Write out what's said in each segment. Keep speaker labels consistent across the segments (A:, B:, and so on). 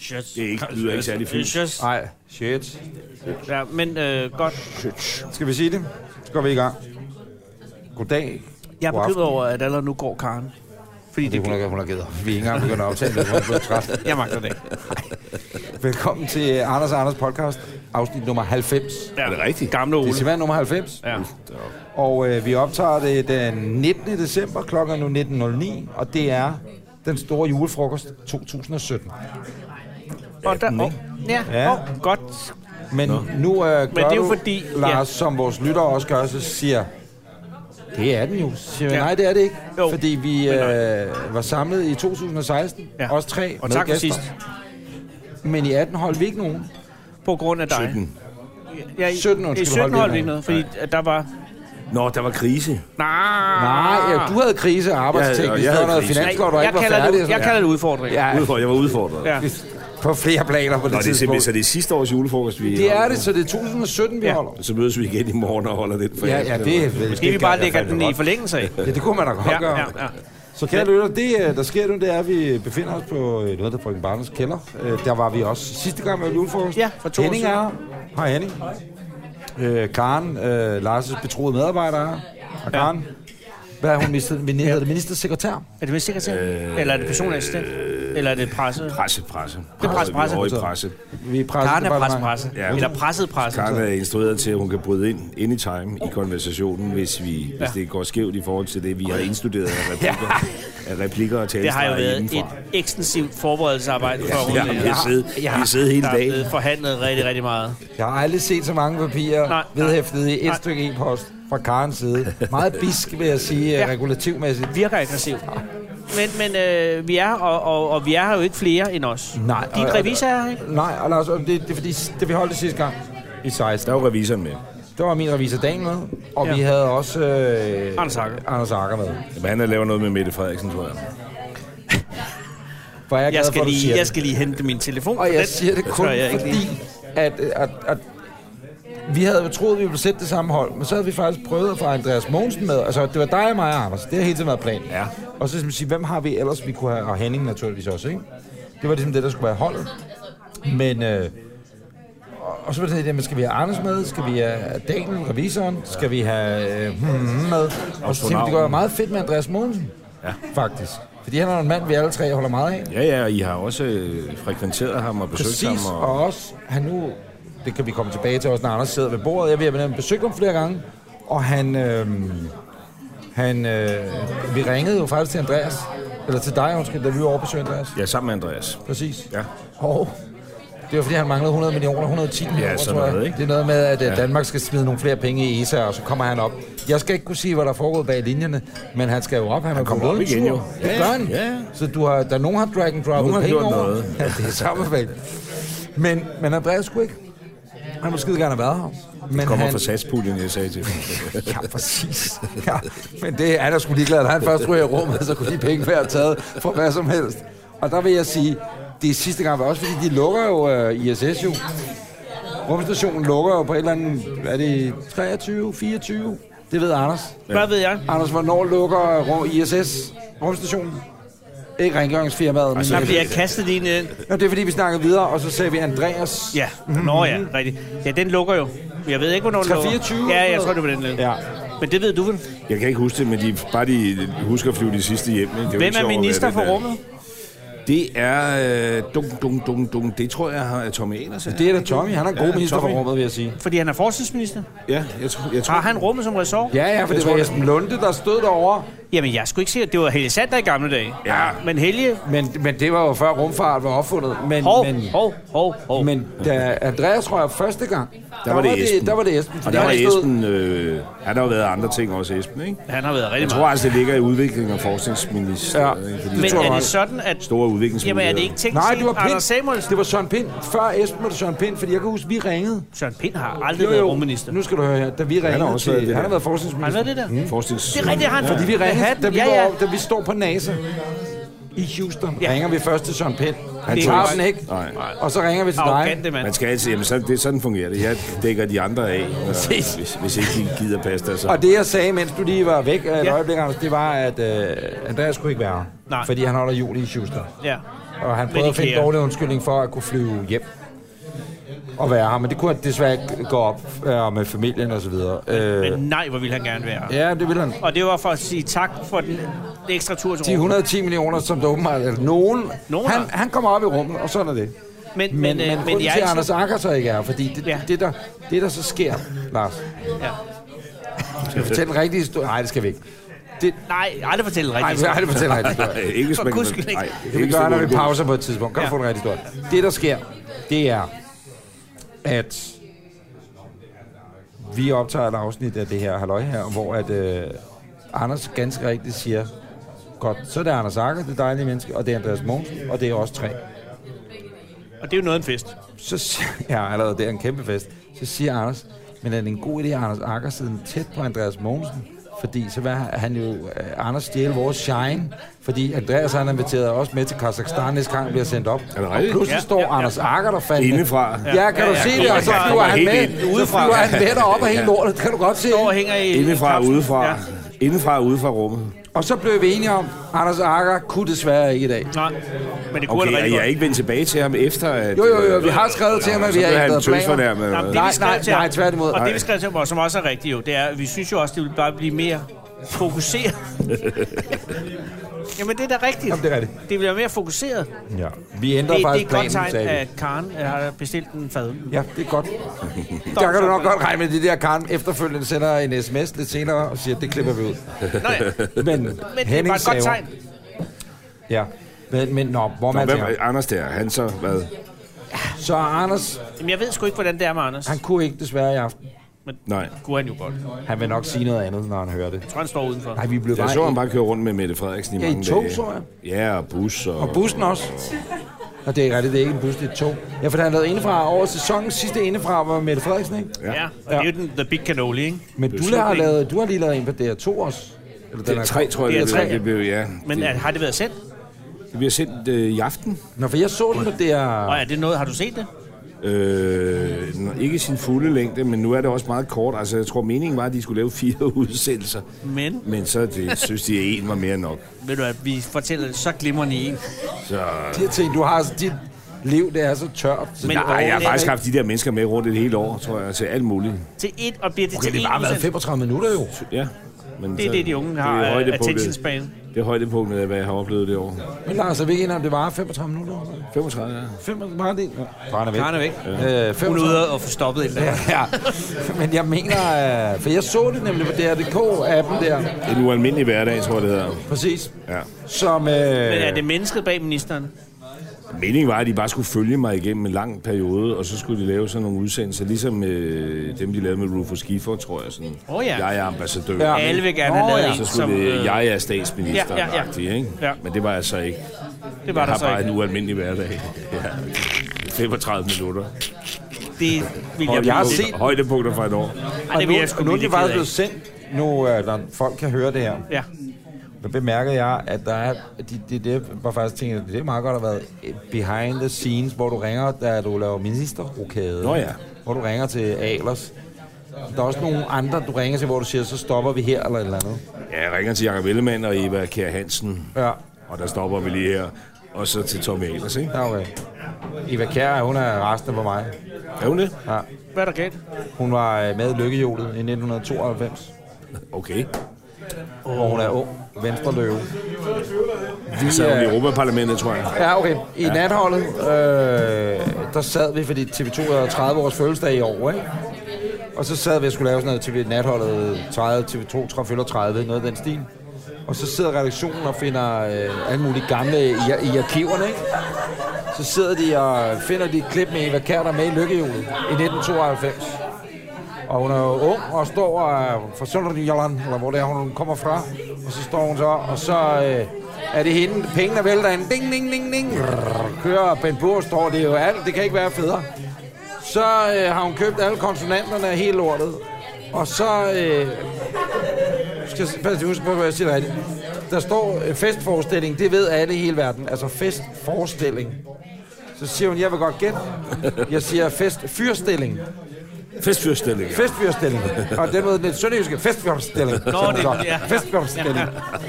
A: Shit.
B: Det er ikke, lyder ikke særlig fint.
A: Shit.
C: Nej, shit.
A: Ja, men øh, godt.
C: Skal vi sige det? Så går vi i gang. Goddag.
A: Jeg er
C: God
A: bekymret over, at allerede nu går Karen. Fordi
C: Det
A: det
C: hun
A: bliver...
C: er, hun er gider. Vi er ikke engang begyndt at optage det. Hun er blevet træt.
A: Jeg magter det ikke.
C: Velkommen til øh, Anders og Anders podcast, afsnit nummer 90.
A: Ja.
B: Er det rigtigt?
A: Gamle
C: Det
A: Ole.
C: er simpelthen nummer 90.
A: Ja.
C: Og øh, vi optager det den 19. december, klokken er nu 19.09, og det er den store julefrokost 2017.
A: Og der, oh, ja,
C: Ja.
A: ja. Oh, godt.
C: Men Nå. nu øh, gør
A: det er jo
C: du,
A: fordi-
C: Lars,
A: ja.
C: som vores lytter også gør, så siger, det er den jo. Så Siger, ja.
A: Ja.
C: Nej, det er det ikke. Jo.
A: Jo,
C: Fordi vi øh, var samlet i 2016, ja.
A: Ja.
C: os tre
A: Og
C: med
A: tak for
C: gæster.
A: sidst.
C: Men i 18 holdt vi ikke nogen.
A: På grund af dig.
B: 17.
A: Ja, i,
C: 17
A: i
C: undskyld,
A: 17
C: holdt
A: holdt
C: vi
A: vi
C: ikke
A: ikke noget, fordi at der var...
B: Nå, der var krise.
A: Nej,
C: Nej, ja, du havde krise og
B: Ja,
C: arbejdsteknisk.
B: ja, jeg
C: Ja,
B: havde
C: ja, noget
B: krise.
C: finanslov, der
A: jeg
C: ikke var
A: kalder,
C: færdig.
A: det, jeg kalder det udfordring. Ja.
C: ja.
B: Udfordret. Jeg var udfordret.
A: Ja.
C: på flere planer på det,
B: Nå, det er
C: tidspunkt.
B: simpelthen, så det er sidste års julefrokost, vi
C: Det er det, så det er 2017, vi ja.
A: Ja.
C: holder.
B: Så mødes vi igen i morgen og holder den for
C: Ja,
B: jer.
C: ja, det, det,
A: Skal vi bare
C: det,
A: lægge den i forlængelse af?
C: Ja, det kunne man da godt
A: Ja,
C: gøre.
A: ja, ja.
C: Så kære lytter, det øh, der sker nu, det er, at vi befinder os på øh, noget, der Frøken Barnes kælder. Øh, Der var vi også sidste gang med julefrokost.
A: Ja, for to år
C: Henning er her. Hej Henning. Øh, Karen, øh, Lars' betroede medarbejder er her. Og Karen, hvad er hun minister, min, hedder det ministersekretær?
A: Er det med sekretær? Eller er det personlig assistent? Eller er det presse?
B: Presse, presse.
A: Det er presse, presse.
B: Vi er over i presse.
C: Vi er presse,
A: Karen er presse, presse.
B: Ja.
A: Eller presset, presse.
B: Karen er instrueret til, at hun kan bryde ind anytime i konversationen, hvis, vi, hvis det går skævt i forhold til det, vi har indstuderet af replikker, af replikker og
A: Det har jo
B: talestreger
A: været et
B: indenfra.
A: ekstensivt forberedelsesarbejde for at
B: Ja,
A: runde det.
B: vi har siddet, vi har siddet hele
A: Der er blevet
B: dagen.
A: forhandlet rigtig, rigtig meget.
C: Jeg har aldrig set så mange papirer
A: Nej, nej.
C: vedhæftet i et
A: Nej.
C: stykke e-post fra Karens side. Meget bisk, vil jeg sige, ja.
A: Ja.
C: regulativmæssigt.
A: Virker aggressivt. Men, men øh, vi er, og, og, og vi er her jo ikke flere end os.
C: Nej.
A: Din
C: og-
A: revisor er her, ikke?
C: Nej, og Lars, og det, det er fordi, det vi holdt det sidste gang i 16,
B: Der var revisoren med.
C: der var min revisor Daniel med, og ja.
A: Ja.
C: vi havde også øh,
A: Anders Agger.
C: Anders Akker med.
B: Jamen, han har lavet noget med Mette Frederiksen, tror jeg.
C: For jeg er glad
A: Jeg skal,
C: for, at du siger
A: lige, jeg
C: det.
A: skal lige hente min telefon.
C: Og jeg
A: Den
C: siger det
A: tør
C: kun
A: jeg
C: jeg
A: ikke lige.
C: fordi, at, at, at vi havde jo troet, at vi ville sætte det samme hold, men så havde vi faktisk prøvet at få Andreas Mogensen med. Altså, det var dig og mig og Anders. Det har hele tiden været planen.
B: Ja.
C: Og så skal man sige, hvem har vi ellers, vi kunne have, og Henning naturligvis også, ikke? Det var ligesom det, der skulle være holdet. Men, øh, og- og så var det det, jamen, skal vi have Anders med? Skal vi have Daniel, revisoren? Skal vi have øh, hmm, med? Og så tænkte vi, det går jo meget fedt med Andreas Mogensen, ja. faktisk. Fordi han er en mand, vi alle tre holder meget af.
B: Ja, ja, og I har også øh, frekventeret ham og besøgt
C: Præcis,
B: ham.
C: og også, han nu, det kan vi komme tilbage til også, når Anders sidder ved bordet. Jeg ved, at han besøgt ham flere gange, og han, øh, han, øh, vi ringede jo faktisk til Andreas, eller til dig, undskyld, da vi var over besøg Andreas.
B: Ja, sammen med Andreas.
C: Præcis.
B: Ja.
C: Og det var, fordi han manglede 100 millioner, 110 millioner,
B: sådan
C: tror jeg.
B: noget, ikke?
C: Det er noget med, at ja. Danmark skal smide nogle flere penge i ESA, og så kommer han op. Jeg skal ikke kunne sige, hvad der er foregået bag linjerne, men han skal jo op. Han, han
B: kommer op igen, jo.
C: Det
B: Ja,
C: gør han.
B: ja, ja.
C: Så du har, der er nogen, der har drag and
B: Nogen
C: droppet
B: har
C: penge
B: gjort
C: over.
B: noget.
C: Ja, det er samme fag. Men, men Andreas skulle ikke. Han må skide gerne have været her. Men
B: Han kommer
C: han,
B: fra satspuljen, jeg sagde til dem.
C: Ja, præcis. Ja, men det han er sgu ligeglad. Da Han først ryger i rummet, så kunne de penge være taget for hvad som helst. Og der vil jeg sige, det er sidste gang, også fordi de lukker jo øh, ISS jo. Rumstationen lukker jo på et eller andet, er det 23, 24? Det ved Anders.
A: Hvad ved jeg?
C: Anders, hvornår lukker øh, rum, ISS rumstationen? Ikke rengøringsfirmaet, men...
A: Der bliver kastet lige ned.
C: Nå, det er fordi, vi snakkede videre, og så sagde vi Andreas.
A: Ja, nå ja, rigtigt. Ja, den lukker jo. Jeg ved ikke, hvornår den lukker.
C: 324?
A: Ja, jeg tror, det var den led.
C: Ja.
A: Men det ved du vel?
B: Jeg kan ikke huske det, men de, bare de husker at flyve de sidste hjem. Ikke? Det jo
A: Hvem
B: ikke
A: er
B: sjovt at
A: minister
B: være
A: for
B: det der.
A: rummet?
B: Det er... Øh, dum, dum, dum, dum. Det tror jeg har er Tommy Anders.
C: Det er da Tommy, han er en god
B: Ja,
C: minister for
B: Tommy.
C: rummet, vil jeg sige.
A: Fordi han er forsvarsminister.
B: Ja, jeg, tror, jeg tror...
A: Har han rummet som ressort?
C: Ja, ja, for det
B: tror,
C: var
B: det-
C: Esben Lunde, der stod derovre.
A: Jamen, jeg skulle ikke se, at det var Helge Sander i gamle dage.
B: Ja.
A: Men Helge...
C: Men, men det var jo før rumfart var opfundet. Men,
A: Hov,
C: men,
A: hov, hov, hov.
C: men da Andreas røg første gang, der,
B: var det Esben.
C: der var det Esben.
B: Og
C: fordi
B: der var
C: han stod-
B: Esben... Øh, han har jo været andre ting også, Esben, ikke?
A: Han har været rigtig
B: Jeg tror altså, det ligger i udvikling og forskningsministeriet.
C: Ja.
B: ikke? Fordi
C: det
A: meget. Men
C: tror
A: er
C: jeg
A: det
C: også.
A: sådan, at...
B: Store Mm.
A: Jamen,
B: udviklingsmuligheder.
A: er det ikke teknisk
C: Nej,
A: set
C: det var
A: Anders
C: Pind.
A: Samuelsen?
C: Det var Søren Pind. Før Esben var det Søren Pind, fordi jeg kan huske, vi ringede.
A: Søren Pind har aldrig været rumminister.
C: Nu skal du høre her. Da vi ringede
B: også været
C: til...
B: det der.
C: Han har været
A: Har han
B: Mm.
C: forskningsminister.
A: været det der?
B: Forsknings...
A: Det er rigtigt, han.
C: Fordi vi
A: Med
C: ringede,
A: hatten,
C: da vi,
A: ja,
C: var,
A: ja.
C: over- da vi står på NASA. i Houston,
A: Ja.
C: ja. ringer vi først til Søren Pind. Han
A: Det er
C: tager
A: godt.
C: den ikke,
B: Nej.
C: og så ringer vi til dig.
A: Arrogante mand.
B: Man skal altid, jamen sådan, det, er sådan fungerer det. Jeg dækker de andre af, og,
C: Præcis.
B: hvis, hvis ikke de gider passe dig. Så.
C: Og det, jeg sagde, mens du lige var væk øh, et
A: Ja.
C: ja. øjeblik, Anders, det var, at øh, Andreas skulle ikke være her,
A: Nej.
C: Fordi han holder jul i Houston.
A: Ja.
C: Og han
A: Men
C: prøvede at finde
A: Ikea.
C: en dårlig undskyldning for at kunne flyve hjem og være her. Men det kunne han desværre ikke gå op øh, med familien og så videre. Øh,
A: Men nej, hvor ville han gerne være.
C: ja, det ville han.
A: Og det var for at sige tak for den ekstra tur til
C: De
A: Rom.
C: 110 millioner, som der åbenbart er nogen.
A: Nogen
C: han,
A: har.
C: han kommer op i rummet, og sådan er det.
A: Men,
C: Men, men,
A: øh,
C: men, men til,
A: jeg er
C: at
A: ikke
C: Anders Akker så ikke er her, fordi det,
A: Ja.
C: ja. det, der, det, der så sker, Lars,
A: Ja.
C: skal jeg fortælle en rigtig historie? Nej, det skal vi ikke. Det,
A: Nej, aldrig fortælle en rigtig
C: nej,
A: historie.
C: nej, det fortæller jeg ikke.
B: Nej, ikke
A: For
B: smæk-
A: guds skyld ikke.
B: Nej,
C: Det kan vi
B: ikke
C: gøre, når vi
B: smæk-
C: pauser på et tidspunkt. Kan ja.
A: Ja.
C: få en rigtig historie. Det, der sker, det er, at vi optager et afsnit af det her halløj her, hvor at, øh, Anders ganske rigtigt siger, godt, så er det Anders Akker, det dejlige menneske, og det er Andreas Mogensen, og det er os tre.
A: Og det er jo noget af en fest.
C: Så siger ja, allerede det er en kæmpe fest. Så siger Anders, men er det en god idé, at Anders Akker sidder tæt på Andreas Mogensen? Fordi så vil han jo, øh, Anders stjæle vores shine, fordi Andreas han har inviteret os med til Kazakhstan næste gang, han bliver sendt op.
B: Er det
C: Og
B: rigtigt?
C: pludselig
A: Ja,
C: står
A: ja, ja.
C: Anders Akker der fandme.
B: Indefra.
C: Ja, kan
A: Ja,
C: du
A: ja,
C: se det?
A: indefra.
C: Og så
A: Han
C: flyver
A: kommer
C: han
B: helt
C: med,
B: ind
C: så
A: udefra.
C: flyver han med deroppe og helt lortet. Kan du godt se?
A: Står og hænger i...
B: Indefra og
A: kapslen.
B: udefra.
A: Ja.
B: Indefra og udefra rummet.
C: Og så blev vi enige om, Anders Akker kunne desværre ikke i dag.
A: Nej, men det kunne okay,
B: Okay,
A: rigtig
B: og jeg er
A: godt.
B: ikke vendt tilbage til ham efter, at...
C: Jo, jo, jo, vi har skrevet til ham, at vi har
B: ændret planer.
C: ændret
B: Så blev han
C: planer.
B: tøsfornærmet.
A: Nå,
B: eller
A: men
B: hvad?
A: det, vi
C: Nej,
A: skrev
C: nej,
A: til ham-
C: nej, tværtimod.
A: Og det,
C: Nej.
A: vi skrev til ham, og som også er rigtigt jo, det er, at vi synes jo også, det ville bare blive mere fokuseret. Jamen, det er da rigtigt.
C: Jamen, det er rigtigt.
A: Det bliver mere fokuseret. Det,
C: Ja. Vi ændrer
A: det, er
C: faktisk
A: et godt
C: planen,
A: tegn,
C: sagde vi.
A: at Karen øh, har bestilt en fad.
C: Ja, det er godt. Der kan du nok godt regne med det der, Karen efterfølgende sender en sms lidt senere og siger, det klipper vi ud.
A: Nå ja,
C: Men,
A: men det er bare et godt tegn.
C: Ja. Men, men nå, hvor man
B: Hvem
C: tænker.
B: er Anders der? Han så hvad?
C: Så Anders,
A: Jamen, jeg ved sgu ikke, hvordan det er med Anders.
C: han kunne ikke desværre i aften.
A: Men
B: Nej.
A: kunne han jo godt. Jeg
C: Han vil nok sige noget andet, når han hører det.
A: tror, han står udenfor.
C: Nej, vi blev
B: Jeg
C: bare...
B: så ham bare køre rundt med Mette Frederiksen i
C: Ja, i
B: mange
C: tog,
B: dage.
C: så jeg.
B: Ja, og bus og...
C: Og bussen også. Og det er rigtigt, det er ikke en bus, det er to. Ja, for han lavede indefra over sæsonen. Sidste indefra var Mette Frederiksen, ikke?
B: Ja.
A: Ja, og det er jo den the big cannoli, ikke?
C: Men du, har, lavet, du har lige lavet en på DR2 også. Eller
B: Det er tre, tror jeg,
A: Det er
B: det,
A: tre,
B: blev.
A: ja.
B: det blev, ja.
A: Men
B: det,
A: er, har det været sendt?
B: det bliver sendt øh, i aften.
C: Nå, for jeg så den på DR...
A: Og er det noget, har du set det?
B: Øh, nå, ikke i sin fulde længde, men nu er det også meget kort. Altså, jeg tror, meningen var, at de skulle lave fire udsendelser.
A: Men,
B: Men så det, synes de, at en var mere end nok.
A: ved du at vi fortæller det så glimrende i en.
B: Så,
C: De ting, du har... Dit liv, det er så tørt. Så
A: Men-
C: det-
B: nej, jeg har
A: det er
B: faktisk
A: ikke-
B: haft de der mennesker med rundt et helt år, tror jeg, til alt muligt.
A: Til et, og bliver det
C: Okay,
A: til
C: det
A: en
C: har bare været
A: udsendelse.
C: 35 minutter jo.
B: Ja. Men
A: Det er
B: så-
A: det, de unge har øh,
B: Altså, det er
A: af
B: højdepunktet.
A: attention span.
B: Det er højdepunktet af, hvad jeg har oplevet det år.
C: Men Lars, er vi ikke enige om, det var 35 minutter?
B: 35, ja.
C: 35, var det? Bare væk.
A: Karen er væk.
C: Øh,
A: Hun er
C: 35.
A: ude og få stoppet et eller andet.
C: Ja, men jeg mener, øh, for jeg så det nemlig på DRDK-appen der,
B: En ualmindelig hverdag, tror jeg, det hedder.
C: præcis,
B: Ja.
C: som... Øh,
A: Men er det mennesket bag ministeren?
B: Meningen var, at de bare skulle følge mig igennem en lang periode, og så skulle de lave sådan nogle udsendelser, ligesom øh, dem, de lavede med Rufus Gifford, tror jeg. Sådan.
A: Åh, ja.
B: Jeg er ambassadør.
C: Ja.
A: Alle vil gerne have
C: Nå,
A: lavet
C: ja.
A: en,
B: Så
A: som...
B: skulle det,
A: øh,
B: jeg er statsminister,
A: Ja, ja, ja.
B: ikke?
A: Ja.
B: Men det var jeg så ikke.
A: det var
B: Jeg
A: der
B: har
A: så
B: bare en
A: ikke.
B: ualmindelig hverdag. Ja. 35 minutter.
A: Det vil jeg,
C: Jeg har
A: vide.
C: set-
B: højdepunkter fra et år.
A: Ej, det vil jeg sgu
C: nu, nu er
A: blive
C: det
A: lidt
C: faktisk
A: ked
C: blevet
A: af.
C: sendt, nu, øh, når folk kan høre det her.
A: Ja.
C: Der bemærkede jeg, at der er... Det, det, det var faktisk tænkt, at det er meget godt at have været øh, behind the scenes, hvor du ringer, da du laver ministerrokade.
B: Nå ja.
C: Hvor du ringer til Alers. Der er også nogle andre, du ringer til, hvor du siger, så stopper vi her eller et eller andet.
B: Ja, jeg ringer til Jakob Ellemann og Eva Kjær Hansen,
C: Ja.
B: og der stopper vi lige her. Og så til Tommy Ahlers, ikke?
C: Ja, okay. Eva Kjær, hun er resten på mig.
B: Er hun det?
C: Ja.
A: Hvad er der galt?
C: Hun var øh, med i lykkehjulet i 1992,
B: Okay.
C: hvor hun er ung. Venstre løve.
B: Vi sad Altså, i Europaparlamentet, tror jeg.
C: Ja, okay. I natholdet, øh, der sad vi, fordi TV2 havde 30 års fødselsdag i år, ikke? Og så sad vi og skulle lave sådan noget TV natholdet 30, TV2 30, følger 30, noget af den stil. Og så sidder redaktionen og finder øh, alle mulige gamle i, i arkiverne, ikke? Så sidder de og finder de et klip med Eva Kær, der er med i Lykkehjulet i 1992. Og hun er jo ung og står øh, og er fra Sønderjylland, eller hvor det er, hun kommer fra. Og så står hun så, og så øh, er det hende, pengene vælter ind. Ding, ding, ding, ding. Rrr, kører Ben Burr står, det er jo alt, det kan ikke være federe. Så øh, har hun købt alle konsonanterne af hele lortet. Og så... Øh, skal jeg s- pas, huske på, hvad jeg siger rigtigt. der står øh, festforestilling, det ved alle i hele verden. Altså festforestilling. Så siger hun, jeg vil godt gætte. Jeg siger festfyrstilling.
B: Festfyrstillinger.
C: Festfyrstilling. Og den måde, den sønderjyske festfyrstilling.
A: Nå,
C: siger hun
A: det-
C: så.
A: ja.
C: Festfyrstilling.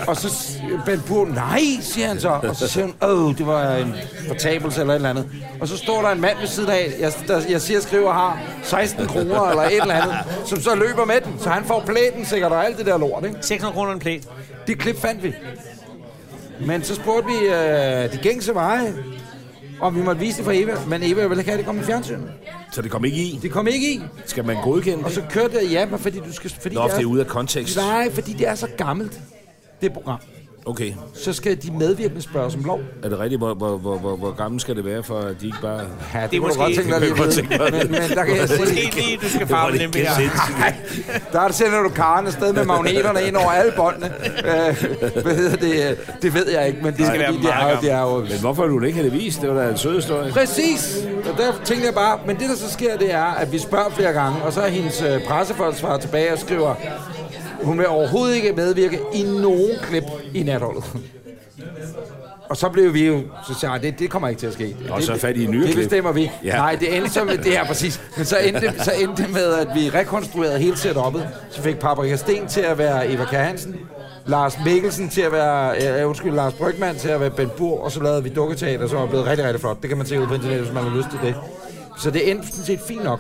C: Og så s- Ben Burr, nej, siger han så. Og så siger hun, åh, det var en fortabelse eller et eller andet. Og så står der en mand ved siden af, jeg, der, jeg siger, skriver, har 16 kroner eller et eller andet, som så løber med den. Så han får plæten sikkert og alt det der lort, ikke?
A: 600 kroner en plæt.
C: Det klip fandt vi. Men så spurgte vi øh, de gængse veje, om vi måtte vise det for Eva. Men Eva ville ikke have, at det kom i fjernsynet.
B: Så det kom ikke i.
C: Det kom ikke i.
B: Skal man godkende
C: Og
B: det?
C: så kørte jeg, ja, men fordi du skal... Fordi
B: Nå, for det er ude af kontekst.
C: Nej, fordi det er så gammelt, det program.
B: Okay.
C: Så skal de medvirkende spørge som lov.
B: Er det rigtigt? Hvor, hvor, hvor, hvor, hvor gammel skal det være, for at de ikke bare...
C: Ja, det,
A: er
C: kunne du
A: måske-
C: godt tænke dig
B: Det
C: lige
B: kunne jeg
C: at
B: godt
C: vide.
B: tænke
C: Men,
B: mig.
C: men der kan jeg sige,
A: Måske lige, du skal
B: Det var
A: farve
B: lidt
A: den mere.
B: gensindsigt.
C: der sender du Karen afsted med magneterne ind over alle båndene. Øh, hvad hedder det? øh, Det ved jeg ikke, men det,
A: være
C: fordi det, er,
A: meget
C: jo- det er jo
B: Men hvorfor har du ikke have det vist? Det var da en sød historie.
C: Præcis! Og der tænker jeg bare, men det der så sker, det er, at vi spørger flere gange, og så er hendes øh, pressefolk svarer tilbage og skriver, hun vil overhovedet ikke medvirke i nogen klip i natholdet. Og så blev vi jo, så sagde jeg, det, det kommer ikke til at ske.
B: Og
C: det,
B: så fat i nye klip.
C: Det bestemmer vi. Ja.
B: Ja.
C: Nej, det endte så med, det her præcis. Men så endte, så endte det med, at vi rekonstruerede hele setup'et. Så fik Paprika Sten til at være Eva Kjær Hansen, Lars Mikkelsen til at være, øh, undskyld, Lars Brygman til at være Ben Bur, og så lavede vi dukketeater, som er blevet rigtig, rigtig flot. Det kan man se ud på internettet, hvis man har lyst til det. Så det endte sådan set fint nok.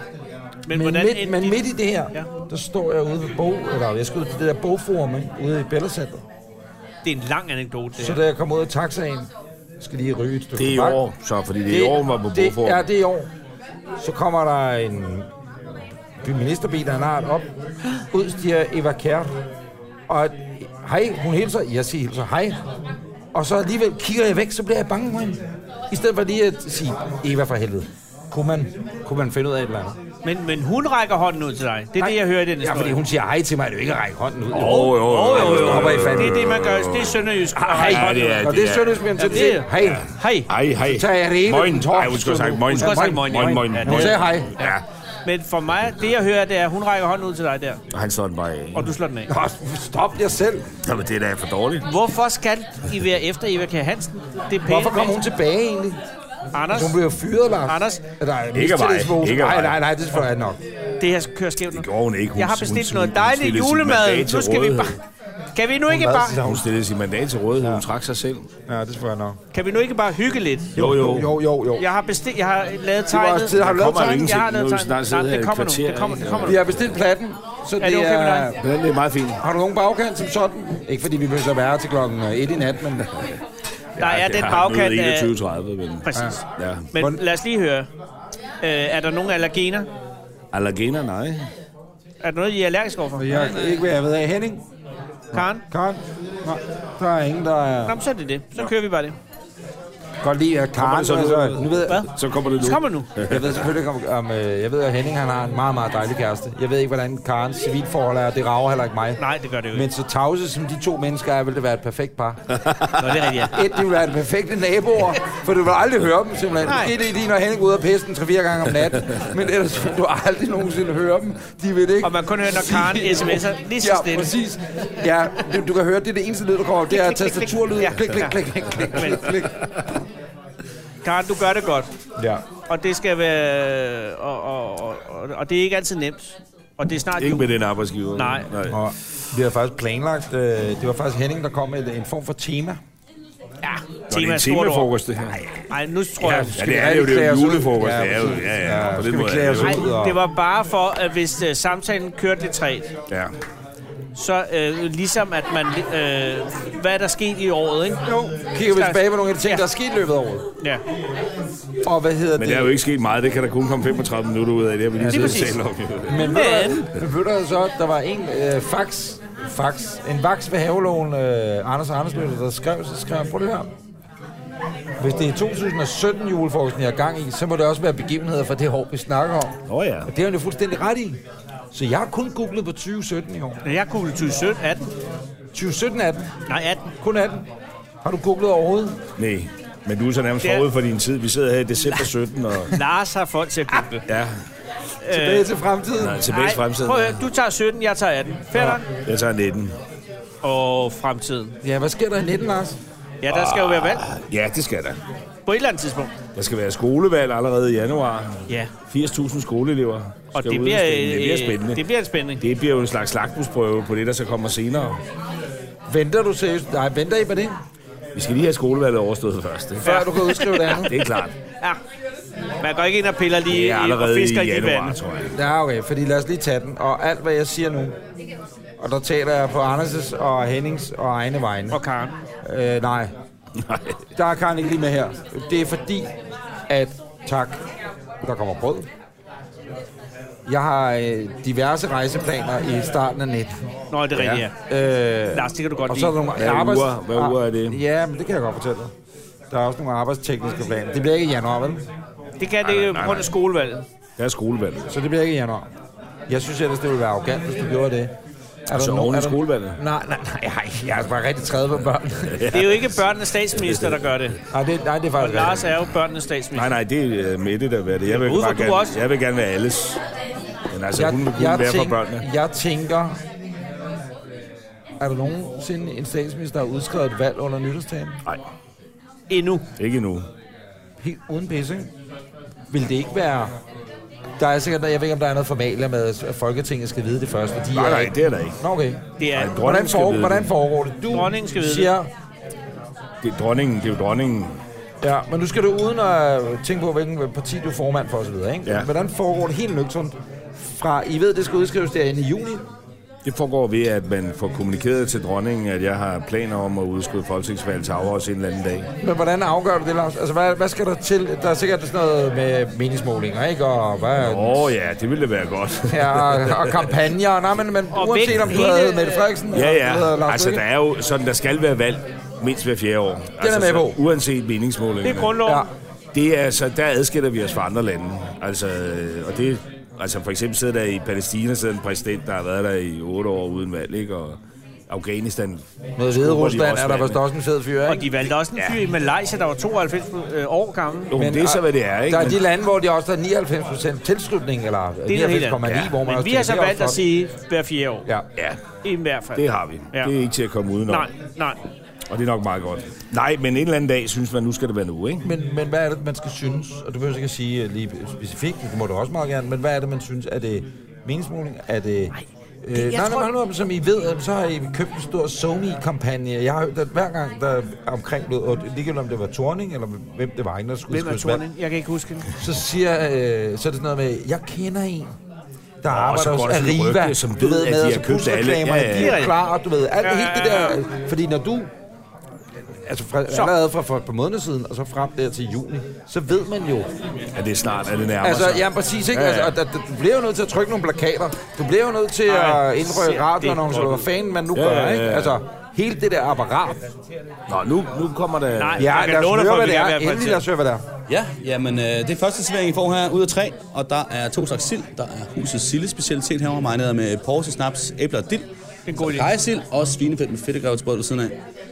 A: Men
C: Men,
A: hvordan
C: midt,
A: endte
C: men
A: dit-
C: midt i det her, ja.
A: Ja.
C: der står jeg ude ved bog, eller jeg skal ud til det der bogforum, ikke? ude i Bellacenter.
A: Det er en lang anekdote, det
C: Så
A: her.
C: da jeg kom ud af taxaen, skal lige ryge et stykke
B: Det er i
C: tobak.
B: år, så fordi det er i år, man var på
C: det,
B: brugform.
C: Ja, det er i år. Så kommer der en ministerbil af en art op. Ud stiger Eva Kjær. Og hej, hun hilser. Jeg siger hilser hej. Og så alligevel kigger jeg væk, så bliver jeg bange for hende. I stedet for lige at sige, Eva for helvede. Kunne man, kunne man finde ud af et eller andet?
A: Men, men hun rækker hånden ud til dig. Det er det, jeg hører i den
C: Ja,
A: historie.
C: fordi hun siger hej til mig, det er jo ikke at række hånden ud.
B: Åh, jo, jo, jo, jo, jo,
C: Hopper i fanden.
A: Det er det, man gør. Det er sønderjysk. at række
B: ja,
A: hånden
B: det
A: ud.
B: er
C: Og det er søndags, men til
A: Ja, det
C: Ah, det.
A: er-
C: Hej.
A: Hej.
B: Hej, hej.
C: Så tager jeg det hele
B: Møgn.
C: den torsk,
B: Ej, hun skulle have sagt
C: så-
B: møgn.
A: Hun skulle have sagt møgn, ja.
B: Møgn, møgn.
A: Ja, det
C: Hun sagde hej.
B: Ja.
A: Men for mig, det jeg hører, det er, at hun rækker hånden ud til dig der,
B: Og han slår den bare af.
A: og du slår den af.
C: Nå, stop jer selv.
B: Nå, men det er da for dårligt.
A: Hvorfor skal I være efter Eva Kjær Hansen? Det er pænt.
C: Hvorfor kom hun tilbage egentlig?
A: Anders,
C: Hun blev jo fyret, Lars.
A: Anders.
C: Nej,
B: Ikke af mig. Ikke af
C: Nej,
B: mig.
C: nej, nej, det er selvfølgelig nok.
A: det her kører skævt nu.
B: Gjorde hun ikke. Hun,
A: Jeg har
B: hun-
A: bestilt
B: hun-
A: noget
B: hun
A: dejlig
B: stillede sit
A: julemad.
B: mandat til
A: Nu skal vi
B: rådighed.
A: bare... Kan vi nu ikke
B: Så
A: bare,
B: hun stillede sit mandat til rådighed. Hun trak sig selv.
C: Ja, det er selvfølgelig nok.
A: kan vi nu ikke bare hygge lidt?
B: Jo, jo.
C: Jo, jo, jo.
A: Jeg har bestilt, jeg har lavet
C: var
A: tegnet.
C: også tid. Har du
B: Der
C: lavet
B: kommer jo
C: tegn?
B: ingenting.
A: Jeg har lavet
B: Nu har
A: tegn.
B: vi snart siddet
A: Nej,
B: her
A: det
B: i
A: kommer
B: et
A: nu.
B: kvarter.
A: Det kommer- det kommer nu.
C: Vi har bestilt platten, så
A: det
C: det
A: okay med dig?
C: er...
B: Ja, det er meget fint.
C: Har du nogen bagkant som sådan? Ikke fordi vi behøver at være til klokken 1 i nat, men...
A: Der er den
B: Jeg har
A: bagkant
B: møde
A: af...
B: 21.30, men...
A: Præcis.
B: Ja.
A: Men lad os lige høre. Øh, er der nogen allergener?
B: Allergener, nej.
A: Er der noget, I er allergisk overfor?
C: Jeg, ikke hvad jeg ved af. Henning?
A: Karen?
C: Karen? Nej, der er ingen, der
A: Nå,
C: er...
A: men så er det det. Så kører vi bare det.
C: Godt lide at Karen.
B: det så
C: altså,
B: videre?
C: nu ved jeg,
A: Hvad?
B: Så kommer det nu.
A: Så kommer nu.
C: Jeg ved selvfølgelig ikke om... om øh, jeg ved, at Henning han har en meget, meget dejlig kæreste. Jeg ved ikke, hvordan Karens civilforhold er. Det rager heller ikke mig.
A: Nej, det gør det jo ikke.
C: Men så tavse som de to mennesker er, ville det være et perfekt par.
A: Nå, det er rigtigt, ja.
C: Et, de ville være de perfekte naboer, for du vil aldrig høre dem simpelthen.
A: Nej.
C: Nej. Det er lige, når Henning går ud og pisse den 3-4 gange om natten, men ellers vil du aldrig nogensinde høre dem. De vil ikke
A: Og man kun hører, når Karen
C: sige-
A: sms'er lige så
C: Ja,
A: stille.
C: præcis. Ja, du, du kan høre, det er det eneste lyd, der kommer op. Det er
A: Klik, klik, klik, klik.
C: tastaturlyd.
A: Ja.
C: Klik, klik, klik, klik, klik, klik, klik.
A: Karen, du gør det godt.
C: Ja.
A: Og det skal være... Og, og, og, og- og det er ikke altid nemt. Og det er snart
B: Ikke
A: jul.
B: med den arbejdsgiver.
A: Nej.
C: Og vi har faktisk planlagt, øh, det var faktisk Henning, der kom med en form for
A: Ja,
C: tema.
B: Nå, det
A: tema
B: er
A: er
B: en
A: stort ord.
B: temafrokost, det her.
A: Nej, nu tror jeg...
B: Ja,
C: vi
B: det er
C: rigtig
B: jo det er
C: klæde
B: jo
C: os ud?
B: julefrokost.
C: Ja,
B: Det er jo,
C: præcis.
B: ja,
C: Ja,
B: ja. På den
C: skal vi
B: måde
C: klæde
B: er
C: os
B: det jo-
A: Nej,
C: ud? og-
A: det var bare for, at hvis øh, samtalen kørte lidt træt,
B: Ja.
A: så øh, ligesom at man... Øh, hvad er der sket i året, ikke?
C: Jo, kigger vi
A: Skal-
C: tilbage på nogle af de ting,
A: Ja.
C: der er sket i løbet af året.
A: Ja.
C: Og hvad hedder
B: Men
C: det?
B: der er jo ikke sket meget. Det kan der kun komme 35 minutter ud af. Det har vi lige siddet og
A: præcis.
B: talt om. jo.
C: Men ved, du, hvad- ved du hvad så, der var en øh, fax, fax, en vaks ved haveloven, øh, Anders Andersmøller, der skrev, så skrev han, prøv lige her. Hvis det er 2017 julefrokosten, jeg er gang i, så må det også være begivenheder for det år, vi snakker om.
B: Nå ja.
C: Og det har han jo fuldstændig ret i. Så jeg har kun googlet på 2017 i år.
A: Men Jeg kunne 2017, 18.
C: 2017 er den.
A: Nej, 18.
C: Kun 18. Har du googlet overhovedet?
B: Nej. Men du er så nærmest
A: Det er-
B: forud for din tid. Vi sidder her i december 17 og...
A: Lars har folk til at
B: Ah,
A: google.
B: Ja,
C: Tilbage til fremtiden.
B: Øh. nej, tilbage til
A: Ej,
B: fremtiden.
A: prøv at høre, du tager 17, jeg tager 18. Fair nok.
B: Jeg tager 19.
A: og fremtiden.
C: Ja, hvad sker der i 19, Lars?
A: Ja, der skal jo være valg
B: Ja, det skal der.
A: på et eller andet tidspunkt.
B: Der skal være skolevalg allerede i januar.
A: Ja,
B: 80.000 skoleelever
A: og
B: skal
A: det
B: ud
A: bliver,
B: og stemme. det bliver
A: øh,
B: spændende.
A: Det bliver en spænding.
B: Det bliver jo en slags slagtmusprøve på det, der så kommer senere.
C: Venter du seriøst? Nej, venter I på det?
B: Vi skal lige have skolevalget overstået først. Ikke?
C: Før du kan udskrive det andet?
B: Det er klart.
A: Ja. Man går ikke ind og piller lige
B: Det er
A: og
B: allerede i
A: fisker i
B: januar,
A: vandet.
B: tror jeg.
C: Ja, okay, fordi lad os lige tage den. Og alt, hvad jeg siger nu, og der taler jeg på Anders' og Hennings og egne vegne.
A: Og Karen.
C: Øh, nej,
B: Nej.
C: der er Karen ikke lige med her. Det er fordi, at tak, der kommer brød. Jeg har øh, diverse rejseplaner i starten af 19.
A: Nå, det er rigtigt, ja.
C: Øh,
A: Lars, det kan du godt
C: og så er der
A: lide.
C: nogle
B: Hvad
C: arbejds... Ah,
B: uger- hvad uger er det?
C: Ja, men det kan jeg godt fortælle dig. Der er også nogle arbejdstekniske planer. Det bliver ikke i januar, vel?
A: Det kan det
B: nej,
A: jo på
B: nej,
A: grund
B: nej.
A: af skolevalget.
B: Der er skolevalget.
C: Så det bliver ikke i januar. Jeg synes ellers, det ville være arrogant, hvis du gjorde det. Er
B: Så
C: nogen-
B: Altså oven i
C: er der-
B: skolevalget.
C: Nej, nej, nej, nej. Jeg er bare rigtig 30 på børn.
A: Det er jo ikke børnenes statsminister, der gør det.
C: nej, det, nej, det er faktisk
A: Lars er jo børnenes statsminister.
B: Nej, nej, det er øh, Mette, der vil være det. Jeg vil,
A: Ud fra,
B: bare
A: du
B: gerne,
A: også.
B: jeg vil gerne være alles. Men altså, hun vil kun
C: jeg,
B: være for
C: tænk-
B: børnene.
C: jeg tænker... Er der nogensinde en statsminister, der har udskrevet et valg under nytårstagen?
B: Nej,
A: Endnu.
B: ikke endnu.
C: Helt uden pisse, ikke? Vil det ikke være... Der er sikkert, jeg ved ikke, om der er noget formalia med, at Folketinget skal vide det først, fordi
B: Nej, nej,
C: ikke...
B: det er der ikke.
C: Nå, okay.
A: Det er,
B: Ej, dronningen
C: Hvordan,
B: skal
C: foregår,
B: vide
C: hvordan
B: det.
C: foregår det? Du
A: Dronningen skal vide det.
C: siger,
B: Det er dronningen, det er jo dronningen.
C: Ja, men nu skal du uden at tænke på, hvilken parti du er formand for osv., ikke?
B: Ja.
C: Hvordan foregår det helt nøgternt fra, I ved, det skal udskrives derinde i juni?
B: Det foregår ved, at man får kommunikeret til dronningen, at jeg har planer om at udskrive folketingsvalg til afholds en eller anden dag.
C: Men hvordan afgør du det, Lars? Altså, hvad, hvad skal der til? Der er sikkert sådan noget med meningsmålinger, ikke? Og, hvad,
B: Åh oh, ja, det ville da være godt.
C: ja, og kampagner. Nej, men, men
A: Og
C: uanset om du
A: væk hele-
C: hedder Mette Frederiksen,
B: Ja,
C: eller du hedder
B: ja.
C: Lars
B: Altså, der
C: Løkke.
B: er jo sådan, der skal være valg mindst hver fjerde år. Den altså,
C: med
B: så
C: på.
B: Uanset meningsmålingerne.
A: Det er grundloven.
C: Ja.
A: Ja.
B: Det er altså, der adskiller vi os fra andre lande. Altså, øh, og det, altså for eksempel sidder der i Palæstina sidder en præsident, der har været der i otte år uden valg, ikke? Og Afghanistan.
C: Med Hvide Rusland er der vist også en fed fyr,
A: Og
C: ikke?
A: de valgte også en fyr i Malaysia, der var 92 øh, år gammel.
B: Jo, men det er så, hvad det er, ikke?
C: Der er
B: Men,
C: de lande, hvor de også har 99 procent tilslutning, eller
A: Det er noget helt andet.
C: 99,9, hvor man også
A: Men vi har så
C: tænker, det er
A: valgt at
C: også
A: sige hver fjerde år.
C: flot. Ja.
A: I
B: ja,
A: hvert fald.
B: det har vi.
A: Ja.
B: Det er ikke til at komme udenom.
A: Nej, nej.
B: Og det er nok meget godt. Nej, men en eller anden dag synes man, nu skal det være nu, ikke?
C: Men, men hvad er det, man skal synes? Og du behøver ikke at sige øh, lige specifikt, det må du også meget gerne, men hvad er det, man synes? Er det meningsmåling? Er det... Øh, nej, nej, nej, nej, som I ved, øh, så har I købt en stor Sony-kampagne. Jeg har hørt, at hver gang der er omkring noget, og ligegyldigt om det var Torning, eller hvem det var, ikke, der skulle
A: Hvem er
C: skrives valg,
A: Torning? Jeg kan ikke huske hende.
C: så siger øh, så er det sådan noget med, jeg kender en, der
B: og så går
C: arbejder
B: der
C: hos
B: sådan et
C: Arriva,
B: rygte, som
C: du
B: ved, at de
C: med,
B: har
C: og så
B: købt alle.
C: busreklamerne,
B: Ja, ja,
C: de
A: ja.
C: er klar, og du ved, alt,
A: Ja, ja,
C: helt det
A: ja,
C: der, fordi når du, altså fra,
A: Så.
C: allerede fra for et par måneder siden, og så frem der til juni, så ved man jo,
B: Er det snart, er det nærmer
C: altså,
B: sig?
C: ja, præcis, ikke?
B: Ja,
C: Ja,
B: ja.
C: ja. Altså, og der, der, du bliver jo nødt til at trykke nogle plakater, du bliver jo nødt til
A: Ej,
C: at
A: ser
C: indrøve radioannoncer,
A: det
C: eller
A: godt
C: hvad fanden man nu
B: Ja,
C: gør,
B: ja, ja,
C: ikke?
B: ja.
C: Altså, hele det der apparat,
B: Nå, nu, nu kommer der...
A: Nej.
C: ja,
A: Jeg kan
C: lad
A: love
C: os
A: dig for,
C: høre,
A: at
C: hvad
A: vi
C: det
A: er
C: er,
A: i hvert fald
C: endelig
A: til.
C: lad os høre, hvad det er.
D: Ja, jamen, øh, det er første servering, I får her ud af tre, og der er to slags sild. Der er husets sildespecialitet herovre, marineret med porse, snaps, æbler og dild.
A: er en god idé.
D: Rejsild og svinefedt med fedtegravsbrød ved siden af.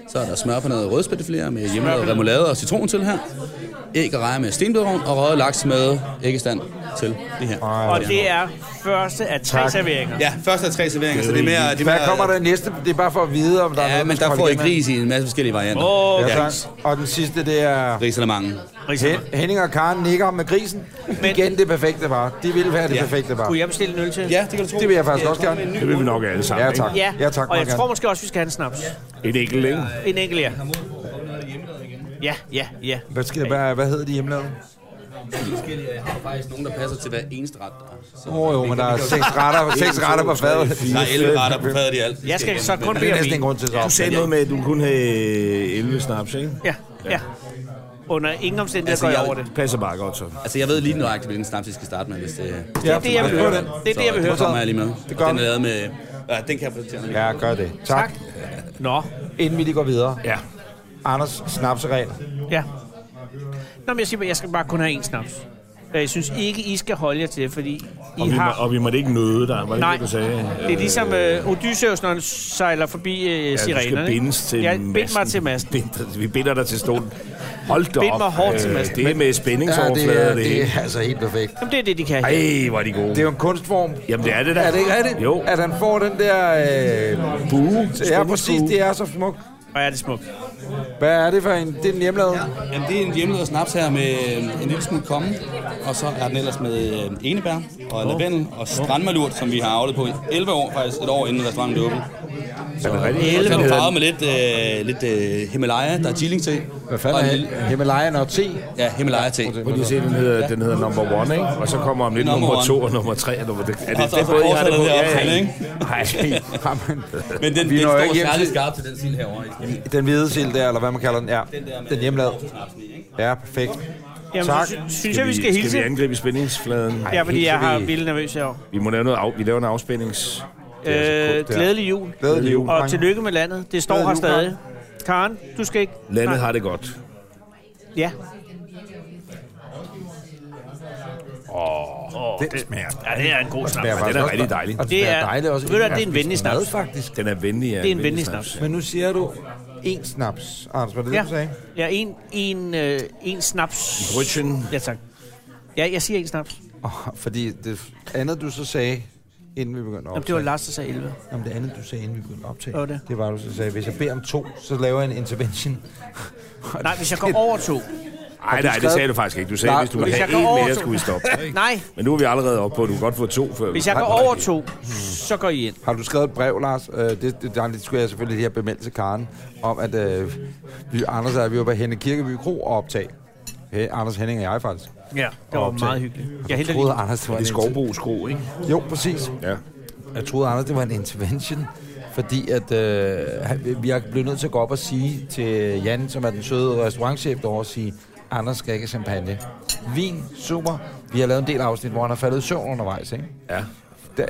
D: Så er der smør på noget rødspættefiléer med hjemmelavet remoulade og citron til her. Æg og rejer med stenbødrovn og røget laks med æggestand til det her.
A: Og det er første af tre
C: Tak.
A: serveringer.
D: Ja, første af tre serveringer, så det er mere... Det er
C: Hvad
D: mere
C: kommer der næste? Det er bare for at vide, om der er
D: Ja,
C: noget,
D: men
C: skal
D: der får I
C: holde igen med.
D: gris i en masse forskellige varianter.
A: Åh,
C: Ja,
D: ja.
C: tak. Og den sidste, det er...
D: Gris eller mange.
A: Rigtig
C: Hen- Henning og Karen nikker med grisen. Men... Igen det perfekte var. Det ville være det ja.
D: Ja.
C: perfekte var.
A: Kunne jeg bestille en øl til?
D: Ja, det kan du tro.
C: Det vil jeg faktisk også gerne.
B: Det vil vi nok alle sammen,
C: Ja, tak.
B: Ikke?
A: Ja,
C: Ja, tak,
A: og jeg
C: meget
A: tror
C: gerne.
A: måske også, vi skal have en snaps.
B: Et enkelt, ikke?
A: En enkelt, ja. Ja, ja, ja.
C: Hvad, skal, hvad, hvad hedder de hjemmelavet?
D: Jeg har faktisk nogen, der passer til hver eneste ret. Så
C: Åh oh, jo, men der er seks retter, seks retter på fadet.
D: Der er 11 retter på fadet i alt.
A: Jeg skal så kun
C: Det er
A: bede om
C: næsten en
A: en.
C: grund til
B: Du
C: så.
B: sagde noget med, at du kun havde 11 snaps, ikke?
A: Ja, ja. Under ingen omstændigheder
D: Altså,
A: går jeg
D: jeg-
A: over det.
B: Passer bare godt, så.
D: Altså, jeg ved lige nøjagtigt, hvilken snaps I skal starte med, hvis det...
C: Ja,
A: Det er det, jeg vil
C: gør
A: høre.
C: den.
A: Det er det, jeg vil høre.
D: Så kommer jeg lige med.
C: Det gør
D: Den er
C: vi.
D: lavet med... Ja, den kan jeg fortælle dig.
C: Ja, gør det. Tak.
A: Tak. Nå,
C: Inden vi lige går videre.
B: Ja.
C: Anders, snapseregler.
A: ja. Nå, men jeg siger, bare, jeg skal bare kun have en snaps. Og Jeg synes ikke, I skal holde jer til det, fordi
B: Og
A: I
B: vi,
A: har...
B: må, og vi måtte ikke møde dig, var det
A: Nej,
B: ikke, du sagde?
A: det er ligesom øh, Odysseus, når han sejler forbi øh,
B: Ja, du
A: sirenerne.
B: skal
A: ikke?
B: bindes til
A: ja,
B: masten.
A: bind mig til masten.
B: Bind- Vi binder dig til stolen. Hold da
A: Bind
B: op.
A: mig hårdt til
B: Øh,
A: masten.
B: Det er med spændingsoverflader,
C: det,
B: ja,
C: er,
B: det, det,
C: det
B: det.
C: er altså helt perfekt.
A: Jamen, det er det, de kan.
B: Ej, hvor er de gode.
C: Det er jo en kunstform.
B: Jamen, det er det da.
C: Er det ikke rigtigt?
B: Jo.
C: At han får den der... Øh,
B: Bue.
C: ja, præcis. Det er så smukt.
A: Hvor er det smukt.
C: Hvad er det for en? Det er den hjemlavede.
D: Jamen, det er en hjemmelavet snaps her med øh, en lille smule komme, og så er den ellers med øh, enebær og lavendel og strandmalurt, som vi har avlet på i 11 år, faktisk et år inden restauranten blev åbnet.
B: Er det rigtigt?
D: Og så er
A: 11
D: den
A: år.
D: farvet med lidt, øh, lidt øh, Himalaya, der er chilling til.
C: Hvad fanden er
D: en lille-
C: det? Himalayan og te?
D: Ja, Himalaya til. Og
B: Prøv lige at se, den hedder, den hedder number one, ikke? Og så kommer om lidt
D: Number
B: number, number to
D: one.
B: og number tre. Og nummer, er det, er
D: så
B: det både, I har det
D: fortsætter
B: på?
D: det
B: Ja, ja.
D: opfald, ikke?
B: Nej,
C: Jamen,
D: Men den,
C: Vi
D: den
C: når
D: står
C: ikke hjem
D: særlig
C: til-
D: skarpt til den sild herovre. ikke?
C: den hvide sild der, eller hvad man kalder den. Ja, den hjemlavede.
D: Snapsen i, ikke?
C: Ja, perfekt.
A: Jamen,
C: Tak.
A: sy- synes jeg, vi skal hilse.
B: Skal vi angribe spændingsfladen?
A: Ja, fordi
C: hilser
A: jeg har
C: vi-
A: vildt nervøs herovre.
B: Vi må lave noget af, vi laver en afspændings... altså
A: Øh,
C: der.
A: glædelig jul.
C: Glædelig jul,
A: Og
C: drenge.
A: tillykke med landet. Det står
C: Glædelig
A: her
C: jul,
A: stadig. Karen, du skal ikke...
B: Landet
A: Nej.
B: har det godt.
A: Ja.
C: Den smager.
A: ja, det er en god snak.
C: smager
B: Den
C: faktisk
B: er
C: også
B: rigtig
C: godt.
B: dejlig.
C: Og den
A: Det
C: smager
A: er-
C: dejligt også.
A: ved du hvad,
C: Ikke
A: det er en
C: engang
A: venlig
C: spist mad,
A: snaps.
C: faktisk.
B: Den er venlig, ja.
A: Det er en venlig snaps.
C: Men nu siger du en snaps, Anders. Var det det,
A: Ja,
C: du sagde?
A: ja en, en, øh, en snaps.
B: Brødchen.
A: Ja, tak. Ja, jeg siger en snaps.
C: Oh, fordi det andet, du så sagde, inden vi begyndte at
A: Jamen, det var
C: optage.
A: Lars, der sagde 11.
C: Jamen, det andet, du sagde, inden vi begyndte at optage,
A: Hvad var det?
C: det var, du så sagde, hvis jeg beder om to, så laver jeg en intervention.
A: Nej, hvis jeg går over to.
B: Nej, nej, det sagde du faktisk ikke. Du sagde,
C: Nej,
B: hvis du ville
A: hvis
B: have
A: jeg går
B: en
A: over
B: mere,
A: to-
B: skulle vi stoppe.
A: Nej,
B: Men nu er vi allerede oppe på, at du kan godt få to før. vi-
A: hvis jeg går over to,
B: Hmm.
A: så går I ind.
C: Har du skrevet et brev, Lars? Øh, det, det, det, skulle jeg selvfølgelig lige have bemeldt til Karen, om at øh, vi, Anders og jeg, vi var på Henne Kirkeby Kro og optage. He, Anders Henning og jeg faktisk.
A: Ja, det var
C: Optag.
A: meget hyggeligt. Jeg hælder
C: troede,
A: lige.
C: Anders, det var
B: Det er
C: en
B: Skovbo Skro, ikke?
C: inter- Jo, præcis.
B: Ja.
C: Jeg troede, Anders, det var en intervention, fordi at, øh, han- vi er blevet nødt til at gå op og sige til Jan, som er den søde restaurantchef derovre, at sige, Anders skal ikke have champagne. Vin, super. Vi har lavet en del afsnit, hvor han har faldet i søvn undervejs, ikke?
B: Ja.
C: Da,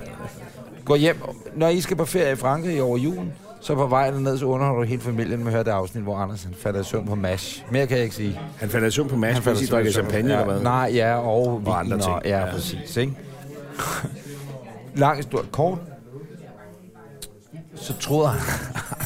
C: gå hjem. Når I skal på ferie i Frankrig over julen, så på vejen ned, så underholder du hele familien med at høre det afsnit, hvor Anders han falder i søvn på MASH. Mere kan jeg ikke sige.
B: Han fandt søvn på Mads,
C: Han falder
B: fordi
C: i
B: de
C: søvn
B: drikker
C: på søvn.
B: champagne
C: ja,
B: eller hvad?
C: Nej, ja, og, vin, og
B: andre ting.
C: Ja,
B: Ja.
C: præcis, ikke? Lang historie kort. Så troede han,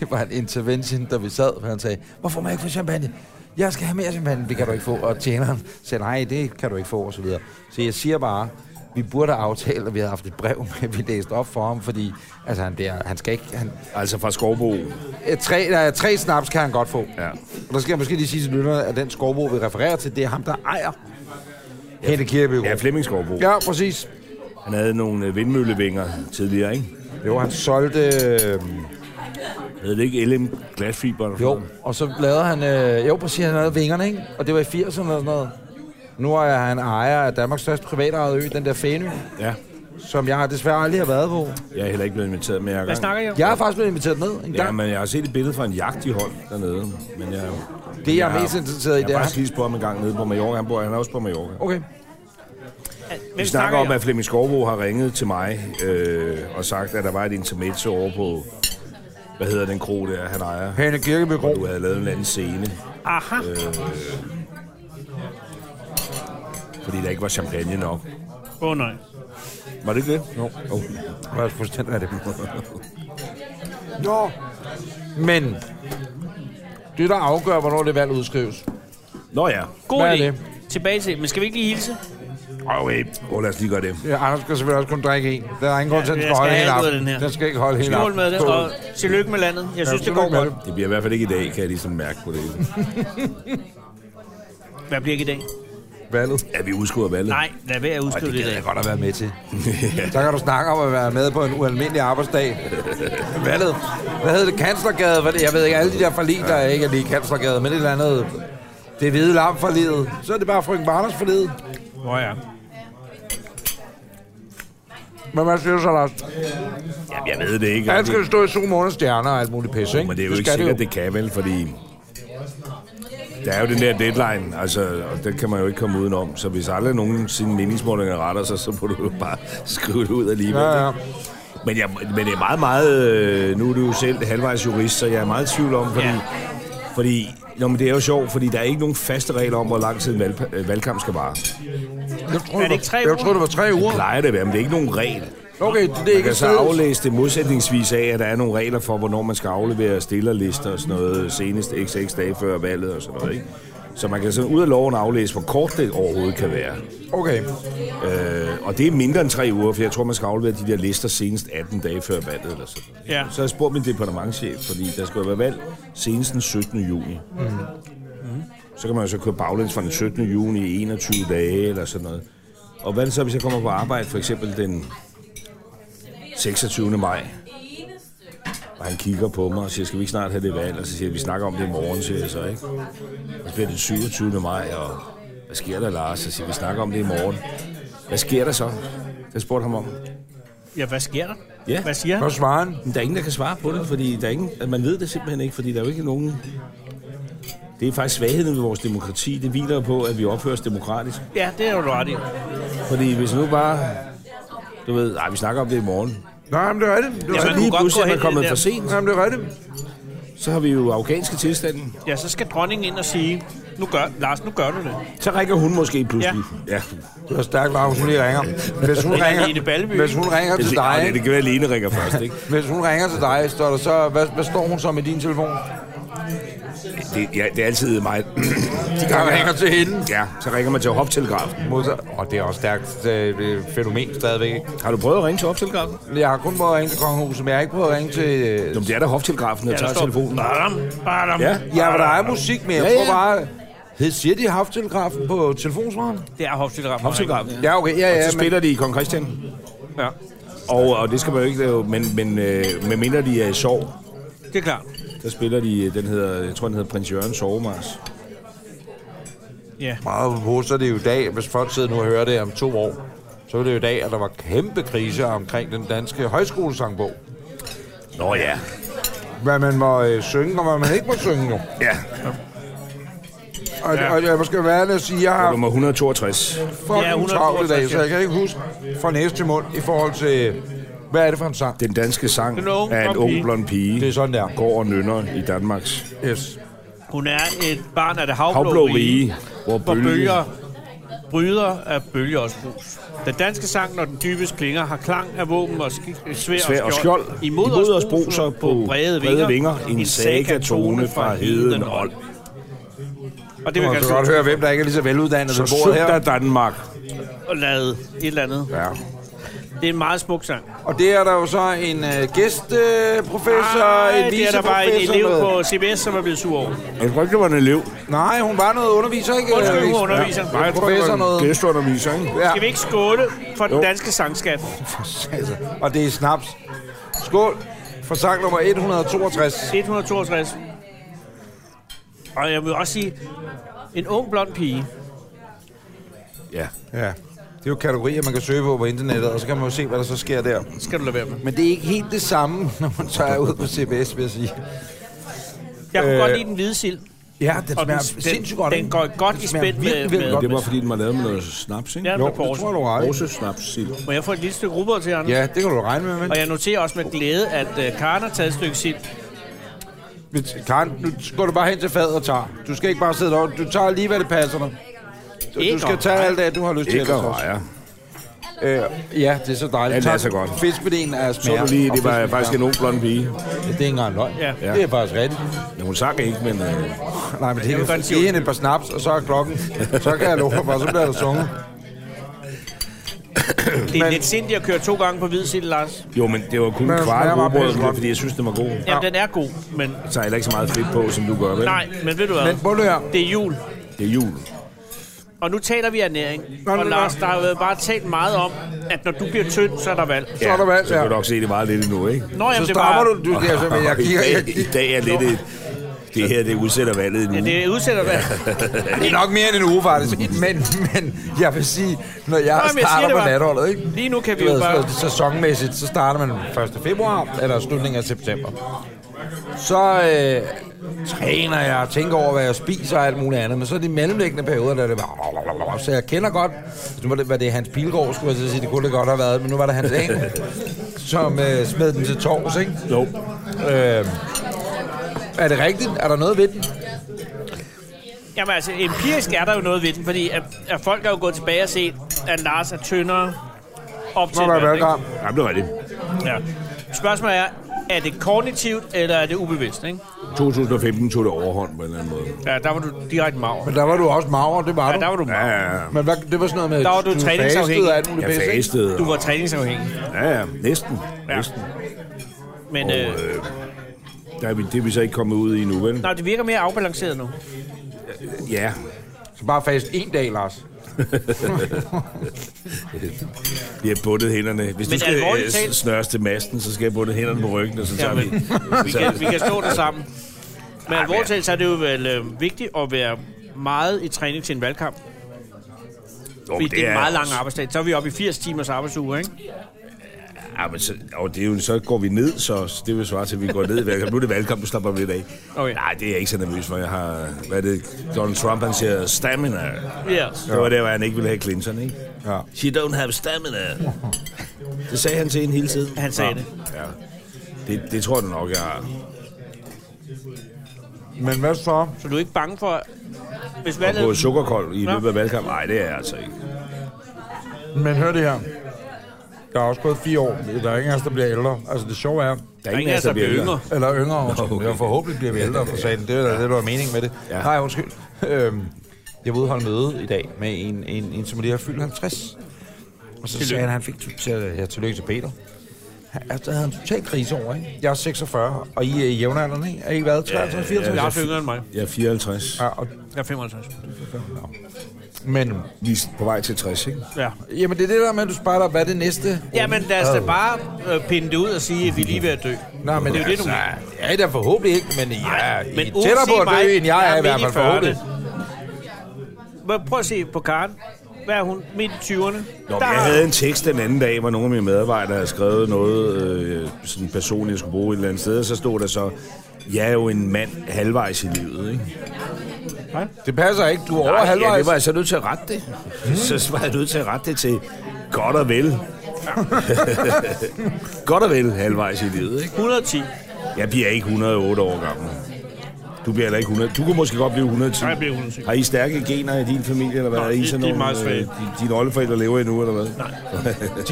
C: det var en intervention, da vi sad, og han sagde, hvorfor må jeg ikke få champagne? Jeg skal have mere champagne, det kan du ikke få. Og tjeneren sagde, nej, det kan du ikke få, og så videre. Så jeg siger bare, vi burde have aftalt, at vi havde haft et brev med, vi læste op for ham, fordi altså, han, bliver, han skal ikke... Han,
B: Altså fra Skovbo.
C: øh, tre, der er tre snaps kan han godt få.
B: Ja.
C: Og der skal jeg måske lige sige til lytterne, at den skovbo, vi refererer til, det er ham, der ejer Hente Kirby.
B: Ja, Flemming Skovbo.
C: ja, præcis.
B: Han havde nogle øh, vindmøllevinger tidligere, ikke?
C: Jo, han solgte... Øh,
B: Havde det ikke LM Glasfiber? eller
C: jo,
B: sådan noget?
C: og så lavede han... Øh, jo, præcis, han lavede vingerne, ikke? Og det var i 80'erne eller sådan noget. Nu er han ejer af Danmarks største privatejede ø, den der Fænø,
B: Ja.
C: som jeg desværre aldrig har været på.
B: Jeg er heller ikke blevet inviteret med jer
A: Hvad snakker I om?
C: Jeg er faktisk blevet inviteret ned en
B: Ja,
C: gang.
B: men jeg har set et billede fra en jagt i hold dernede. Men jeg,
C: Det, jeg er
B: har-
C: mest interesseret i,
B: Jeg
C: det er-
B: har faktisk hilst på ham en gang nede på Mallorca. Han, bor, han er også på Mallorca.
C: Okay.
B: Vi
A: Hvem
B: snakker om,
A: I
B: at Flemming Skovbo har ringet til mig øh, og sagt, at der var et intermezzo over på, hvad hedder den kro der, han ejer.
C: Henne Kirkeby Kro.
B: Du havde lavet en eller anden scene,
A: Aha,
B: fordi der ikke var champagne nok. Øh.
A: åh oh, nej.
B: Var det Oh. ikke det? Jo. Okay.
C: Hvad er det fuldstændig af det? Nå, men det, der afgør, hvornår det valg udskrives.
B: Nå ja.
A: God
C: Hvad er
A: idé. Tilbage til, men skal vi ikke lige hilse?
B: Okay. Åh, lad os lige gøre det.
C: Ja, Anders skal selvfølgelig også kun drikke en. Der er ingen grund til, at den
A: Ja,
C: skal
A: jeg skal
C: holde
A: have noget
C: hele
A: af
C: aften.
A: den her.
C: Den skal ikke holde hele
A: Skål
C: aften.
A: med det, og tillykke med landet. Jeg synes, det går
C: tillykke med
A: godt.
B: Det bliver i hvert fald ikke i dag, kan jeg ligesom mærke på det.
A: Hvad bliver ikke i dag?
C: Valget.
B: Er vi udskuddet valget?
A: Nej, lad være at
B: Ej,
A: udskrive
B: det
A: det i
B: gider
A: dag.
C: godt at være med til. Så kan du snakke om at være med på en ualmindelig arbejdsdag. Valget. Hvad hedder det? Kanslergade? Hvad er det? Jeg ved ikke, alle de der forlig, der er ikke er lige Kanslergade, men et eller andet... Det hvide lam for livet. Så er det bare frøken Barners for livet.
A: Nå ja.
C: Men hvad siger du så, Lars?
B: Jamen, jeg ved det ikke.
C: Han skal jo stå i suge måneder stjerner og alt muligt pisse, ikke?
B: Men det er jo ikke
C: skal
B: sikkert, det kan vel, fordi... Der er jo den der deadline, altså, og det kan man jo ikke komme udenom. Så hvis aldrig nogen sine meningsmålinger retter sig, så må du jo bare skrive det ud alligevel.
C: Ja, ja.
B: Men, jeg, men det er meget, meget... øh, Nu er du jo selv halvvejs jurist, så jeg er meget i tvivl om, fordi...
A: Ja.
B: Fordi Nå, men det er jo sjovt, fordi der er ikke nogen faste regler om, hvor lang tid en valg, øh, valgkamp skal vare.
C: Jeg tror,
A: Er det
C: var,
A: ikke tre
C: jeg
A: uger?
C: tror, det var tre uger.
B: Plejer det at være, men det er ikke nogen regel.
C: Okay, det, det er
B: Man
C: ikke
B: kan
C: et
B: så
C: sted.
B: aflæse det modsætningsvis af, at der er nogle regler for, hvornår man skal aflevere stillerlister og sådan noget senest xx dage før valget og sådan noget, ikke? Så man kan sådan ud af loven aflæse, hvor kort det overhovedet kan være.
C: Okay.
B: Øh, og det er mindre end tre uger, for jeg tror, man skal aflevere de der lister senest 18 dage før valget eller sådan noget.
A: Ja.
B: Så har jeg spurgt min departementchef, fordi der skulle jo være valg senest den 17. juni. Mm. Mm. Så kan man jo så køre baglæns fra den 17. juni i 21 dage eller sådan noget. Og hvad er det så, hvis jeg kommer på arbejde for eksempel den 26. maj? Og han kigger på mig og siger, skal vi ikke snart have det valg? Og så siger jeg, vi snakker om det i morgen, siger jeg så, ikke? Og så bliver det den 27. maj, og hvad sker der, Lars? Så siger jeg, vi snakker om det i morgen. Hvad sker der så? Det spurgte ham om.
A: Ja, hvad sker der?
B: Ja.
A: Hvad siger
C: Hvad
A: han?
C: svarer han?
B: Men der er ingen, der kan svare på det, fordi der er ingen, at man ved det simpelthen ikke, fordi der er jo ikke nogen... Det er faktisk svagheden ved vores demokrati. Det hviler jo på, at vi opfører os demokratisk.
A: Ja, det er jo du ret i.
B: Fordi hvis nu bare... Du ved, nej, vi snakker om det i morgen.
C: Nej, men det er rigtigt. Det er
A: Ja, man
B: Så
A: kunne
B: lige
A: godt
B: pludselig
A: gå
B: er man
A: hen i
B: kommet
A: det
B: for
A: der.
B: sent.
C: Jamen, det er rigtigt.
B: Så har vi jo afghanske tilstanden.
A: Ja, så skal dronningen ind og sige, nu gør, Lars, nu gør du det.
B: Så rækker hun måske pludselig. Ja. ja.
C: Det er stærkt, Lars, hun lige ringer. Hvis hun
A: Eller Line
C: ringer,
A: Balby.
C: hvis hun ringer til dig,
B: Det, det kan være, at Lene ringer først, ikke?
C: hvis hun ringer til dig, står der så, hvad, hvad står hun så med din telefon?
B: Det, ja, det er altid mig. De
C: Jeg ringer til hende.
B: Ja, så ringer man til hoptelegrafen.
C: Modsat. Og det er også stærkt øh, fænomen stadigvæk. ikke?
B: Har du prøvet at ringe til hoptelegrafen?
C: Jeg har kun prøvet at ringe til kongehuset, men jeg har ikke prøvet at ringe til... Øh,
B: Jamen, det er da hoptelegrafen, der
A: Ja,
B: tager
A: der står,
B: telefonen.
A: badam, badam.
B: Ja.
A: Ja.
C: ja, men der er musik, men jeg
B: Ja,
C: tror
B: ja.
C: bare... Hed, siger de haftelegrafen på telefonsvaren?
A: Det er hofstillegrafen.
B: Hoptelegrafen, ja.
C: Ja, okay, ja, ja,
B: Så
C: men...
B: spiller de i Kong Christian.
A: Ja,
B: Og, og det skal man jo ikke lave, men, men øh, medmindre de er i sorg,
A: det er klart.
B: der spiller de, øh, den hedder, jeg tror, den hedder Prins Jørgen Sovemars.
A: Ja.
C: Meget på, så er det jo i dag, hvis folk sidder nu og hører det om to år, så er det jo i dag, at der var kæmpe kriser omkring den danske højskolesangbog.
B: Nå ja.
C: Hvad man må øh, synge, og hvad man ikke må synge nu.
B: Ja,
C: Og, ja. og jeg måske være ærlig at sige, jeg har
B: nummer 162.
A: Ja,
C: fucking
A: 162,
C: travlt i dag, så
A: ja.
C: jeg kan ikke huske fra næste til mund i forhold til, hvad er det for en sang?
B: Den danske sang
A: Den unge
B: af en
A: blond
B: ung
A: pige.
B: blond pige
C: Det er sådan der.
B: går og nynner i Danmarks
C: Yes.
A: Hun er et barn af det havblå,
B: havblå rige, hvor
A: hvor bølger
B: bølger
A: bryder af bølger og sprus. Den danske sang, når den dybe klinger, har klang af våben og sk- svær,
B: svær og skjold.
A: I mod og
B: brug så på brede vinger, en sagatone fra heden old.
A: Og det vil
C: Man
A: jeg altså
C: kan
A: gerne
C: godt høre, hvem der ikke er lige så veluddannet
B: Så
C: ved bordet
B: sødt
C: her.
B: er Danmark.
A: og lade et eller andet.
C: Ja.
A: Det er en meget smuk sang.
C: Og det er der jo så en øh, gæstprofessor, øh,
A: Ej,
C: en
A: Ah, det er der bare en
C: viceprofessor.
A: elev
C: noget.
A: på CBS, som er blevet sur over.
B: Jeg tror ikke, det var en elev.
C: Nej, hun var noget underviser, ikke?
A: Undskyld,
C: Louise?
A: hun underviser.
B: Nej, jeg tror, det
C: Professor
B: var
C: noget.
B: en gæstunderviser, ikke?
C: Ja.
A: Skal vi ikke skåle for den
B: Jo.
A: danske sangskat?
C: Altså, og det er snaps. Skål for sang nummer 162.
A: 162. Og jeg vil også sige, en ung blond pige.
B: Ja.
C: Ja. Det er jo kategorier, man kan søge på på internettet, og så kan man jo se, hvad der så sker der.
A: Skal du lade være med.
C: Men det er ikke helt det samme, når man tager ud på CBS, vil jeg sige.
A: Jeg kunne
C: Øh,
A: øh, godt lide den hvide sild.
C: Ja, den
A: Og den,
C: smager sindssygt
A: den,
C: godt.
A: den går godt i
C: Den smager
A: spænd med,
C: virkelig, virkelig
A: med,
B: Men
C: godt.
B: det var, fordi den var lavet med noget snaps, ikke?
A: ja,
C: Jo,
A: med
C: det
A: Poulsen.
C: tror jeg, du har ret. i.
B: Også snaps, sild.
A: Må jeg få et lille stykke rugbrød til, Anders?
C: Ja, det kan du regne med, men.
A: Og jeg noterer også med glæde, at uh, Karen har taget et stykke sild.
C: Hvis- Karen, nu går du bare hen til fadet og tager. Du skal ikke bare sidde derovre. Du tager lige, hvad det passer dig. Du,
A: Ikke
C: du skal tage
A: og-
C: alt det, du har lyst til.
B: Ikke og
C: ellers også.
B: rejer.
C: Øh, ja, det er så dejligt.
B: Ja, det er
C: Tak.
B: så godt.
C: Fiskbedenen er
B: Så
C: øh, smager.
B: du lige, det
C: og
B: var
C: fiskbenen
B: faktisk
C: er-
B: en ung blond pige.
C: Ja, Det er ikke engang løgn.
A: Ja.
B: Ja.
C: Det er faktisk rigtigt.
B: Ja, hun sang ikke, men... Øh,
C: Nej, men det
A: vil
C: er
A: godt sige
C: give hende et par snaps, og så er klokken. Så kan jeg love for, så bliver der sunget.
A: Det er lidt sindigt at køre to gange på hvid sild, Lars.
B: jo, men det var kun
C: Men
B: en
C: den
B: kvart
C: smager bare
B: rugbrød,
C: pissegodt.
B: fordi jeg synes, den var god.
A: Ja. Jamen, den er god, men
B: Så er heller ikke så meget fedt på, som du gør, vel?
A: nej, men ved du hvad?
C: Men prøv lige her.
A: Det er jul.
B: Det er jul.
A: Og nu taler vi ernæring.
C: Nå,
A: Og
C: nå, nå.
A: Lars, der har jo været bare talt meget om, at når du bliver tynd, så er der valg.
C: Så er der valg,
B: så kan
C: ja.
B: du nok se det meget lidt endnu, ikke?
A: Nå, jamen,
C: Så
A: det
C: strammer
A: var...
C: du. du altså, men jeg kigger,
B: I,
C: jeg,
B: dag, I dag er lidt et, det her, det udsætter valget endnu.
A: Ja, det udsætter valg.
C: det er nok mere end en uge, faktisk. Men, men jeg vil sige, når jeg
A: Nå, men jeg siger
C: starter
A: det
C: på
A: bare.
C: natholdet, ikke?
A: Lige nu kan vi
C: Du
A: jo
C: ved,
A: bare-
C: så Sæsonmæssigt, så starter man 1. februar, eller slutningen af september. Så øh, træner jeg og tænker over, hvad jeg spiser og alt muligt andet. Men så er de mellemlæggende perioder, der er det bare... Så jeg kender godt... Altså, Nu var det, var det Hans Pilgaard, skulle jeg til at sige. Det kunne det godt have været, men nu var det Hans Engel, som øh, smed den til tors, ikke?
B: Jo.
C: Øh, er det rigtigt? Er der noget ved den?
A: Jamen altså, empirisk er der jo noget ved den, fordi at, at folk er jo gået tilbage og set, at Lars er tyndere op til
C: Nå, der er
A: vand, ikke?
C: valgkamp.
B: Jamen, det var det.
A: Ja. Spørgsmålet er, er det kognitivt, eller er det ubevidst, ikke?
B: 2015 tog det overhånd på en eller anden måde.
A: Ja, der var du direkte maver.
C: Men der var du også mager, det var
A: Ja,
C: du.
A: der var du
B: Ja,
A: maver.
B: ja, ja.
C: Men hvad, det var sådan noget med...
A: Der var du træningsafhængig.
C: fastede og alt muligt
B: Jeg
C: pisse, ikke?
B: fastede.
A: Du
B: og-
A: var træningsafhængig.
B: Ja, ja, næsten.
A: Ja.
B: næsten.
A: Men
B: Og,
A: øh,
B: øh, der er vi, det er vi så ikke kommet ud i nu, vel?
A: nej, det virker mere afbalanceret nu.
B: Ja.
C: Så bare fast en dag, Lars.
B: Vi har bundet hænderne. Hvis
A: Men
B: du skal
A: alvorligt
B: øh,
A: talt-
B: snøres til masten, så skal jeg bunde hænderne på ryggen, og så tager
A: Jamen,
B: vi...
A: Vi kan, vi kan stå der sammen. Men alvorligt talt, så er det jo vel øh, vigtigt at være meget i træning til en valgkamp.
B: Jo, men
A: Fordi det er en meget lang
B: også-
A: arbejdsdag. Så er vi oppe i 80 timers arbejdsuge, ikke?
B: Ja, men så, og det er jo, så går vi ned, så så det vil svare til, at vi går ned i valgkamp. Nu er det valgkamp, du slapper lidt af.
A: Okay.
B: Nej, det er jeg ikke så nervøs for. Jeg har, hvad er det, Donald Trump, han siger, stamina.
A: Yes.
B: Det var der, hvor han ikke ville have Clinton, ikke?
C: Ja.
B: She don't have stamina. Det sagde han til hende hele tiden.
A: Han sagde det.
B: Ja. Det, det tror jeg da nok, jeg har.
C: Men hvad så?
A: Så du er ikke bange for, hvis
B: Og på
A: valget...
B: sukkerkold i
A: Nå.
B: løbet af valgkampen. Nej, det er jeg altså ikke.
C: Men hør det her. Der er også gået fire år. Der er ingen af os, der bliver ældre. Altså det sjove er,
B: Der
A: Der er ingen af os, der bliver yngre.
C: eller yngre,
B: Nå,
C: undskyld.
B: okay.
C: Jeg forhåbentlig bliver vi ældre for sagen. Det er da det, der var meningen med det.
B: Ja.
C: Nej, undskyld. Øhm,
E: Jeg var ude og holde møde i dag med en, en, en som lige har fyldt 50. Og så sagde han, at han fik til, til, ja, tillykke til Peter. Han, altså, der havde en total krise over, ikke? Jeg er 46, og I er i jævnaldrende, ikke? Er I været 53, 54?
A: Jeg er også yngre end mig.
B: Jeg er 54.
E: Ja, og,
A: Jeg er 55.
E: men,
B: Vi er på vej til 60, ikke?
A: Ja.
E: jamen, det er det der med, at du spørger dig, hvad er det næste?
A: Jamen lad os da bare øh, pinde det ud og sige, at vi er lige ved at dø.
E: Nå, men
A: det er
E: altså,
A: jo det, du mener.
E: Ja, det er forhåbentlig ikke, men ja, I
A: men
E: er tættere på
A: uanset
E: at dø,
A: mig,
E: end jeg
A: jeg
E: er
A: er
E: i hvert
A: midt
E: fald
A: i
E: forhåbentlig.
A: Men Prøv at se på Karen. Hvad er hun? Midt i 20'erne?
B: Nå, men
A: Der
B: jeg
A: har-
B: havde en tekst den anden dag, hvor nogle af mine medarbejdere havde skrevet noget, øh, sådan en person, jeg skulle bruge et eller andet sted, og så stod der så, jeg er jo en mand halvvejs i livet, ikke?
C: det passer ikke. Du er over
B: Nej, Ja,
C: halvvejs.
B: det var jeg så nødt til at rette det.
A: Hmm.
B: Så var jeg nødt til at rette det til godt og vel. godt og vel halvvejs i livet, ikke?
A: 110.
B: Jeg bliver ikke 108 år gammel. Du bliver heller ikke 100. Du kunne måske godt blive 110.
A: Nej, jeg bliver 110.
B: Har I stærke gener i din familie, eller hvad?
A: Nej,
B: er I
A: de-
B: sådan
A: de er
B: nogle,
A: meget svage.
B: øh, di- Dine oldeforældre lever endnu, eller hvad?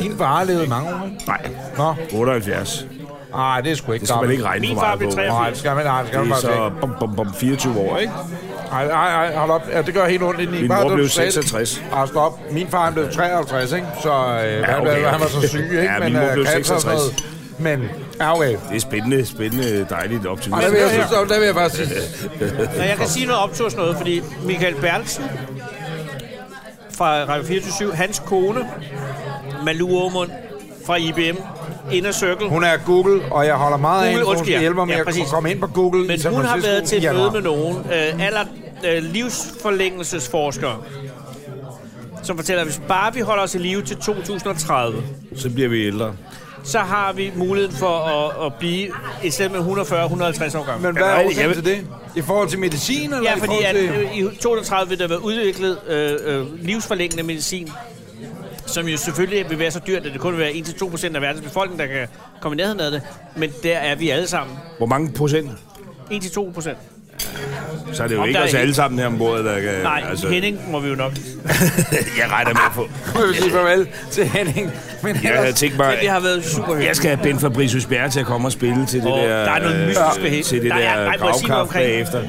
C: Din far levede mange år, ikke?
B: Nej.
C: Nå,
B: Nej. 78.
C: nej, det er sgu ikke
B: Det skal man
C: gammelt.
B: ikke regne
A: Min
B: for
A: far
B: meget
A: blev
B: på.
A: 83.
C: Nej, det skal man, nej, det skal man
B: Det er
C: bare så...
B: så
C: ikke.
B: bum, bum, bum, 24 år, ikke?
C: Ej, ej, ej, hold op. Ja, det gør helt ondt indeni.
B: Min
C: Bare
B: mor
C: da du
B: blev
C: sagde det.
B: 66.
C: Ah, stop. Min far han blev 53, ikke? Så øh, ja, okay,
B: okay,
C: han, han
B: okay.
C: var så syg, ikke?
B: Ja, min mor
C: øh,
B: blev
C: cancer og sådan
B: 66.
C: noget. Men, ja, okay.
B: Det er spændende, spændende, dejligt op til.
C: Og der vil jeg, synes, der vil jeg bare sige,
A: Nå, jeg kan sige noget opturs noget, fordi Michael Berlsen fra Radio 24 hans kone, Malu Aumund fra IBM, Inner Circle,
C: hun er Google, og jeg holder meget af
A: Google,
C: hende, for hun
A: undskyld,
C: skal
A: ja.
C: hjælpe mig med
A: Ja,
C: at
A: præcis.
C: komme ind på Google i
A: men
C: San
A: hun har
C: Francisco
A: været til
C: i
A: et møde
C: januar.
A: med nogen, øh, alder, øh, livsforlængelsesforskere, som fortæller, at hvis bare vi holder os i live til 2030,
B: Så bliver vi ældre.
A: så har vi muligheden for at, at blive i stedet med 140-150 år gammel.
C: Men hvad er
B: Nej,
C: årsagen
B: jeg
C: til det? I forhold til medicin, eller
A: Ja,
C: i
A: fordi
C: forhold
A: at
C: til...
A: øh, i 32 vil der være udviklet øh, øh, livsforlængende medicin, som jo selvfølgelig vil være så dyrt, at det kun vil være 1-2% af verdens befolkning, der kan komme i nærheden af det. Men der er vi alle sammen.
B: Hvor mange procent?
A: 1-2%.
B: Så er det jo
A: Om
B: ikke
A: der
B: os
A: er
B: alle sammen her ombord, der kan...
A: Nej, altså... Henning må vi jo nok.
B: jeg regner med at få...
C: Jeg vil sige farvel til Henning. Men
B: Jeg havde
C: ellers,
B: tænkt mig...
A: Men det har været super
B: Jeg
A: hyggeligt.
B: skal have Ben Fabricius Bjerre til at komme og spille til det
A: Åh,
B: der...
A: der er noget
B: øh,
A: mystisk ved hende.
B: Til det
A: Der
B: der,
A: er-
B: der
A: ej, må jeg sige noget
B: gravkraft
A: omkring-
B: bagefter.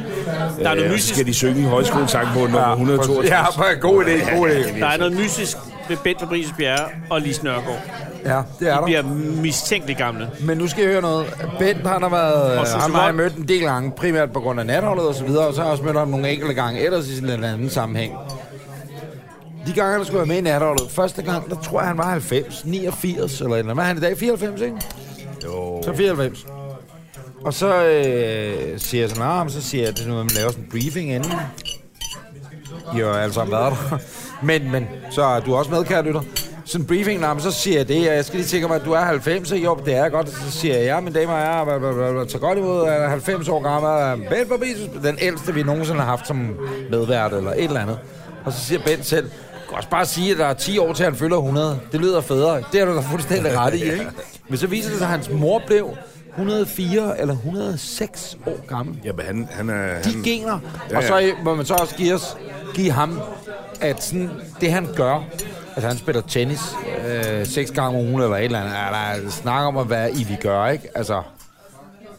A: Der er noget
B: Øh,
A: mystisk.
B: Skal de synge en højskolesang på nummer 162?
C: ja, bare god idé, god idé.
A: Der er noget mystisk ved Bent Fabricius Bjerre og Lise Nørgaard.
C: Ja, det er
A: De
C: der.
A: bliver mistænkeligt gamle.
C: Men nu skal jeg høre noget. Bent, han har været...
A: Og
C: Og
A: Susse
C: ham har jeg
A: Wold.
C: mødt en del gange, primært på grund af natholdet og så videre, og så har jeg også mødt ham nogle enkelte gange ellers i sådan en anden sammenhæng. De gange, han skulle være med i natholdet, første gang, der tror jeg, han var 90, 89 eller et eller andet. Hvad er han i dag? 94, ikke? Jo. Så 94. Og så øh, siger jeg sådan, nah, men så siger jeg, at det er sådan noget, man laver sådan en briefing inden. I har jo alle sammen været der. Men, men, så er du også med, kære lytter. Sådan en briefing, nah, men så siger jeg det, og jeg skal lige tænke mig, at du er 90, ikke? jo, men det er jeg godt. Så siger jeg, ja, mine damer og herrer, bla, bla, bla, bla, tager godt imod, jeg er 90 år gammel, og er Ben Fabricius, den ældste, vi nogensinde har haft som medvært, eller et eller andet. Og så siger Ben selv, jeg kan også bare sige, at der er 10 år til, han fylder 100. Det lyder federe. Det er du da fuldstændig ret i, ikke? Men så viser det sig, at hans mor blev 104 eller 106 år gammel.
B: Jamen, han, han er...
C: De
B: han,
C: gener.
B: Ja,
C: Og
B: ja.
C: så må man så også give, os, give ham, at sådan, det han gør, altså han spiller tennis øh, seks gange om ugen eller et eller andet, eller snakker om at være i vi gør, ikke? Altså,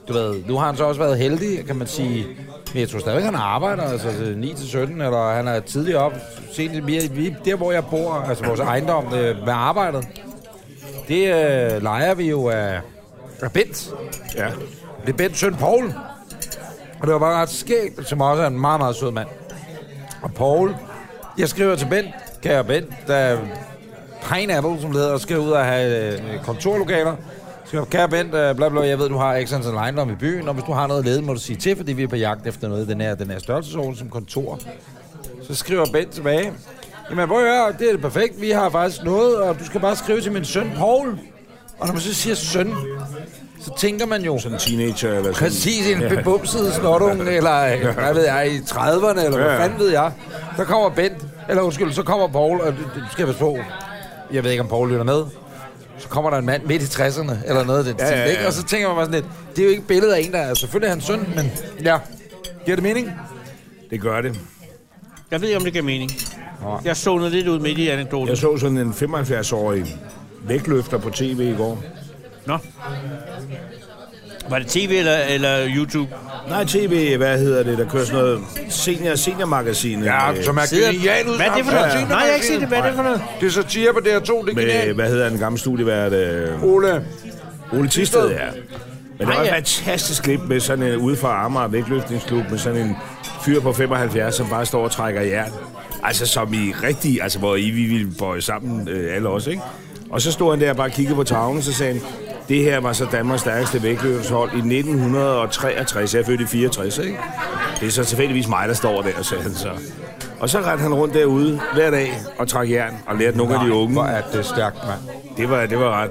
C: du ved, nu har han så også været heldig, kan man sige. Men jeg tror stadigvæk, han arbejder, altså 9-17, eller han er tidligere op. Sent, vi, vi, der, hvor jeg bor, altså vores ejendom øh, med arbejdet, det øh, leger vi jo af, af Bent.
B: Ja.
C: Det er Bent søn Paul. Og det var bare ret skægt, som også er en meget, meget sød mand. Og Paul, jeg skriver til Bent, kære Bent, der er Pineapple, som det hedder, og skal ud og have øh, kontorlokaler. Så Skriver, kære Bent, øh, bla, bla, jeg ved, du har x antal ejendom i byen, og hvis du har noget ledet, må du sige til, fordi vi er på jagt efter noget i den her, den her størrelsesorden som kontor. Så skriver Bent tilbage, jamen prøv at høre, det er det perfekt, vi har faktisk noget, og du skal bare skrive til min søn Paul. Og når man så siger søn, så tænker man jo...
B: Sådan en teenager eller sådan...
C: Præcis, en bebumset snotung, eller øh, hvad ved jeg, i 30'erne, eller
B: Ja,
C: hvad
B: ja.
C: fanden ved jeg. Så kommer Bent, eller undskyld, så kommer Paul, og du, du skal passe på, jeg ved ikke, om Paul lytter med. Så kommer der en mand midt i 60'erne, eller noget af den
B: Ja,
C: tid,
B: ja, ja.
C: ikke? Og så tænker man bare sådan lidt, det er jo ikke et billede af en, der er selvfølgelig er hans søn, men ja, giver det mening?
B: Det gør det.
A: Jeg ved ikke, om det giver mening. Jeg zonede lidt ud midt i anekdoten.
B: Jeg så sådan en 75-årig vægtløfter på tv i går.
A: Nå. Var det tv eller, eller YouTube?
B: Nej, tv, hvad hedder det, der kører sådan noget senior, øh, seniormagasin.
C: Ja, som Øh, er
A: Sidder-
C: genial ud.
A: Hvad er det for noget? Nej, jeg har ikke set det. Hvad er det for noget?
C: Det er satire på DR2, det er
B: med,
C: genialt.
B: hvad hedder den gamle studievært? Øh,
C: Ole,
B: Ole Tisted, ja. Men
A: Ej,
B: det var et
A: ja.
B: fantastisk klip med sådan en ude fra Amager vægtløftningsklub med sådan en fyr på 75, som bare står og trækker jern. Altså som i rigtig, altså hvor I vi ville bøje sammen øh, alle os, ikke? Og så stod han der og bare kiggede på tavlen, så sagde han, det her var så Danmarks stærkeste vægtløftningshold i 1963. Jeg er født i 64, ikke? Det er så tilfældigvis mig, der står der, sagde han så. Og så rendte han rundt derude hver dag og trak jern og lærte nogle af de unge.
C: hvor er det stærkt, mand.
B: Det var, det var ret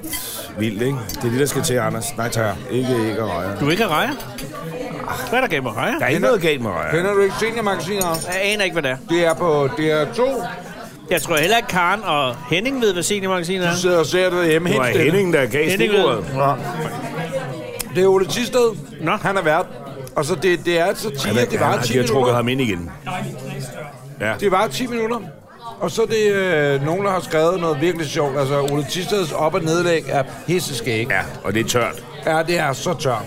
B: vildt, ikke? Det er det, der skal til, Anders. Nej, tak. Ikke, ikke røger.
A: Du vil ikke have rejer? Hvad er der galt med rejer?
B: Der er ikke noget galt med røger.
C: Kender du ikke seniormagasinet?
A: Jeg aner ikke, hvad det er.
C: Det er på DR2.
A: Jeg tror heller ikke, Karen og Henning ved, hvad seniormagasinet er.
C: Du sidder og ser det hjemme
B: Det
C: helt
B: var
C: stille.
B: Henning, der gav
A: Henning
B: stikordet.
C: Det er Ole Tisted.
A: Nå.
C: Han er vært. Og så det, det er så 10,
B: Han,
C: det var
B: han,
C: 10
B: de har trukket
C: minutter.
B: ham ind igen. Ja.
C: Det var 10 minutter. Og så er det øh, nogen, der har skrevet noget virkelig sjovt. Altså, Ole Tisteds op- og nedlæg er pisseskæg.
B: ja, og det er tørt.
C: Ja, det er så tørt.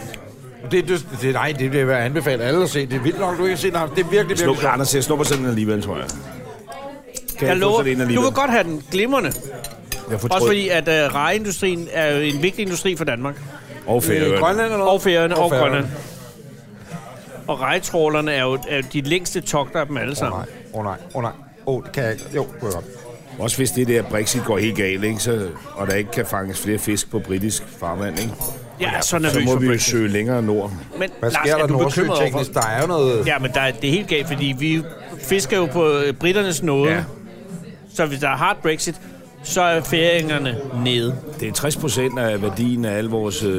C: Det, det, det, nej, det vil jeg anbefale alle at se. Det er vildt nok, du ikke har set. Nej, det er virkelig,
B: Snup,
C: virkelig sjovt.
B: Anders, jeg snupper sådan en alligevel, tror jeg.
A: Jeg
B: Kan jeg,
A: lover,
B: få sådan en
A: du
B: alligevel?
A: vil godt have den glimrende.
B: Jeg
A: Også
B: får trød.
A: fordi, at øh, rejeindustrien er jo en vigtig industri for Danmark.
B: Og
A: Øh,
C: I
B: færøerne.
C: Øh, Grønland eller
A: Og Færøerne og,
C: Og Færøerne.
A: Grønland. Og rejtrålerne er jo er jo de længste togter af dem alle
C: Åh,
A: sammen.
C: nej. Åh, oh, nej. Åh, oh, nej. Åh, oh, det kan jeg ikke. Jo, det kan jeg godt.
B: Også hvis det der Brexit går helt galt, ikke? Så, og der ikke kan fanges flere fisk på britisk farvand, ikke?
A: Jeg er så
B: Så
A: nervøs
B: må
A: for
B: vi jo
A: Brexit.
B: søge længere nord.
A: Men
C: Hvad
A: Lars,
C: sker
A: er
C: der
A: du bekymret over
C: Nordsø-teknisk? Der er jo noget...
A: Ja, men der, er- det er helt galt, fordi vi fisker jo på øh, britternes nåde.
B: Ja.
A: Ja. Så hvis der er hard Brexit, så er færingerne nede.
B: Det er 60 procent af værdien af al vores øh,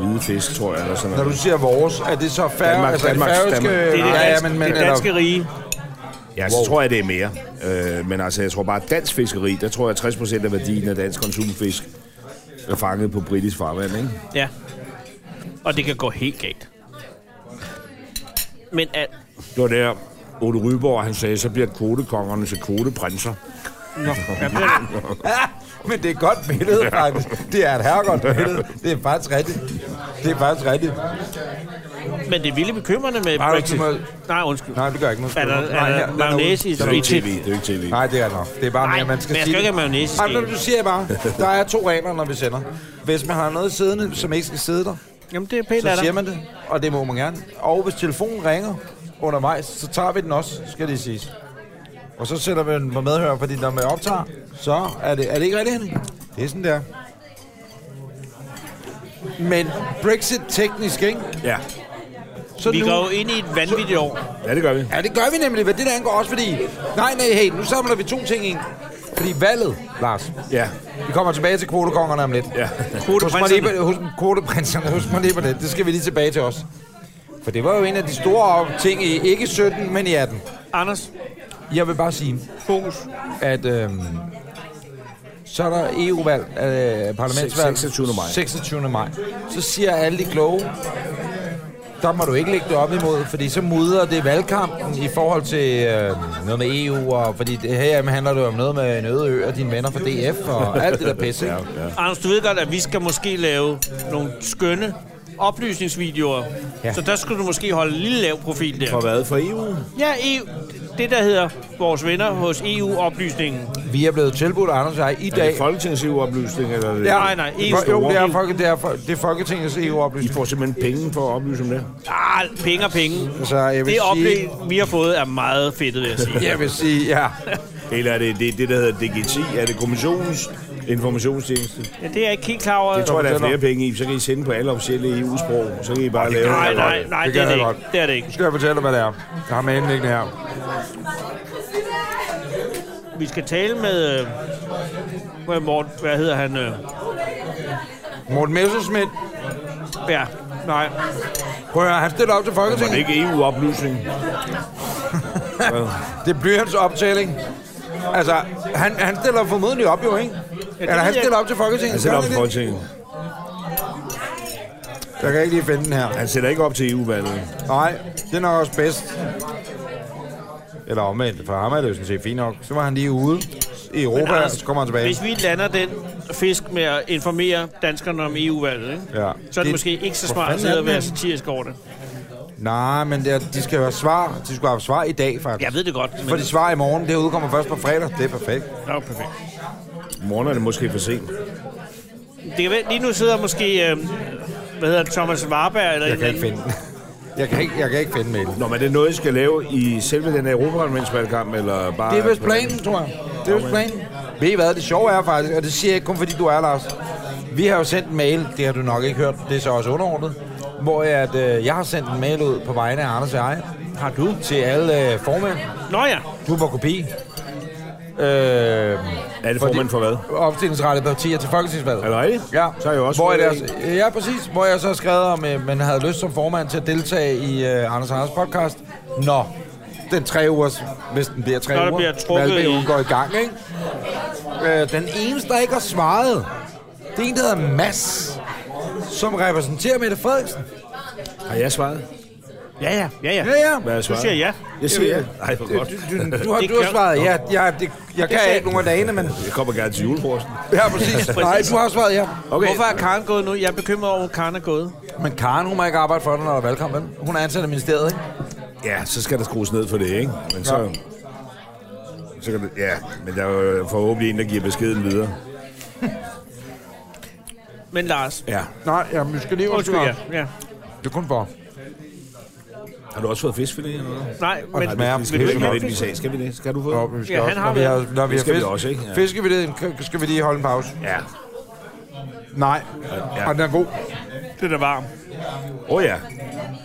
B: hvide fisk, tror jeg. Eller sådan
C: Når
B: noget.
C: du siger vores, er det så færre?
B: Danmark,
C: altså, er det
B: Danmark,
C: færøske...
B: Danmark. Det
A: Det er det,
C: ja, ja,
A: danske,
C: men, men,
A: det danske rige.
B: Ja, så wow. tror jeg, det er mere. Øh, men altså, jeg tror bare, at dansk fiskeri, der tror jeg, 60 procent af værdien af dansk konsumfisk er fanget på britisk farvand, ikke?
A: Ja. Og det kan gå helt galt. Men øh, at,
B: Det var der, Ole Ryborg, han sagde, så bliver kvotekongerne til kvoteprinser.
A: nå, ja, men,
C: Ja, men det er et godt billede, faktisk. Det er et herregodt billede. Det er faktisk rigtigt. Det er faktisk rigtigt.
A: men det er vildt bekymrende med
C: Nej,
A: Brexit.
C: undskyld.
A: Nej, undskyld.
C: Nej, det gør ikke noget.
A: Er der,
C: Nej, her,
A: er
C: den
A: der
C: er
A: magnæse
C: ude.
A: i
B: Det er jo ikke
A: ceviche?
B: tv. Det er jo ikke tv.
C: Nej, det er nok. Det er bare
A: Nej,
C: mere, man skal
A: men jeg skal
C: sige
A: ikke
C: det.
A: have mayonnaise i
C: Nej, men
A: skeen.
C: nu siger jeg bare, der er to regler, når vi sender. Hvis man har noget siddende, som ikke skal sidde der,
A: Jamen, det er pænt af
C: så siger
A: dig.
C: man det, og det må man gerne. Og hvis telefonen ringer undervejs, så tager vi den også, skal det siges. Og så sætter vi den på medhører, fordi når man optager, så er det, er det ikke rigtigt, Henning? Det er sådan der. Men Brexit teknisk, ikke?
B: Ja.
C: Så
A: Vi
C: nu,
A: går jo ind i et vanvittigt år.
B: ja, det gør vi.
C: Ja, det gør vi nemlig, hvad det der angår også, fordi... Nej, nej, hey, nu samler vi to ting ind. Fordi valget, Lars,
B: Ja,
C: vi kommer tilbage til kvotekongerne om lidt.
B: ja.
C: Husk mig lige
A: Kvoteprinserne.
C: på- husk- Kvoteprinserne, husk mig lige på det. Det skal vi lige tilbage til os. For det var jo en af de store ting i ikke 17, men i 18.
A: Anders,
C: Jeg vil bare sige,
A: fokus.
C: at øhm, Så er der EU-valg, øh, parlamentsvalg.
B: 26. maj.
C: 26. maj. Så siger alle de kloge, der må du ikke lægge det op imod, fordi så mudrer det valgkampen i forhold til øh, noget med EU, og fordi det, herhjemme handler det jo om noget med en øde ø og dine venner fra DF og alt det der pisse. ja, ja.
A: Anders, du ved godt, at vi skal måske lave nogle skønne oplysningsvideoer. Ja.
C: Ja.
A: Så der skulle du måske holde en lille lav profil der.
B: For hvad? For E EU?
A: Ja, EU, det der hedder vores venner hos E EU-oplysningen.
C: Vi er blevet tilbudt, Anders og jeg, i
B: Er det
C: dag.
B: Folketingets EU-oplysning? Eller er det
A: Nej, nej, EU.
C: For, jo, det er,
B: store.
C: folke, det er, fol- det er Folketingets E
B: I
C: EU-oplysning.
B: får simpelthen penge for at oplyse om det.
A: Ah, penge og penge.
C: Så Altså, jeg vil
A: Det
C: sige...
A: oplæg, vi har fået, er meget fedt, vil jeg sige.
C: Jeg vil sige, ja.
B: Eller er det det, det der hedder DGT? Er det kommissionens informationstjeneste?
A: Ja, det er jeg ikke helt klar over.
B: Jeg tror, der er flere penge i. Så kan I sende på alle officielle EU-sprog. Så kan I bare lave...
A: Nej, nej, nej,
C: Det
A: det, er
C: kan
A: det ikke.
C: jeg godt.
A: Det er det ikke.
C: Nu skal jeg fortælle dig, hvad det er. Jeg har med indlæggende her.
A: Vi skal tale med... øh, Med Morten, hvad hedder han? øh,
C: Morten Messerschmidt.
A: Ja, nej.
C: Prøv at høre, han stiller op til
B: Men
C: Folketinget.
B: ikke E EU-oplysning.
C: Det bliver hans optælling. Altså, han, han stiller formodentlig op jo, ikke? Eller han
A: jeg-
C: stiller op til Folketinget.
B: Han sætter op
C: gør
B: til
C: han ikke
B: Folketinget.
C: det? Jeg kan ikke lige finde den her.
B: Han sætter ikke op til E EU-valget.
C: Nej, det er nok også bedst. Eller omvendt, for ham er det jo sådan set fint nok. Så var han lige ude i Europa, og så kommer han tilbage.
A: Hvis vi lander den fisk med at informere danskerne om EU-valget, ikke?
C: Ja.
A: så er det, det måske ikke så smart at
C: fanden
A: sidde
C: er
A: og være
C: den?
A: satirisk over det.
C: Nej, men det er, de skal jo have svar. De skulle have svar i dag, faktisk.
A: Jeg ved det godt, men...
C: For de svarer i morgen. Det udkommer først på fredag. Det er perfekt.
A: Nå, perfekt.
B: I morgen er det måske for sent.
A: Det kan være, lige nu sidder måske... Øh, hvad hedder det, Thomas Warberg eller
C: Jeg
A: en
C: kan ikke
A: eller
C: finde den. Jeg kan ikke, jeg kan ikke finde mailen.
B: Nå, men er det noget, I skal lave i selve den her Europaparlamentsvalgkamp, eller bare...
C: Det er vist planen, tror jeg. Det er vist planen. Ved I hvad, det sjove er faktisk, og det siger jeg ikke kun fordi du er, Lars. Vi har jo sendt en mail, det har du nok ikke hørt, det er så også underordnet, hvor jeg, at, øh, jeg har sendt en mail ud på vegne af Anders og jeg. Har du? Til alle øh, formænd.
A: anden. Nå ja,
C: Du er på kopi. Øh,
B: Er det formand for hvad?
C: opstillingsrettede partier til folketingsvalget.
B: Er det rigtigt?
C: Ja,
B: Så er jeg jo også...
C: hvor jeg
B: formand.
C: deres, ja, præcis. Hvor jeg så skrev, om øh, man havde lyst som formand til at deltage i uh, Anders Anders podcast. Nå, den tre ugers, hvis den bliver tre
A: Når der
C: uger.
A: bliver trukket
C: valgperioden
A: i-
C: går i gang, ikke? Øh, den eneste, der ikke har svaret, det er en, der hedder Mads, som repræsenterer Mette Frederiksen.
B: Har jeg svaret?
A: ja, ja, ja, ja.
C: Ja, ja.
B: Hvad er
A: Du
B: svaret?
A: siger ja.
B: Jeg siger ja. Ej, hvor godt.
C: Du har,
A: Det
C: du har
A: kan-
C: svaret ja. Jeg, det, jeg kan
A: sagde-
C: ikke nogen af dagene, men...
B: Jeg kommer gerne til julefrosten.
C: Ja, præcis. Nej, du har svaret ja.
B: Okay.
A: Hvorfor er Karen gået nu? Jeg er bekymret over, at Karen er gået.
C: Men Karen, hun må ikke arbejde for dig, når der er valgkamp, vel? Hun er ansat af ministeriet, ikke?
B: Ja, så skal der skrues ned for det, ikke? Men så... Så kan det, ja, men der er jo forhåbentlig en, der giver beskeden videre.
A: Men Lars,
B: Ja.
C: Nej, jamen, vi skal lige
A: undskyld, ja. ja.
C: Det er kun for.
B: Har du også fået fiskfilet eller noget?
A: Nej, men...
C: det smager-
B: Vi
A: vil
B: skal
A: du
B: ikke
A: ikke
B: have
A: have
B: det, vi sagde. Skal vi det? Skal du få det?
C: vi
A: Ja, han har
C: når vi har,
A: været.
C: når vi
B: Det
C: har
B: skal vi
C: fisk,
B: også, ikke? Ja.
C: Fisker vi det, k- skal vi lige holde en pause.
B: Ja.
C: Nej,
B: Ja.
C: ja. og den er god.
A: Det er da varmt.
B: Åh oh, ja.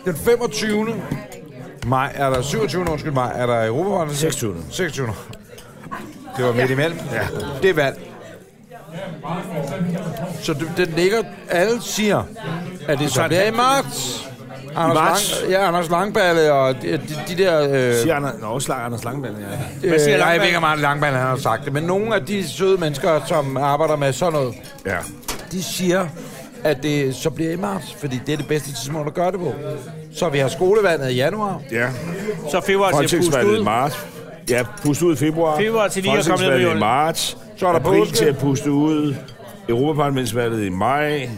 C: Den 25. maj er der, 27. undskyld mig, er der Europaparlamentet?
B: 26..
C: 26. Det var midt imellem. Ja. Det er valg. Så det, den ligger, alle siger, at det så bliver i marts. Anders,
B: marts?
C: Lang, ja, Anders Langballe og de, de, de der... Øh,
B: Siger Anders, nå, slag Anders Langballe, ja.
A: siger
C: Hvad siger øh, nej, jeg
A: Langballe?
C: ved ikke, om Arne Langballe han har sagt det, men nogle af de søde mennesker, som arbejder med sådan noget,
B: Ja.
C: de siger, at det så bliver i marts, fordi det er det bedste tidspunkt at gøre det på. Så vi har skolevandet i januar.
B: Ja.
A: Så februar til at puste
B: Folketingsvalget i
A: ud.
B: marts. Ja, puste ud i februar.
A: Februar til lige at komme ned på
B: Folketingsvalget i
A: jorden.
B: marts. Så er der april til at puste ud. Europaparlamentsvalget i maj.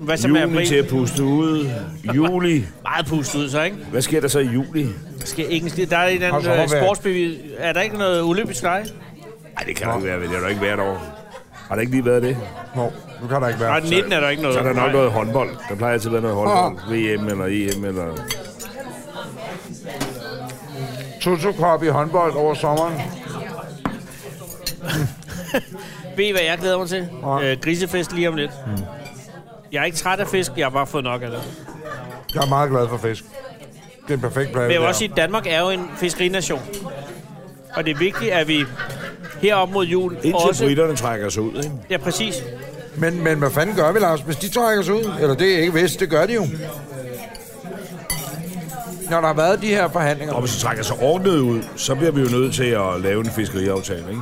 A: Hvad så med
B: Juni til
A: april?
B: at puste ud. Juli.
A: Meget pustet ud, så, ikke?
B: Hvad sker der så i juli?
A: Der sker ikke en skid. Der er en eller
C: Har
A: anden
C: sommerferie.
A: øh, sportsbevis. Er der ikke noget olympisk lege?
B: Nej, det kan der ikke være. vel? Det har der ikke været over. Har der ikke lige været det?
C: Nå, nu kan der ikke
A: Nej,
C: være.
A: 19 er der ikke noget.
B: Så er der
A: Nej.
B: nok noget håndbold. Der plejer altid at være noget håndbold. VM eller EM eller...
C: Toto Cup i håndbold over sommeren.
A: Ved I, hvad jeg glæder mig til? Øh, grisefest lige om lidt. Jeg er ikke træt af fisk, jeg har bare fået nok af det.
C: Jeg er meget glad for fisk. Det er en perfekt plade.
A: Men jeg vil også
C: det her.
A: sige, at Danmark er jo en fiskerination. Og det er vigtigt, at vi herop mod jul
B: Indtil
A: også...
B: britterne trækker sig ud, ikke?
A: Ja, præcis.
C: men, men hvad fanden gør vi, Lars? Hvis de trækker sig ud, eller det er ikke vist, det gør de jo. Når der har været de her forhandlinger.
B: Og hvis de trækker sig ordnet ud, så bliver vi jo nødt til at lave en fiskeriaftale, ikke?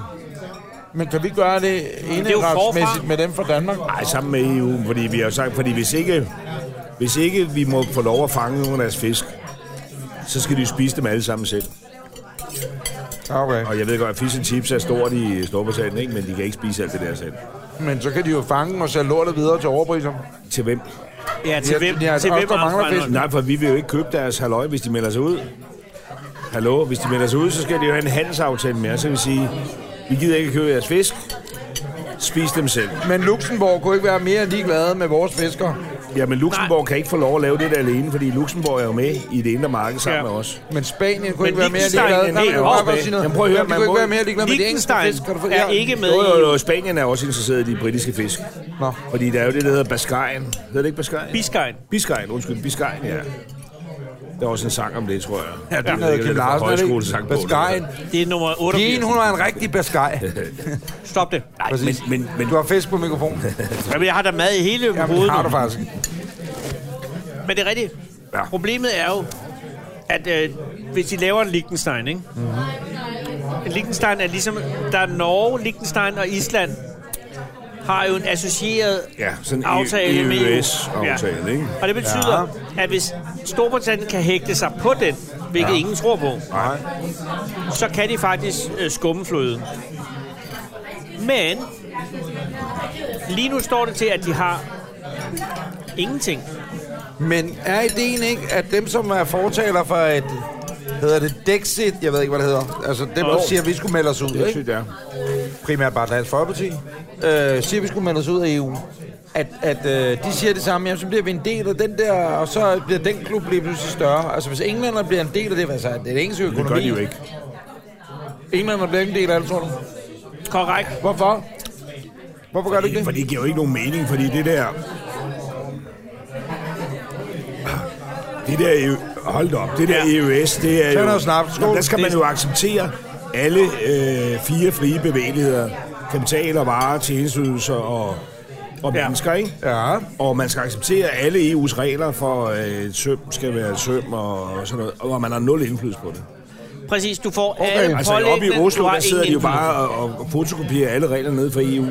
C: Men kan vi gøre det
A: er jo
C: eneretsmæssigt
A: forfra.
C: med dem fra Danmark?
B: Nej, sammen med EU, fordi vi har sagt, fordi hvis ikke, hvis ikke vi må få lov at fange nogle af deres fisk, så skal de jo spise dem alle sammen selv.
C: Okay.
B: Og jeg ved godt, at fish and chips er stort i Storbritannien, ikke? men de kan ikke spise alt det der selv.
C: Men så kan de jo fange dem og sælge lortet videre til overpriser.
B: Til hvem?
A: Ja, til
C: Ja,
A: hvem,
C: ja,
A: til
C: der
A: hvem
C: også mangler
A: Anders Breinholt?
B: Nej, for vi vil jo ikke købe deres halløj, hvis de melder sig ud. Hallo, hvis de melder sig ud, så skal de jo have en handelsaftale med os. Så vil sige, vi gider ikke købe jeres fisk. Spis dem selv.
C: Men Luxembourg kunne ikke være mere ligeglade med vores fiskere.
B: Jamen, Luxembourg kan ikke få lov at lave det der alene, fordi Luxembourg er jo med i det indre marked sammen
A: Ja.
B: med os.
C: Men Spanien kunne
A: Men
C: ikke være mere
A: Liechtenstein
C: ligeglade.
A: er
C: Nej, men
A: helt
C: jeg må bare
A: oppe.
C: godt sige noget.
B: Jamen, prøv at høre,
C: Jamen, de
B: man
C: kunne ikke
B: må-
C: være mere ligeglade med de engelske
A: Liechtenstein
C: fisk. Kan du få-
A: er
C: Ja.
A: ikke med
B: Jo,
A: i
B: jo, jo. Spanien er også interesseret i de britiske fisk.
C: Nå.
B: Fordi der er jo det, der hedder Baskajen. Hedder det ikke Baskajen?
A: Biscayen.
B: Biskajen, undskyld. Biskajen, ja. Der er også en sang om det, tror jeg. Ja, det
C: Den hedder Kim Larsen, er det ikke?
B: højskolesang på.
C: Baskajen.
A: Det er nummer 88.
C: Pigen, hun er en rigtig baskaj.
A: Stop det.
B: Nej, men, men, men
C: Du har fisk på mikrofonen.
A: Jamen, jeg har da mad i hele
C: Jamen,
A: hovedet.
C: det har
A: nu.
C: du faktisk.
A: Men det er rigtigt.
B: Ja.
A: Ja. Problemet er jo, at øh, hvis de laver en Liechtenstein, ikke?
C: Mhm.
A: Mm-hmm. En Liechtenstein er ligesom... Der er Norge, Liechtenstein og Island har jo en associeret
B: Ja, sådan E- en
A: aftale med EU.
B: EØS-aftale, ikke?
A: Og det betyder, ja. at hvis Storbritannien kan hægte sig på den, hvilket ja. ingen tror på,
B: Nej.
A: så kan de faktisk øh, skumme fløden. Men lige nu står det til, at de har ingenting.
C: Men er ideen ikke, at dem, som er fortaler for et... Hedder det Dexit? Jeg ved ikke, hvad det hedder. Altså, dem, der
A: Jo.
C: siger, at vi skulle melde os ud,
B: Det
C: ikke?
B: synes jeg.
C: primært bare Dansk Folkeparti, øh, siger, at vi skulle melde os ud af EU. At, at øh, de siger det samme, jamen, så bliver vi en del af den der, og så bliver den klub lige pludselig større. Altså, hvis englænder bliver en del af det, altså, det er det engelske økonomi.
B: Det gør de jo ikke.
C: Englænder bliver ikke en del af det, tror du?
A: Korrekt.
C: Hvorfor? Hvorfor gør du ikke
B: For
C: det?
B: det giver jo ikke nogen mening, fordi det der... Det der... EU Hold da op. Det der EUS, det er
C: Tag
B: jo...
C: noget snaps. Skål.
B: Jamen, der skal man jo acceptere alle øh, fire frie bevægeligheder. Kapital og varer, tjenestydelser og, og
A: Ja.
B: mennesker, ikke?
C: Ja.
B: Og man skal acceptere alle EU's regler for, at øh, et søm skal være et søm og sådan noget. Og man har nul indflydelse på det.
A: Præcis, du får okay. alle
B: Altså
A: pålæggene,
B: oppe i Oslo,
A: du har
B: der sidder de
A: ingen
B: jo bare og, og fotokopierer alle reglerne nede fra EU.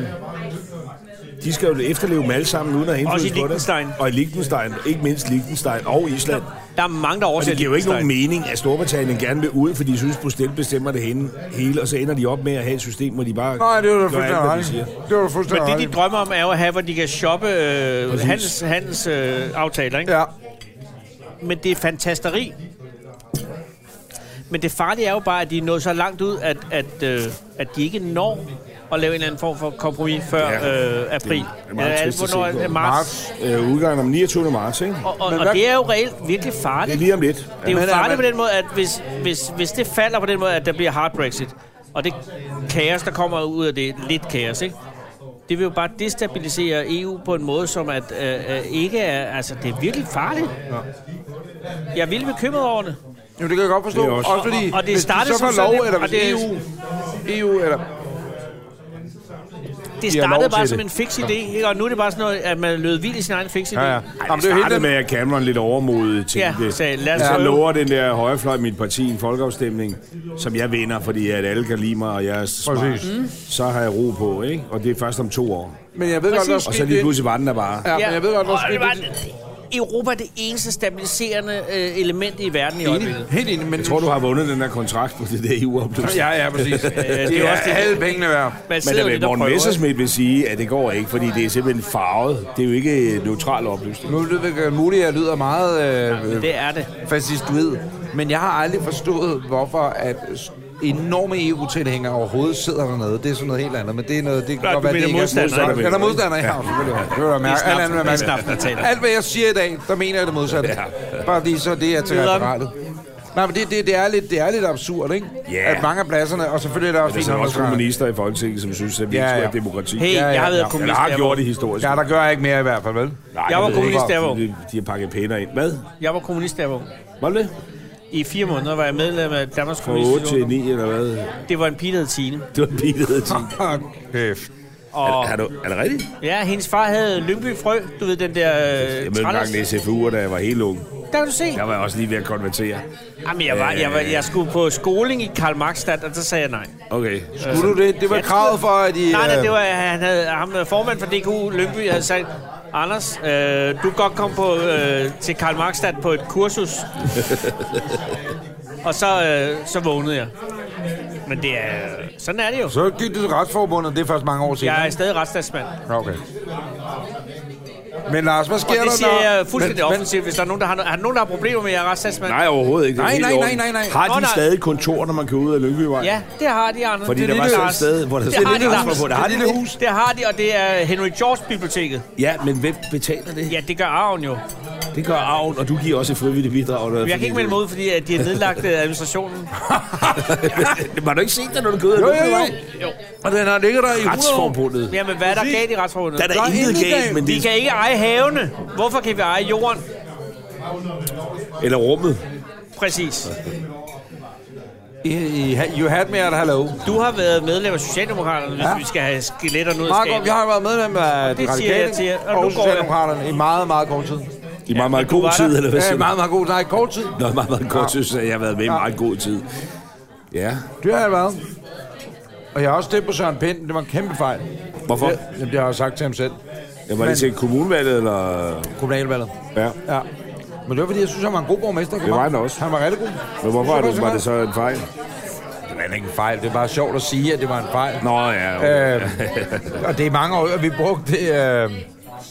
B: De skal jo efterleve dem alle sammen, uden at have
A: Også i
B: indflydelse på
A: Liechtenstein.
B: det. Og i Liechtenstein. Ikke mindst Liechtenstein og Island.
A: indflydelse. Der er mange, der
B: Og
A: oversætter
B: det giver jo ikke nogen
A: Liechtenstein.
B: mening, at Storbritannien gerne vil ud, fordi de synes, Bruxelles bestemmer det henne, hele, og så ender de op med at have et system, hvor de bare
C: Nej, det var da
B: gør alt,
C: fuldstændig
B: hvad de
C: ret. i.
B: siger.
C: Det var da fuldstændig
A: Men
C: ret.
A: det, de
C: i.
A: drømmer om, er jo at have, hvor de kan shoppe øh, handels, handels, øh, aftaler, ikke? Ja.
C: Ja.
A: Men det er fantasteri. Men det farlige er jo bare, at de er nået så langt ud, at, at, øh, at de ikke når at lave en eller anden form for kompromis før
B: Ja.
A: øh, april.
B: Det er meget
A: Eller,
B: trist at se
A: hvornår
B: på.
A: er det? marts.
B: Marts, øh, udgangen om 29. marts, ikke?
A: Og, og,
C: Men
A: og
C: hvad-
A: det er jo reelt virkelig
B: Det er
A: farligt.
B: lige om lidt.
A: Det er
C: Men
A: jo
C: er
A: farligt på
C: man-
A: den måde, at hvis, hvis, hvis det falder på den måde, at der bliver hard Brexit, og det kaos, der kommer ud af det, lidt kaos, ikke? Det vil jo bare destabilisere EU på en måde, som at øh, øh, ikke er... Altså, det er virkelig farligt. Ja. Jeg er vildt bekymret over det.
C: Jo, det kan jeg godt forstå.
B: Det er
C: også,
B: også-
C: også fordi,
A: Og- og det
C: hvis de
A: startede
C: så
A: som
C: får
A: sådan
C: lov,
A: lidt-
C: eller
A: og
C: hvis E
A: det-
C: EU, EU eller
A: Det
C: De har lov
A: startede bare
C: til
A: som
C: det.
A: en fix idé, ikke? og nu er det bare sådan noget, at man lød vild i sin egen fix idé.
C: Ja,
B: Ej,
C: ja. Jamen,
B: det
C: det er jo
B: startede
C: helt
B: med, at Cameron lidt overmodet til
A: Ja,
B: det.
A: sagde, lad os
B: så
A: prøve.
B: lover den der højrefløj mit parti en folkeafstemning, som jeg vinder, fordi at alle kan lide mig, og jeg er smart.
C: Præcis.
B: Mm. Så har jeg ro på, ikke? Og det er først om to år.
C: Men jeg ved godt, der er
A: Præcis.
B: Og så
C: sket
B: lige
C: det.
B: pludselig var den der bare.
C: Ja, men jeg ved godt, der
A: og
C: er
A: det
C: sket
A: var,
C: det.
A: Europa er det eneste stabiliserende øh, element i verden i
C: Enig.
A: øjeblikket.
C: Helt enig, men...
B: Jeg tror, du har vundet den der kontrakt på det der EU-opløsning.
C: Ja, ja, præcis. det er
A: jo
C: jo
A: også
C: også
A: det.
C: alle pengene værd.
A: Man
B: Men
A: sidder
B: der
A: jo
B: vil
A: lidt og
B: Morten
A: prøver. ikke?
B: Messerschmidt vil sige, at det går ikke, fordi det er simpelthen farvet. Det er jo ikke neutral oplysning.
C: Nu er det muligt, at jeg lyder meget øh,
A: Det er det.
C: fascistoid, men jeg har aldrig forstået, hvorfor at s- enorme EU-tilhængere overhovedet sidder dernede. Det er sådan noget helt andet, men det er noget, det kan
A: Ja,
C: godt
A: du
C: være, det
A: mener
C: ikke er
A: modstander,
C: sådan.
B: ikke?
C: Eller modstander, ja. selvfølgelig. Det vil jeg mærke.
A: snapsen,
C: Alt andet vil jeg
A: det er
C: mærke.
A: snapsen, der taler.
C: Alt, hvad jeg siger i dag, der mener jeg det modsatte. Bare fordi så det er til
A: Videre.
C: referatet. Nej, men det, det, det, er lidt, det er lidt absurd, ikke?
B: Ja.
C: At mange af pladserne, og selvfølgelig er der også
B: Der sidder
C: fint,
B: også kommunister i Folketinget, som synes, at vi
C: Ja,
B: ikke
C: ja.
B: skal have demokrati.
A: Hey,
C: Ja,
A: ja,
C: ja,
A: jeg har været
C: ja.
A: kommunist.
B: Eller har
A: jeg
B: gjort
A: var-
B: det historisk.
C: Ja, der gør jeg ikke mere i hvert fald, vel?
B: Nej,
A: Jeg var
B: ved ikke.
A: kommunist, der var.
B: De, de har pakket pæner ind. Hvad?
A: Jeg var kommunist, der var ung.
B: Var det det?
A: I fire måneder var jeg medlem af Danmarks
B: Fra 8
A: Kommunistiske
B: til
A: Ungdom.
B: 9 eller hvad?
A: Det var en pige, der hed Tine.
B: Det var bilet til.
C: Kæft.
B: Er, er, du, er det rigtigt?
A: Ja, hendes far havde Lyngby Frø, du ved den der øh,
B: Jeg mødte engang
A: trælles-
B: en SFU'er, da jeg var helt ung.
A: Der kan du se.
B: Jeg var også lige ved at konvertere.
A: Jamen, jeg, var, jeg,
C: Øh.
A: var, jeg skulle på skoling i Karl marx stad og så sagde jeg nej.
B: Okay. Altså,
C: Skulle du det? Det var kravet for, at I...
A: Nej, nej,
C: øh,
A: det var han havde, ham, øh, formand for DKU Lyngby havde sagt, Anders, øh, du kan godt komme på, øh, til Karl marx stad på et kursus. og så, øh, så vågnede jeg. Men det er, sådan er det jo.
C: Så gik du til retsforbundet, det er først mange år siden.
A: Jeg er stadig retsstatsmand.
C: Okay. Men Lars, hvad sker
A: Og det
C: der,
A: siger
C: når...
A: jeg fuldstændig
C: men,
A: offensivt, hvis der er nogen, der har, er der nogen, der har problemer med, at jeg er retsstatsmand.
B: Nej, overhovedet ikke. Det er
C: Nej,
B: helt
C: nej,
B: i
C: nej,
B: orden.
C: nej, nej.
B: Har
A: Nå,
B: de
A: nej.
B: stadig kontor, når man kører ud af Lyngbyvej?
A: Ja, det har de, Anders.
B: Fordi
A: Det
B: der
A: er
B: var
A: det,
B: sådan et
A: Lars.
B: sted, hvor der
A: det
B: stod
A: har
B: et
A: de,
B: lille
A: Lars.
B: hus. Det
A: har
B: lille hus.
A: Det har de, og det er Henry George-biblioteket.
B: Ja, men hvem betaler det?
A: Ja, det gør arven jo.
B: Det gør Arven, og du giver også et frivilligt bidrag.
A: Men jeg kan ikke melde mig ud, fordi at de har nedlagt øh, administrationen.
B: Var du ikke set det, når du kører ud
C: Jo,
B: af
C: jo, jo.
B: Lyngbyvej?
C: Og den har ligger der i 100 år.
B: Retsforbundet.
A: Jamen, hvad er der galt i retsrådet?
B: Der er der intet galt, men
A: Vi
B: det
A: kan ikke eje havene. Hvorfor kan vi eje jorden?
B: Eller rummet.
A: Præcis.
C: I- I- You had me at hello.
A: Du har været medlem af Socialdemokraterne, hvis
C: Ja.
A: vi skal have skeletterne ud af
C: Marco,
A: skabet.
C: jeg har været medlem af de
A: siger jeg til
C: radikale
A: jer, og nu går
C: og
A: jeg.
C: Socialdemokraterne i meget, meget kort tid.
B: I meget, meget
A: men du
B: god
A: var
B: tid,
A: der.
B: eller hvad
C: Ja,
B: siger
C: i
B: du?
C: meget, meget god, nej, kort tid.
B: Nå, meget, meget kort tid, så jeg har været med i meget god tid. Ja.
C: Det har jeg været. Og jeg har også stemt på Søren Pind. Det var en kæmpe fejl.
B: Hvorfor?
C: Det, jamen, det har jeg jo sagt til ham selv.
B: Jeg var det
C: Men-
B: til kommunvalget, eller...
C: Kommunalvalget.
B: Ja.
C: Ja. Men det var, fordi jeg synes, han var en god borgmester.
B: Det var han også.
C: Han var rigtig god.
B: Men hvorfor
C: Jeg
B: var
C: synes,
B: det, var
C: han
B: det så en fejl?
C: Det var ikke en fejl. Det var bare sjovt at sige, at det var en fejl.
B: Nå, ja.
C: Øh,
B: Okay.
C: og det er mange år, vi brugte det... Øh,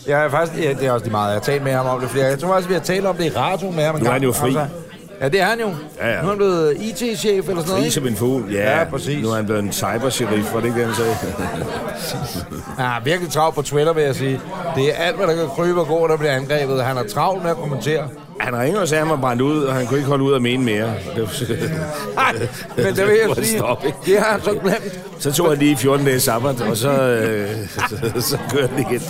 C: jeg har faktisk... Ja, det er også lige meget. Jeg har talt med ham om det flere. gange. Jeg tror faktisk, vi har talt om det i radio med ham. en
B: Nu er han
C: gang. Altså,
B: jo fri.
C: ja, det er han jo.
B: Ja, ja.
C: Nu er han blevet IT-chef eller sådan noget,
B: Fri
C: ikke?
B: som en fugl, ja.
C: Ja, præcis.
B: Nu er han blevet en cyber-sheriff, var det ikke det, han sagde?
C: Ja, virkelig travlt på Twitter, vil jeg sige. Det er alt, hvad der kan krybe og gå, der bliver angrebet. Han er travlt med at kommentere.
B: han ringede og sagde, at han var brændt ud, og han kunne ikke holde ud at mene mere. Det var-
C: Nej, men det vil
B: Hvor er
C: jeg
B: det
C: sige,
B: stop, ikke?
C: det har han så glemt.
B: Så tog han lige 14 dage sabbat, og så, øh, så, så kørte han igen.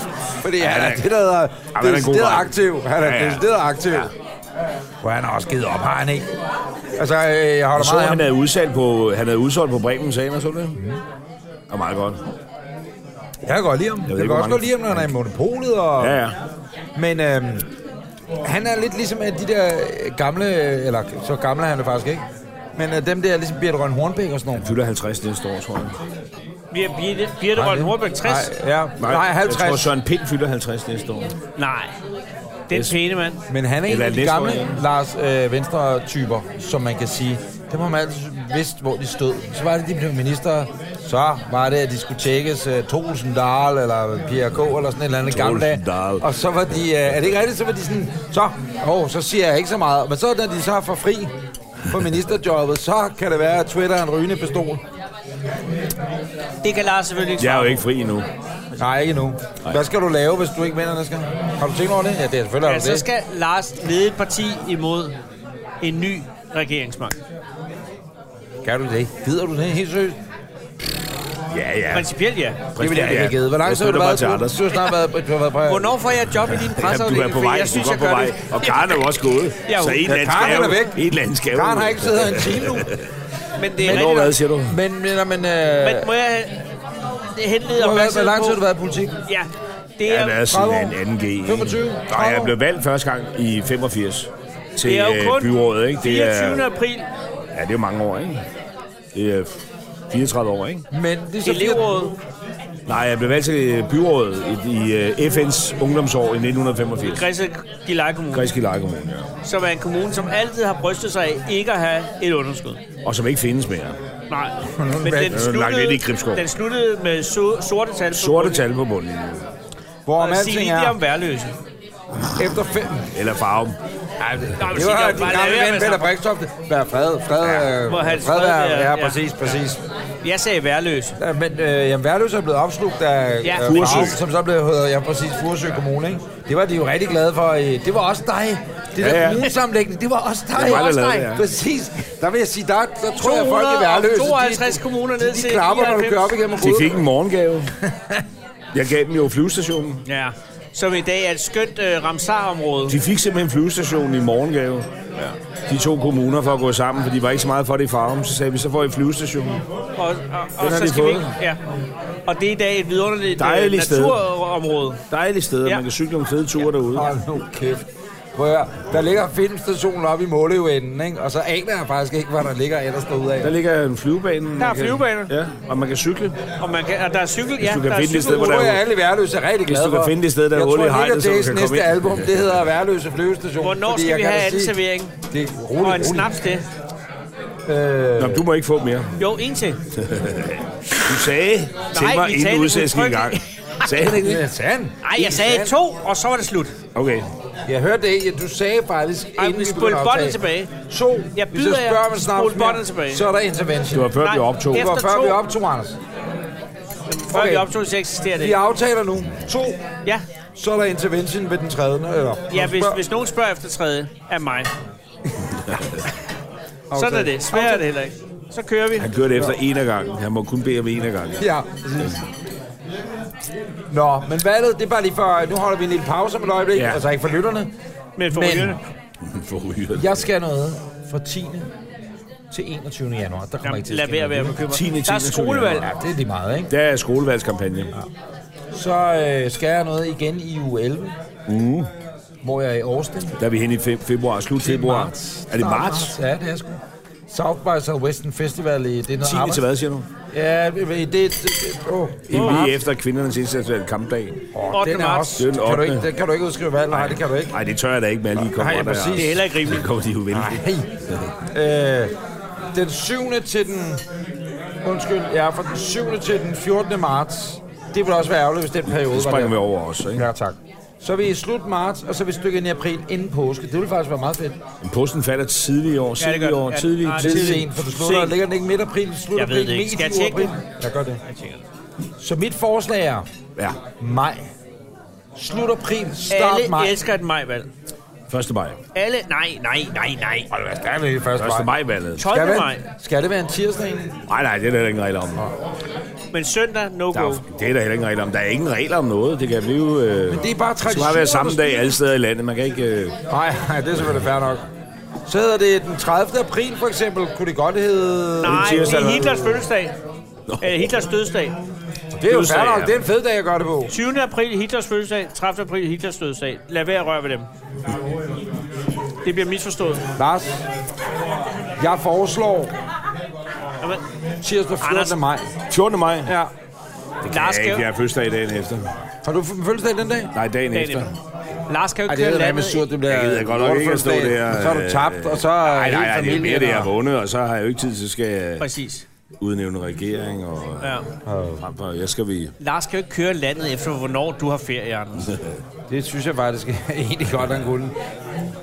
C: Fordi han
B: Ja,
C: er det, der hedder
B: han er en god
C: decideret
B: dreng.
C: aktiv. Han er
B: Ja, ja.
C: decideret aktiv. Hvor han har også givet op, har han ikke? Altså, øh, jeg holder
B: Og så
C: meget
B: han
C: af ham. Mhm.
B: havde udsolgt på, han havde udsolgt på Bremen, sagde han, og så det? Og meget godt.
C: Jeg kan godt lide ham. Jeg,
B: ved
C: kan
B: ikke,
C: også
B: hvor
C: godt lide ham, når han er i monopolet. Og...
B: Ja, ja.
C: Men øhm, han er lidt ligesom af de der øh, gamle, øh, eller så gamle er han er faktisk ikke, men øh, dem der, ligesom Birte Røn Hornbæk og sådan
B: Han
C: nogle.
B: fylder 50 næste år, tror jeg.
A: Vi har Birte, Birte Rønne Horbeck 60.
C: Nej, ja, nej, nej
B: Jeg tror,
C: 50.
B: Søren Pind fylder 50 næste år.
A: Nej. Den pæne mand.
C: Men han er en
B: Eller
C: af de
B: næste
C: gamle
B: år, ja.
C: Lars øh, Venstre-typer, som man kan sige. Dem har man altid vidst, hvor de stod. Så var det, de blev minister. Så var det, at de skulle tjekkes uh, Tolsen Dahl eller Pia K. eller sådan et eller andet gamle dag.
B: Dahl.
C: Og så var de... Uh, er det ikke rigtigt? Så var de sådan... Så, oh, så siger jeg ikke så meget. Men så, da de så er for fri på ministerjobbet, så kan det være, at Twitter er en rygende pistol.
A: Det kan Lars selvfølgelig ikke
B: Jeg er
A: svare
B: jo ikke fri endnu.
C: Nej, ikke endnu. Hvad skal du lave, hvis du ikke vinder næste gang? Har du tænkt over det? Ja, det er selvfølgelig
A: på.
C: har
A: Ja,
C: du
A: så
C: det.
A: skal Lars lede et parti imod en ny regeringsmagt.
C: Kan du det? Gider du det? Helt seriøst?
B: Ja, ja.
A: Principielt ja.
C: Det vil jeg ikke have givet. Hvor lang tid har du
B: støtter
C: været?
B: bare til
C: Du,
B: Anders.
C: du har snart været på... Du har været på
A: Hvornår får jeg job i din
B: Ja, du
A: presseafdeling?
B: er på
A: Fordi
B: vej,
A: jeg
B: du
A: synes,
B: er
A: jeg
B: på
A: gør
B: vej.
A: det.
B: Og Karen er jo også gået.
A: Ja,
B: Så
A: hun-
B: en
A: Ja,
B: land
C: Karen
B: skal
C: er væk.
B: jo. En land skal jo.
C: Karen har ikke siddet her en time nu.
A: Men det er
B: Men over
A: rigtigt.
B: hvad, siger du?
C: Men, men, men øh,
A: Men må jeg øh, henlede
C: du har været, hvor
A: opmærksomhed
C: lang tid har
A: på-
C: du været i politik?
A: Ja, det
B: Ja,
A: er,
B: det
A: ja,
B: er sådan
C: 30 år.
B: en anden G. ikke?
C: 25.
B: Nå, jeg blev valgt første gang i 85 til
A: det er
B: øh,
A: jo kun
B: byrådet, ikke? Det er,
A: 24. april.
B: ja, det er jo mange år, ikke? Det er 34 år, ikke?
C: Men det er så
A: Elevrådet.
B: Nej, jeg blev valgt til øh, byrådet i, i øh, FN's ungdomsår i 1985.
A: Græsse Gillej Kommune,
B: Græske Kommune, ja.
A: som er en kommune, som altid har brystet sig af ikke at have et underskud.
B: Og som ikke findes mere.
A: Nej,
C: den
A: men
C: er
A: den
B: lagt lidt i Gribskov.
A: sluttede, den sluttede med so, sorte tal på
B: Sorte
A: bunden.
B: tal på bunden.
C: Hvor om
A: Og Sig
C: alting
A: lige det
C: er
A: om værløse.
C: efter fem.
B: Eller farven.
A: Nå, men
C: Det
A: sig
C: var
A: om
C: din
A: bare
C: gamle
A: lad være
C: ven,
A: med
C: Peter
A: sådan.
C: Brikstofte. Vær fred. Fred, øh,
A: hvor Hans
C: fred,
A: Fred
C: vær,
A: er-
C: ja,
A: ja.
C: præcis, præcis.
A: Jeg sagde værløse.
C: Ja, men øh, jamen, Værløs er blevet opslugt af
A: Ja.
C: ja. øh,
B: Furesø.
C: Farum, som så blev hedder, ja, præcis, Furesø Kommune, ikke? Det var de jo rigtig glade for. Øh, det var også dig. Det der
B: Ja,
C: ja,
B: ja.
C: ja. kommunesamlægning, det var også dig.
B: Det var
C: også
B: der
C: dig.
B: lavede, ja.
C: Præcis. Der vil jeg sige, der, der tror jeg, folk i Værløs,
A: 252 kommuner ned
C: de,
A: til
C: de klapper, når du
A: 99.
C: kører op igennem
B: De
C: hovedet.
B: fik en morgengave. Jeg gav dem jo flyvestationen.
A: Ja, som i dag er et skønt øh, Ramsar-område.
B: De fik simpelthen flyvestationen i morgengave. De to kommuner for at gå sammen, for de var ikke så meget for det i farven. Så sagde vi, så får I flyvestationen.
A: Og, og, og
B: Den har
A: så
B: de
A: skal vi
B: fået.
A: ikke, ja. Og det er i dag et vidunderligt øh,
B: Dejligt sted.
A: naturområde.
B: Dejligt sted, og
A: Ja.
B: man kan cykle nogle fede ture derude.
C: Hold nu kæft. Prøv at høre, der ligger filmstationen oppe i Måløvenden, ikke? Og så aner jeg faktisk ikke, hvad der ligger ellers derude af.
B: Der ligger en flyvebane. man kan-
A: flyvebane.
B: Ja, og man kan cykle.
A: Og, man kan, og der er cykel, ja,
B: du kan
A: der er
B: finde et sted, hvor
C: tror
B: der
C: jeg,
B: er-
C: alle i Værløse er rigtig
B: Hvis
C: glade
B: du kan
C: for.
B: finde det sted, der er
C: jeg
B: hul i
C: tror
B: hegnet,
C: helt, at
B: så du
C: Days
B: kan
C: næste
B: komme ind.
C: album, det hedder Værløse Flyvestation.
A: Hvornår
C: fordi
A: skal
C: jeg
A: vi
C: kan
A: have
C: da sige-
A: anservering?
C: Det er roligt,
A: Og en
C: roligt.
A: snaps til.
B: Nå, men du må ikke få mere.
A: Jo, en til.
B: Du sagde til
A: Nej,
B: mig
A: vi
B: inden
A: talte
B: udsendelsen en gang. Sagde han ikke
C: Det
B: det?
C: er sandt.
A: Nej, jeg sagde to, og så var det slut.
B: Okay.
C: Jeg hørte det, ja, du sagde faktisk,
A: Ej,
C: inden
A: vi
C: vi
A: spol
C: begyndte at
A: båndet
C: optage.
A: tilbage.
C: To.
A: Jeg
C: Hvis
A: byder
C: jeg
A: jer,
C: spørger om en
A: spol
C: snaps
A: båndet
C: mere,
A: tilbage.
C: så er der intervention.
B: Det var før
A: Nej,
B: vi optog.
C: Det
A: efter
C: var før
A: to.
C: vi optog, Anders.
A: Før
C: Okay.
A: vi optog, så eksisterer det.
C: Vi
A: ikke.
C: aftaler nu. To.
A: Ja,
C: Så er der intervention ved den tredje. Eller,
A: ja hvis,
C: spørg-
A: hvis nogen spørger efter tredje af mig, sådan er
C: Aftale.
A: det. Sværere er det heller ikke. Så kører vi.
B: Han kørte efter en af gangen. Han må kun bede om en af gangen.
C: Ja, præcis. Nå, men valget, det er bare lige for... Nu holder vi en lille pause om et øjeblik, ja.
B: Ja.
C: altså ikke for lytterne.
A: Men for
C: Men-
A: rygerne.
B: For uhyret.
C: Jeg skal noget fra 10. til 21. januar. Der kommer
A: Jamen,
C: ikke til at
A: lad
C: ske
A: være
C: noget.
A: være bekymret.
B: 10.
A: Der er
B: 10.
A: skolevalg.
C: Ja, det er lige meget, ikke?
B: Der er skolevalgskampagne.
C: Så øh, skal jeg noget igen i uge 11.
B: Mm.
C: Hvor jeg er i Austin.
B: Der er vi hen i fe- februar. Slut februar. Er det
C: Start
B: marts?
C: Ja, det er sgu. South by Southwestern Festival i det er noget
B: 10. til hvad, siger du?
C: Ja, det, det, det, det oh.
B: I lige efter kvindernes internationale kampdag.
C: oh, den er
A: 8. marts.
C: også,
B: Det er den
C: kan, du ikke,
B: ottende.
C: den kan du ikke udskrive valg? Nej, det kan du ikke.
B: Nej, det tør jeg da ikke med alle de kommer.
C: Nej,
B: der er.
C: præcis.
A: Det er heller ikke rimeligt.
B: Det kommer de jo vel.
C: Hey. Øh, den 7. til den... Undskyld, ja, fra den 7. til den 14. marts. Det ville også være ærgerligt, hvis den periode
B: Det springer vi
C: var
B: over også, ikke?
C: der. Ja, tak. Så er vi i slut marts, og så er vi et stykke ind i april inden påske. Det ville faktisk være meget fedt.
B: Men posten falder tidligere i år.
A: gør
B: Tidligere i
A: den.
B: år.
A: Ja,
B: Tidligere.
A: nej,
C: Det er
A: Tidligt.
C: sent, for du slutter.
A: Sent.
C: Ligger den ikke midt april? Slut
A: Jeg ved
C: april,
A: det ikke.
C: midt i
A: Skal jeg
C: slutningen
A: tjekke
C: af april? Jeg gør det. Så mit forslag er
B: Ja.
C: maj. Slut april, start
A: Alle
C: maj.
A: elsker et majvalg.
B: 1. maj.
A: Alle, nej, nej, nej, nej.
C: Hold da, der er det ikke første
B: 1. maj valget.
C: Skal
A: 12.
C: det,
A: maj,
C: være, skal det være en tirsdag egentlig?
B: Nej, nej, det er der heller ingen regler om.
A: men søndag, no
B: Der
A: go.
B: er, det er der heller ingen regler om. Der er ingen regler om noget. Det kan blive... Øh,
C: Men det
B: det
C: er bare
B: skal bare
C: traditioner,
B: være samme
C: der
B: dag alle steder i landet. Man kan ikke... Øh,
C: Nej, nej, det er selvfølgelig fair nok. Så hedder det den 30. april, for eksempel. Kunne det godt hedde...
A: Nej,
B: tirsdag,
A: det er
B: eller
A: Hitlers fødselsdag. Eller Hitlers dødsdag.
C: det er jo
B: fødselsdag,
C: fair nok.
B: ja.
C: Det er en fed dag, jeg gør det på.
A: 20. april Hitlers fødselsdag, 30. april Hitlers dødsdag. Lad være at røre ved dem. Det bliver misforstået.
C: Lars, jeg foreslår
A: Jamen,
C: tirsdag 14.
A: Anders.
C: maj.
B: 14. maj. Ja,
C: Ja.
A: Lars,
B: ikke. Jeg
A: kan,
B: har fødselsdag dagen efter.
C: Har du f- fødselsdag den dag?
B: Nej, dagen,
A: Dagen
B: efter.
A: Lars kan jo
C: Ej,
A: ikke
C: det
A: køre
C: er med
A: landet.
C: surt, det bliver...
B: Jeg gider godt nok ikke at stå
C: lortefødselsdag.
B: der.
C: Så er du
B: øh,
C: tabt, og så er
B: Nej, nej, nej, det
C: hele
B: er
C: familien...
B: mere det, jeg har
C: og-
B: vundet, og så har jeg jo ikke tid til at skal øh,
A: Præcis.
B: udnævne regering. Og,
A: Ja.
B: og frem for, jeg skal vi...
A: Lars kan jo ikke køre landet efter, hvornår du har ferie, Anders.
C: Det synes jeg faktisk er egentlig godt, han kunne.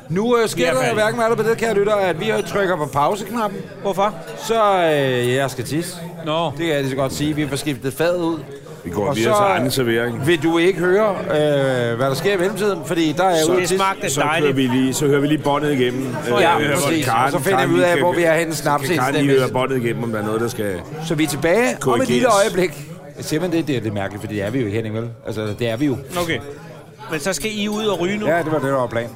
C: Nu øh,
A: Vi
C: sker
A: er
C: der
A: færdige.
C: hverken med på det, kære lytter, at vi øh, trykker på pauseknappen,
A: Hvorfor?
C: så øh, jeg skal tisse.
A: Nå.
C: Det kan jeg lige så godt sige. Vi får skiftet fadet ud.
B: Vi går
C: Og
B: videre
C: så-
B: til anden servering.
C: Vil du ikke høre, øh, hvad der sker i mellemtiden? Fordi der er jeg
A: Så
C: ude
A: det
C: til...
A: smagte
B: Så kører
A: dejligt.
B: vi lige, så hører vi lige båndet igennem.
C: Ja,
B: Øh,
C: præcis.
B: Karen-
C: Og så finder
B: Karen
C: vi ud af,
B: lige kan-
C: hvor vi har henne snaps
B: Kan Karen lige
C: indstemmelse.
B: høre båndet igennem, om der er noget, der skal...
C: Så vi er tilbage om et
B: Korrigeres.
C: lille øjeblik. Siger man det? Det er lidt mærkeligt, for det er vi jo i Henning, vel? Altså, det er vi jo.
A: Okay. Men så skal I ud og ryge nu.
C: Ja, det var det, der var planen.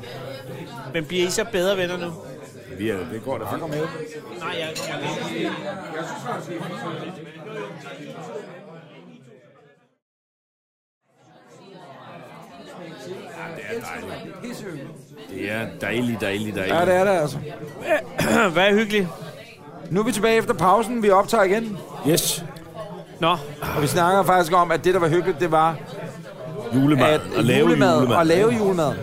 A: Men bliver I så bedre venner nu?
B: Vi er, det går da fint.
A: Nej, jeg, jeg
B: Det er dejligt, dejligt, dejligt.
C: Ja, det er det altså.
A: Hvad er hyggeligt?
C: Nu er vi tilbage efter pausen. Vi optager igen.
B: Yes.
A: Nå,
C: Og vi snakker faktisk om, at det, der var hyggeligt, det var
B: Julemad.
C: at
B: At, lave julemad.
C: julemad. At lave julemad.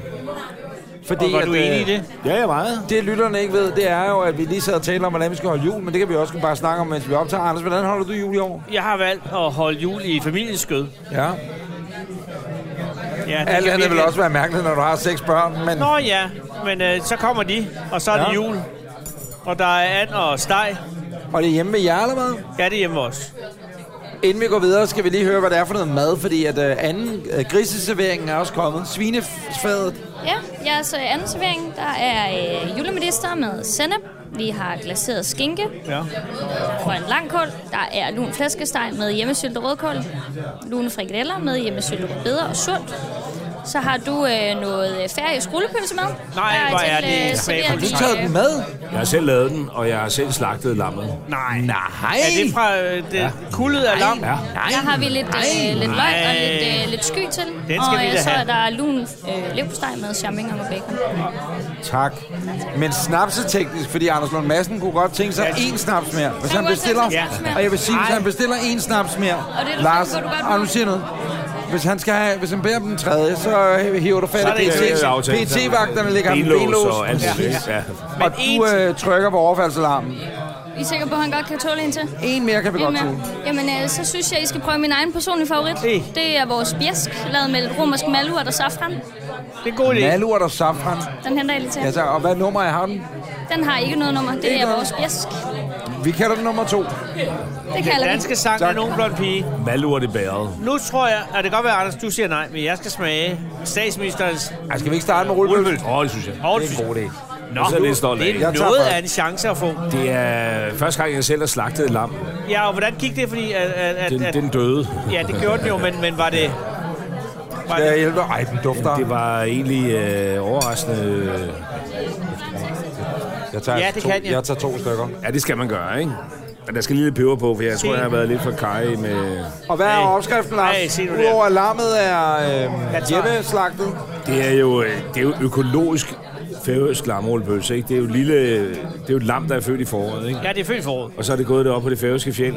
C: Fordi,
A: og var du
C: øh,
A: enig i det?
B: Ja, jeg meget.
C: Det lytterne ikke ved, det er jo, at vi lige sad og talte om, hvordan vi skal holde jul, men det kan vi også bare snakke om, mens vi optager. Anders, hvordan holder du jul i år?
A: Jeg har valgt at holde jul i familiens skød.
C: Ja.
A: Ja, det
C: Alt
A: kan
C: andet vil
A: virkelig-
C: også være mærkeligt, når du har seks børn, men...
A: Nå ja, men øh, så kommer de, og så er ja.
C: Ja.
A: det jul. Og der er and og steg.
C: Og det er hjemme med jer, eller hvad?
A: Ja, det er hjemme også.
C: Inden vi går videre, skal vi lige høre, hvad det er for noget mad, fordi at øh, anden øh, griseserveringen er også kommet. Svinefadet.
F: Ja, jeres øh, anden servering, der er øh, julemedister med sennep. Vi har glaseret skinke,
A: Ja.
F: grøn langkål. Der er lun flæskesteg med hjemmesyltet rødkål. Lune frikadeller med hjemmesyltet rødbeder og surt. Så har du øh, noget øh, færøsk rullepølse med.
A: Nej,
F: Der
A: hvor er
F: til,
A: det
F: øh, servering
A: smagsfuldt.
F: i,
A: Du
F: øh,
C: Med?
B: Jeg har selv lavet den, og jeg har selv slagtet lammet.
A: Nej.
C: Nej.
A: Er det fra øh, det ja. kullet af lam?
B: Ja.
F: Der har vi lidt, øh, lidt løg og
A: Nej.
F: lidt, øh, lidt sky til.
A: skal
F: og
A: vi da
F: så er
A: have.
F: der lun øh, leverpostej med charminger og bacon.
C: Tak. Men snaps er teknisk, fordi Anders Lund Madsen kunne godt tænke sig én snaps mere. Hvis han
F: kunne godt
C: bestiller,
F: tænke sig en snaps mere.
C: og jeg vil sige, hvis han bestiller én snaps mere,
F: er du
C: Lars,
F: sikker på, du godt må?
C: og nu siger jeg noget. Hvis han, skal have, hvis han beder om den tredje, så øh, hiver du fat
A: Så er
C: i
A: det ikke
C: PT.
B: en aftale.
C: PT-vagterne lægger ham
B: Benlås
C: benlås,
B: og alt det. Ja. Ja.
A: Men
C: og
A: én
C: du øh, trykker på overfaldsalarmen.
F: I er sikre på, at han godt kan tåle en til?
C: En mere kan vi godt
F: Godt
C: tåle.
F: Jamen, øh, så synes jeg, I skal prøve min egen personlige favorit.
A: Hey.
F: Det er vores bjæsk, lavet med lidt romersk malurt og safran.
A: Det er
C: øh,
A: en god idé.
C: Malurt og safran.
F: Den henter jeg lige til.
C: Ja,
F: jer.
C: så, og hvad nummer er han?
F: Den har ikke noget nummer. Det
C: Ikke
F: er
C: noget.
F: vores bjæsk.
C: Vi kalder den nummer to.
F: Det kalder vi.
A: Danske sang er
C: Tak.
A: nogen blond pige.
B: Malurt i bæret.
A: Nu tror jeg, at det kan godt være, Anders, du siger nej, men jeg skal smage statsministerens
C: Ej, skal vi ikke starte med rullepølse?
B: Åh, det synes jeg.
C: Det
A: Aarhus.
C: er en god idé.
A: Nå,
B: Jeg sidder lidt stolt af
A: det
B: det.
A: er
C: Jeg tager
A: noget
C: først.
A: af en chance at få.
B: Det er første gang, jeg selv har slagtet et lam.
A: Ja, og hvordan gik det? Fordi at, at, at,
B: Den,
A: at,
B: den døde.
A: ja, det gjorde den jo, men, men var det... Var
C: Skal jeg
A: det
C: hjælpe? Ej, den dufter.
B: Det var egentlig øh, overraskende.
C: Jeg tager,
A: Ja, det
C: to,
A: kan jeg.
C: jeg tager to stykker.
B: Ja, det skal man gøre, ikke? Men der skal lige lidt peber på, for jeg tror, jeg har været lidt for kaj med...
C: Og hvad er
A: Hey.
C: opskriften, Lars?
A: Hey, se nu der.
C: Udover at lammet er øh,
A: tager-
C: hjemmeslagtet.
B: Det er jo, øh, det er jo økologisk færøsk lamrullpølse, ikke? Det er jo et lille... øh, Det er jo et lam, der er født i foråret, ikke?
A: ja, det er født foråret.
B: Og så er det gået derop på det færøske fjeld.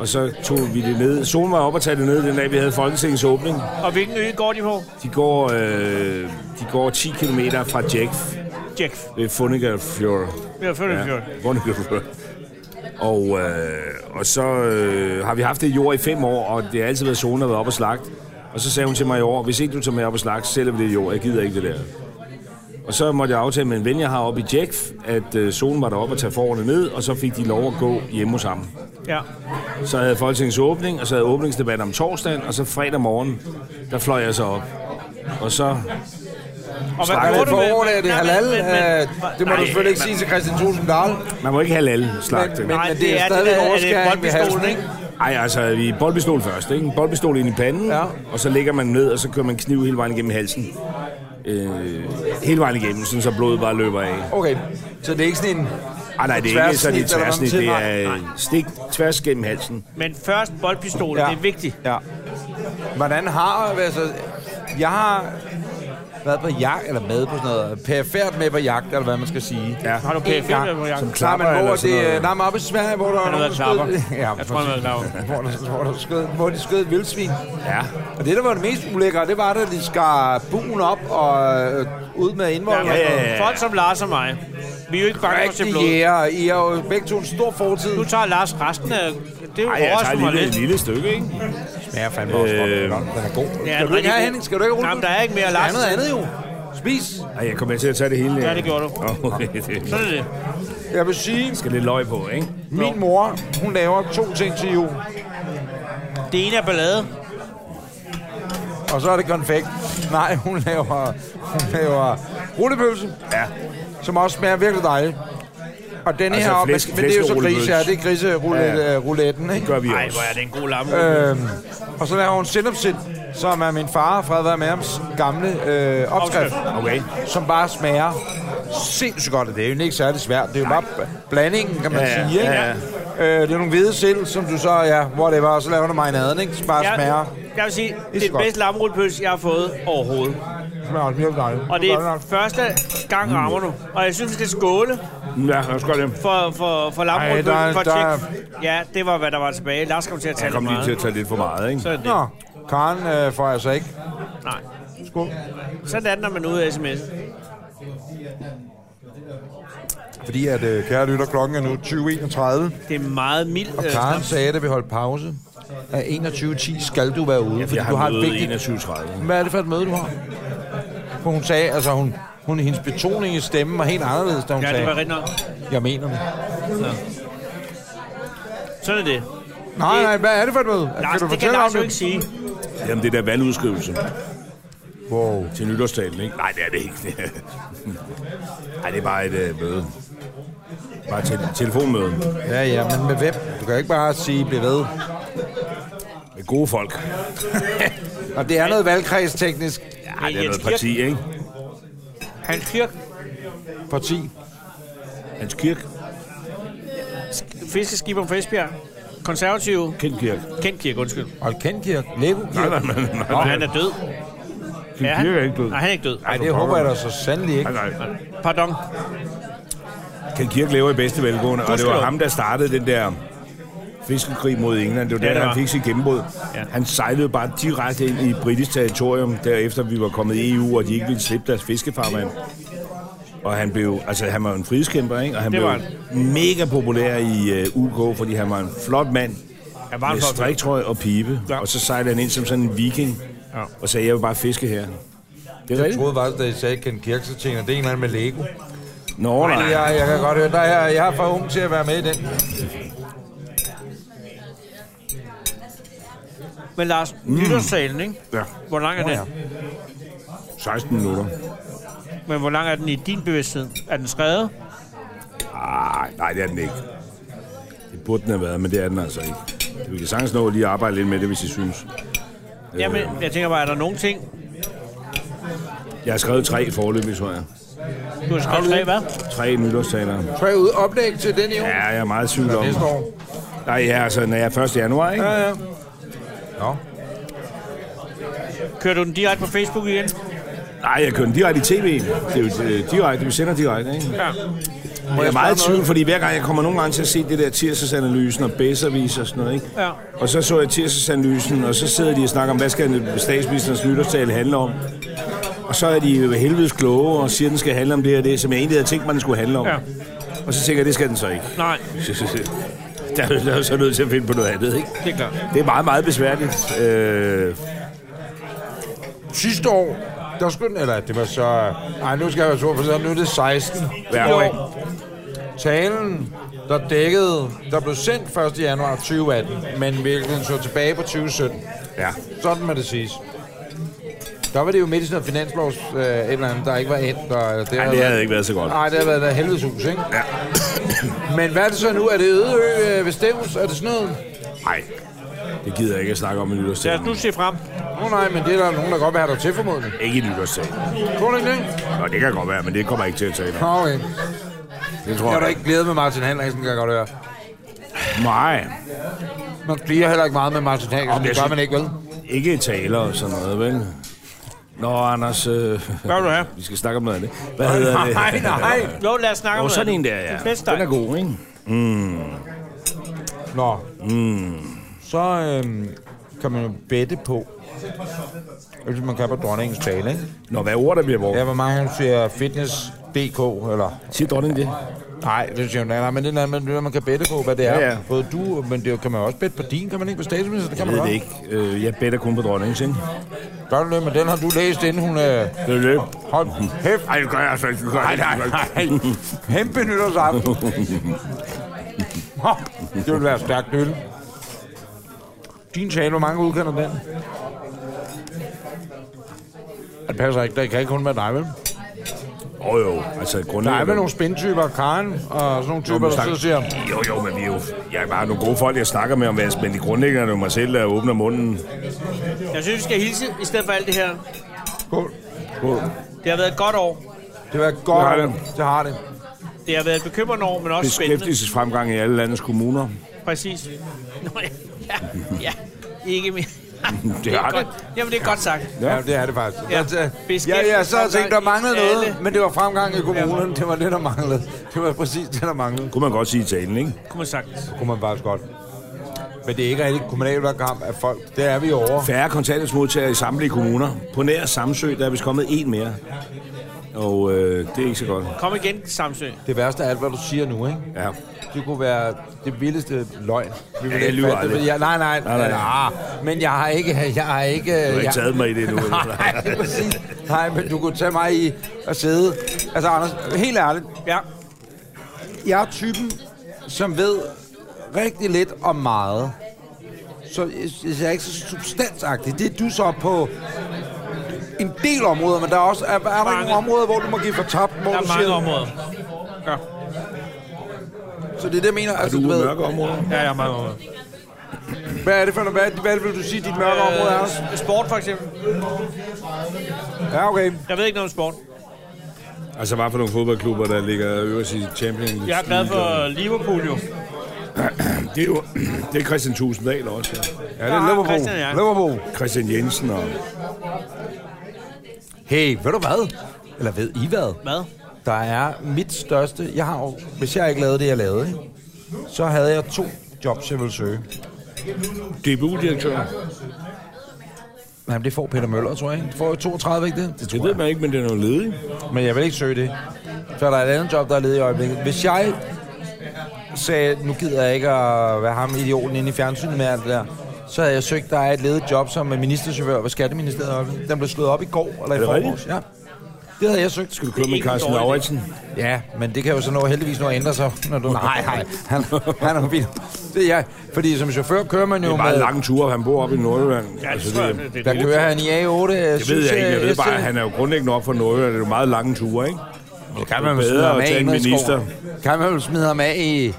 B: Og så tog vi det ned. Solen var op og tage det ned, den dag vi havde Folketingets åbning.
A: Og hvilken ø går de på?
B: De går, øh, de går 10 km fra Jack øh,
A: Jack.
B: ved Funnegafjord.
A: Vi har født i fjord.
B: Funnegafjord. Og, øh, og så øh, har vi haft det jord i fem år, og det har altid været solen, der har været op og slagt. Og så sagde hun til mig i år, hvis ikke du tager med op og slagt, sælger vi det jord. Jeg gider ikke det der. Og så måtte jeg aftale med en ven, jeg har oppe i Jack, at øh, solen var deroppe og tage forerne ned, og så fik de lov at gå hjemme hos ham.
A: Ja.
B: Så havde Folketingets åbning, og så havde åbningsdebat om torsdagen, og så fredag morgen, der fløj jeg så op. Og så
A: Og
B: Snakker
C: Er det
B: Hvor
A: gjorde
C: for
A: med-
C: året, er det
A: Nej, men-
C: halal?
A: men- men-
C: Øh, Det må
A: Nej,
C: du selvfølgelig ikke
A: men-
C: sige til Christian Tusind Dahl.
B: Man må ikke have alle slagte.
C: Men, men,
A: Nej,
C: men
A: det
C: det
A: er
C: er
A: det
C: stadig
A: der- er det
C: overskæring ved
A: boldpistolen,
C: halsen,
A: ikke?
C: ikke?
B: Ej, altså, vi boldpistol først, ikke? En boldpistol ind i panden,
C: Ja.
B: ja. og så lægger man ned, og så kører man kniv hele vejen igennem halsen. Øh, hele vejen igennem, sådan så blodet bare løber af.
C: Okay, så det er ikke sådan en...
B: Ej, nej, det er ikke så det er
C: Tværsnit,
B: tværsnit. Det
C: eller hvad man
B: er øh, stik tværs gennem halsen.
A: Men først boldpistolen,
C: Ja.
A: det er vigtigt.
C: Ja. Hvordan har... Altså, jeg har været på jagt, eller med på sådan noget, perifært med på jagt, eller hvad man skal sige.
B: Ja.
A: Har du PFL
C: gang,
A: med på jakken?
C: Nej, men hvor
B: eller
C: er
B: sådan
C: det... øh,
B: noget.
C: Nej, men oppe i Sverige, hvor der var
A: Han har været klapper.
C: Ja,
A: Jeg tror, han har været klapper.
C: hvor, der, hvor, der skød, hvor de skød et vildsvin.
B: Ja.
C: Og det, der var det mest ulækre, det var, da de skar buen op og øh, ud med indvolden.
A: Ja,
C: Ja, ja,
B: ja,
A: ja,
B: ja.
A: Folk som Lars og mig, vi er jo ikke bange for at se
C: Rigtig
A: blod.
C: jæger. I har jo begge to en stor fortid.
A: Nu tager Lars resten af... Det er jo
B: Ej, jeg tager
A: overraskende mig
B: lige
A: lidt.
B: et lille stykke, ikke?
C: smager fandme også
B: Øh,
C: godt. Den er godt. Den er god.
A: Ja,
C: skal du ikke
A: rigtig
C: have,
A: god.
C: Henning? Skal du ikke rulle
A: Jamen, der er ikke mere,
C: Der
A: Lars.
C: er noget andet jo. Spis.
B: Ej, jeg kommer til at tage det hele.
A: Ja, det gjorde du.
B: Åh, Okay, det
A: Sådan er det.
C: Jeg vil sige,
B: skal lidt løg på, ikke?
C: min mor, hun laver to ting til jul.
A: Det ene er ballade.
C: Og så er det konfekt. Nej, hun laver, hun laver rullepølse,
B: Ja.
C: som også smager virkelig dejligt. Og denne
B: Altså
C: her, men,
B: flæske-
C: men det er jo så gris,
B: flæskerullepølse.
C: ja, det er griserulletten,
B: Ja,
C: ja, rouletten, ikke?
B: Gør vi
A: Nej,
B: også.
A: hvor er det en god lamme.
C: Øhm, og så laver hun sennepsild, som er min far, Fred Vær Mærms, gamle øh, opskrift,
B: Okay.
C: som bare smager sindssygt godt. Det er jo ikke særlig svært. Det er jo bare b- blandingen, kan man
B: Ja, ja,
C: sige. Ikke?
B: ja,
C: Øh, det er nogle hvide sild, som du så, ja, whatever, og så laver du marinaden, ikke? Som bare ja. smager.
A: Jeg, jeg vil sige, det er
C: så
A: den
C: godt.
A: bedste lammerullepølse, jeg har fået overhovedet.
C: smager også virkelig dejligt.
A: Og det
C: Godt
A: er
C: nok. Mm.
A: første gang rammer nu. Og jeg synes, vi skal skåle
B: Ja, jeg skal det.
A: for, for, for
C: Ej,
A: lammerullepølsen
C: der-
A: for at
C: der-
A: tjekke. Ja, det var, hvad der var tilbage. Lars kom til at tage
B: Jeg
A: lidt
B: kom lige til
A: meget.
B: at tage lidt for meget, ikke?
A: Sådan er
C: Nå, Karen øh, får jeg så ikke.
A: det. Nej.
C: Skål.
A: Sådan er det, når man er ude af sms.
C: Fordi at, øh, kære lytter, klokken er nu 20.31,
A: Det er meget mild.
C: og
A: øh,
C: Karen
A: snaps.
C: sagde, da vi holdt pause, at 21.10 skal du være ude, fordi
B: Jeg
C: du har
B: har
C: et vigtigt
B: 21.30.
C: Hvad er det for et møde, du har? For hun sagde, altså hun, hun, hendes betoning i stemmen var helt anderledes, da hun
A: Ja,
C: sagde,
A: det var rigtig nok.
C: jeg mener det.
A: Sådan er det.
C: Nej, nej, hvad er det for et møde? Altså,
A: Lars, det kan Lars jo ikke sige.
B: Jamen, det der valgudskrivelse
C: Wow.
B: til nytårstalen, ikke? Nej, det er det ikke. Nej, det er bare et øh, møde. Bare et te- telefonmøde
C: Ja, ja, men med hvem? Du kan ikke bare sige, bliv ved.
B: med gode folk.
C: Og det er noget valgkredsteknisk.
B: Ja, det er
A: Jens
B: noget
A: Kirk-
B: parti, ikke?
A: Hans Kirk,
G: Parti.
B: Hans Kirk,
A: fiskeskib om Fæsbjerg, konservative,
B: Kent Kirk.
A: Kent Kirk, undskyld.
C: Og Kendkirk, Lego
B: Nej,
C: Kirk.
B: nej, nej, nej.
A: Og han er død.
B: Kent Kirk er ikke død.
A: Nej, han er ikke død.
C: Nej, det
B: for
C: håber jeg
B: pokker.
C: da så sandelig ikke.
B: Nej, nej.
A: Pardon.
B: Kent Kirk lever i bedste velgående, og det
A: Gudskelov.
B: var ham, der startede den der fiskekrig mod England. Det
A: Ja,
B: var ja, der,
A: det var.
B: han fik sit gennembrud.
A: Ja.
B: Ja. Han sejlede bare direkte ind i britisk territorium, derefter vi var kommet i EU, og de ikke ville slippe deres fiskefarvand. Og han blev, altså han var en frihedskæmper, ikke? Og han
A: Det
B: blev
A: var
B: mega populær i uh, UK, fordi han var en flot mand.
A: Han var en
B: med
A: flot mand.
B: striktrøje og pibe.
A: Ja.
B: Ja. Og så sejlede han ind som sådan en viking,
A: Ja.
B: ja. og sagde, jeg vil bare fiske her. Det er
C: Jeg
B: rigtigt.
C: troede faktisk, da I sagde Ken Kirk, så tænkte jeg, det er en eller anden med Lego.
B: Nå, nej.
C: Jeg, jeg kan godt høre, der er, jeg er for ung til at være med i den.
A: Men Lars, mm. nytårssalen, ikke?
B: Ja,
A: Hvor lang er den?
B: 16 minutter.
A: Men hvor lang er den i din bevidsthed? Er den skrevet?
B: Øh. Ah, nej, det er den ikke. Det burde den have været, men det er den altså ikke. Vi kan sagtens nå lige at arbejde lidt med det, hvis I synes.
A: Jamen, jeg tænker bare, er der nogen ting?
B: Jeg har skrevet tre forløbig, tror jeg.
A: Du har skrevet tre, hvad?
B: Tre nytårstaler.
C: Tror jeg ud oplæg til den i år?
B: Ja, jeg er meget i tvivl om.
C: Næste år.
B: Nej, ja, altså, når jeg er 1. januar, ikke?
C: Ja, ja. Nå,
A: Kører du den direkte på Facebook igen?
B: Nej, jeg kører den direkte i tv. Det er jo øh, direkte, vi sender direkte, ikke?
A: Ja.
B: Må jeg er meget i tvivl, fordi hver gang jeg kommer nogle gange til at se det der tirsdagsanalysen og bedservis og sådan noget, ikke?
A: Ja.
B: Og så så jeg tirsdagsanalysen, og så sidder de og snakker om, hvad skal statsministerens nytårstale handle om? Og så er de jo helvedes kloge og siger, at den skal handle om det og det, som jeg egentlig havde tænkt mig, den skulle handle om.
A: Ja.
B: Og så tænker jeg, det skal den så ikke.
A: Nej,
B: Der er jo- der er jo så nødt til at finde på noget andet, ikke?
A: det er klart.
B: Det er meget, meget besværligt. Øh,
C: sidste år, der skulle den, eller det var så... Nej, nu skal jeg være sur, for så nu er det 16.
B: Ja.
C: I år. Talen, der dækkede, der blev sendt 1. januar 2018, men virkelig så tilbage på 2017.
B: ja.
C: Sådan må det siges. Der var det jo midt i sådan noget finanslovs øh, et eller andet, der ikke var endt. Og det
B: Ej, det havde ikke været så godt.
C: Nej, det har været et helvedes hus, ikke?
B: Ja.
C: Men hvad er det så nu? Er det Ødeø øh, ved Stevns? Er det sådan noget?
B: Nej, det gider jeg ikke at snakke om i
A: Lad os
B: nytårstalen.
A: nu se frem.
C: Nå nej, men det er der nogen, der godt vil have dig til formodentlig.
B: Ikke i nytårstalen.
C: Tror du ikke det?
B: Nå, det kan godt være, men det kommer jeg ikke til at tale om.
C: Nå, okay.
B: Det
C: Jeg
B: tror
C: er da
B: jeg
C: ikke glædet med Martin Henriksen, kan jeg godt høre.
B: Nej,
C: Man bliver heller ikke meget med Martin
B: Om
C: Henriksen.
B: jeg
C: Det gør
B: synes-
C: man ikke, vel?
B: ikke taler og sådan noget, vel? Nå, Anders, øh,
A: Hvad vil du have?
B: vi skal snakke om noget af det. Hvad hedder det?
A: Nej, nej. Jo, lad os snakke
B: Nå,
A: om
B: sådan
A: noget.
B: en der, ja.
A: Det er festdag.
B: Den er god, ikke?
C: Nå. Mm. Så øhm, kan man jo bette på. Hvis man kan på dronningens tale, ikke?
B: Nå, hvad ord der bliver brugt?
C: Ja, hvor mange hun siger fitness.dk, eller...
B: Siger dronningen det?
C: Nej, det siger hun, nej, nej, men det er noget, man, man kan bette på, hvad det er.
B: Ja, ja.
C: Både du, men det kan man jo også bette på din, kan man ikke på statsminister? Det kan
B: Jeg
C: man
B: ved
C: godt.
B: det ikke. Øh, jeg bedder kun på dronningens, ikke?
C: Gør du det, men den har du læst, inden hun... Øh,
B: Det er det.
C: holdt hæft.
B: Ej, det gør jeg altså ikke. Det gør jeg
C: Nej,
B: altså
C: nej,
B: ikke.
C: Hæmpe nytårsaften. Nå, det ville være stærkt øl. Din tale, hvor mange udkender den? Det passer ikke. Det kan ikke kun være dig, vel?
B: Åh oh, jo, altså
C: Der
B: grundlæggende...
C: er vel nogle spændtyper, Karen og sådan nogle typer,
B: men
C: der
B: snak-
C: sidder og siger,
B: Jo, jo, men vi er jo... Jeg er bare nogle gode folk, jeg snakker med om, hvad- men i grundlæggende er det jo mig selv, der åbner munden.
A: Jeg synes, vi skal hilse i stedet for alt det her.
C: Skål.
A: Det har været et godt år.
C: Det var
B: Det har
C: godt. Det,
B: det.
C: det har det.
A: Det har været et bekymrende år, men også spændende.
B: Beskæftigelsesfremgang i alle landets kommuner.
A: Præcis. Nå, ja. ja, ja. Ikke mere.
B: Det er
A: godt.
B: det.
A: Jamen, det er godt sagt.
C: Ja, det er det faktisk.
A: Ja.
C: Ja, ja, ja så har jeg tænkt, der
A: Beskæftigelsesfremgang i
C: manglede noget,
A: alle-
C: men det var fremgang i kommunen. Det var det, der manglede. Det var præcis det, der manglede.
B: Kunne man godt sige i talen, ikke?
A: Kunne man sagtens.
C: kunne man faktisk godt. Men det er ikke rigtig kommunalvalgkamp af folk. Det er vi over.
B: Færre kontanthjælpsmodtagere i samtlige kommuner. På nær Samsø, der er vist kommet en mere. Og øh, det er ikke så godt.
A: Kom igen, Samsø.
C: Det værste er alt, hvad du siger nu, ikke?
B: Ja.
C: Det kunne være det vildeste løgn. Vi
B: jeg lyver
C: fatte det,
B: aldrig.
C: fordi jeg, nej, nej, nej,
B: nej.
C: nej, nej. Men jeg har ikke... Jeg har ikke
B: Du har
C: jeg,
B: ikke taget mig i det endnu.
C: Nej, præcis. Nej, men du kunne tage mig i at sidde. Altså, Anders, helt ærligt.
A: Ja.
C: Jeg er typen, som ved rigtig lidt om meget. Så jeg, jeg er ikke så substansagtig. Det er du så på en del områder, men der er også er, er der ikke nogle områder, hvor du må give for tabt, hvor
A: Der
C: du
A: er mange
C: siger,
A: områder. Ja,
C: Så det er det, jeg mener.
B: Er
C: Altså,
B: du
C: du
B: ude i
C: ved,
B: mørke områder?
A: Øh, ja, ja mange områder.
C: Hvad er det for noget? Hvad, hvad vil du sige, dit mørke område er? Anders?
A: Øh, sport for eksempel.
C: Ja, okay.
A: Jeg ved ikke noget om sport.
B: Altså, hvad for nogle fodboldklubber, der ligger øverst i Champions League?
A: Jeg er glad for Liverpool jo.
B: Det er jo det er Christian Tusinddal også, ja.
C: Ja, det er
A: Ja,
C: Liverpool.
A: Christian og jeg.
C: Liverpool.
B: Christian Jensen og...
C: Hey, ved du hvad? Eller ved I hvad?
A: Hvad?
C: Der er mit største... Jeg har jo, hvis jeg ikke lavede det, jeg lavede, ikke? så havde jeg to jobs, jeg ville søge.
B: DBU-direktør.
C: Nej, men det får Peter Møller, tror jeg. ikke? Det får jo 32, ikke det? Det
B: Det
C: tror
B: ved
C: jeg.
B: man ikke, men det er noget ledigt.
C: Men jeg vil ikke søge det. Så er der et andet job, der er ledig i øjeblikket. Hvis jeg sagde, nu gider jeg ikke at være ham idioten inde i fjernsynet med alt det der, så havde jeg søgt, der er et ledigt job som ministerchauffør ved Skatteministeriet. i øjeblikket. Den blev slået op i går, eller i
B: det
C: forgårs. Ja. Det havde jeg søgt.
B: Skal du køre med
A: ikke
B: Carsten
A: dårligt.
B: Lauritsen?
C: Ja, men det kan jo så nå, heldigvis nå at ændre sig, når du... Nej, nej, han, han er jo vild. Det er jeg. Fordi som chauffør kører man
B: Det
C: jo
B: er bare en
C: med...
B: lang tur, han bor oppe i Nordjylland.
A: Ja,
B: Altså,
A: det
B: det-
A: tror jeg, det, det,
C: Der
A: det,
C: kører han i A8.
B: Det ved jeg ikke.
A: øh,
B: Jeg
C: øh,
B: ved bare, at han er jo grundlæggende op for Nordjylland. Det er jo meget lange ture, ikke?
C: Det kan man vel
B: bedre
C: smide ham
B: at
C: af
B: tage
C: i
B: en
C: minister.
B: minister.
C: Kan man vel smide ham af i...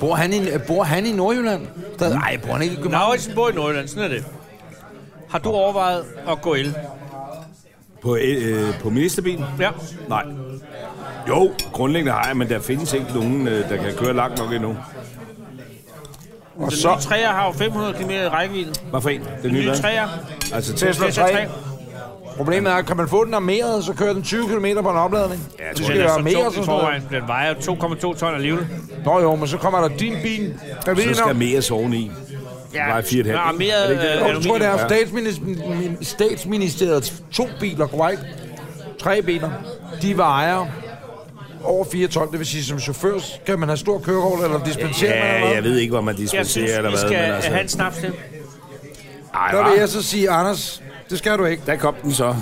C: Bor han i, bor han i Nordjylland? Der,
B: Mm.
C: nej, bor han ikke i København?
A: Lauritsen bor i Nordjylland, sådan er det. Har du overvejet at gå el?
B: På, øh, på ministerbilen?
A: Ja.
B: Nej. Jo, grundlæggende har jeg, men der findes ikke nogen, øh, der kan køre langt nok endnu.
A: Og den nye træer har jo 500 km i rækkevidde.
B: Hvad for en? Den
A: Den
B: nye,
A: nye
B: hvad?
A: træer.
B: Altså
C: Tesla
B: Tesla.
A: Tesla 3.
C: tre. Problemet er, kan man få den armeret, så kører den 20 km på en opladning. Ja,
B: jeg
C: du
B: tror,
C: skal
A: Den
C: jo
A: er
C: have mere
A: så
C: og
A: tung i
C: sådan noget.
A: forvejen. Den vejer 2,2 ton alligevel.
C: Nå jo, men så kommer der din bil. Jeg
B: Så
C: ved ikke,
B: skal
C: om-
B: mere sove i. Ja. Bare fire og et halvt.
A: Nå, mere,
B: Er det ikke det?
A: øh,
C: Jeg tror, det er
B: Ja.
C: statsminister, statsministeriets to biler, korrekt? Tre biler. De vejer over 4 ton. Det vil sige, som chauffør skal man have stor kørekort, eller dispenserer man eller
B: Ja, jeg
C: hvad?
B: ved ikke, hvor man
A: Jeg synes,
B: dispenserer eller
A: vi
B: hvad,
A: skal
B: men
A: altså...
B: altså...
A: have en snaps til.
B: Ej,
C: Der vil
B: hva?
C: jeg så sige, Anders, det skal du ikke.
B: Der kom den så.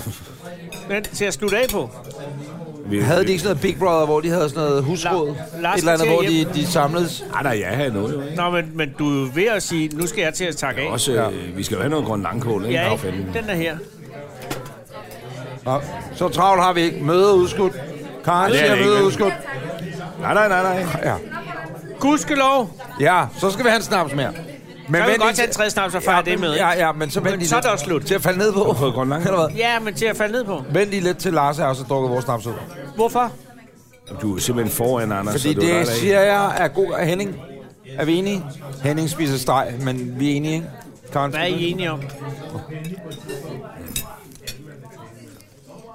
A: Men til at slutte af på.
B: Vi,
C: Havde de ikke sådan noget Big Brother, hvor de havde sådan noget husråd?
A: La-
C: Et
A: Lars
C: eller andet,
A: skal
C: hvor de,
A: hjem.
C: de samledes?
B: Ej, der er jeg her nu, jo. ikke?
A: Nå, men, men du er jo ved at sige, nu skal jeg til at takke af.
B: Også, øh, vi skal jo have noget grøn langkål, ikke?
A: Ja,
B: Ja,
A: ikke? den er her.
C: Nå, så travlt har vi ikke. Møde er udskudt. Karen
B: det er
C: siger
B: det ikke,
C: møde er
B: vel?
C: udskudt.
B: Nej, nej, nej, nej.
C: Ja.
A: Gudskelov.
C: ja, så skal vi have en snaps mere. Men
A: Så kan vi
C: vent
A: godt
C: lige
A: tage en
C: til-
A: tredje snaps og fejre det
C: men-
A: med.
C: Ja,
A: ikke?
C: ja, men så vent
A: Men
C: lige
A: så er
C: lidt.
A: det også slut.
C: Til at falde ned på.
B: fået grønlange.
C: Eller hvad?
A: Ja, men til at falde ned på.
C: Vent lige lidt til Lars er også drukket vores snaps ud.
A: Hvorfor?
B: Du er simpelthen foran, Anders. og
C: Fordi
B: du Altså, er
C: det
B: der ikke.
C: siger jeg er god af Henning. Er vi enige? Henning spiser steg, men vi er enige, ikke? Karen,
A: Hvad er I enige om?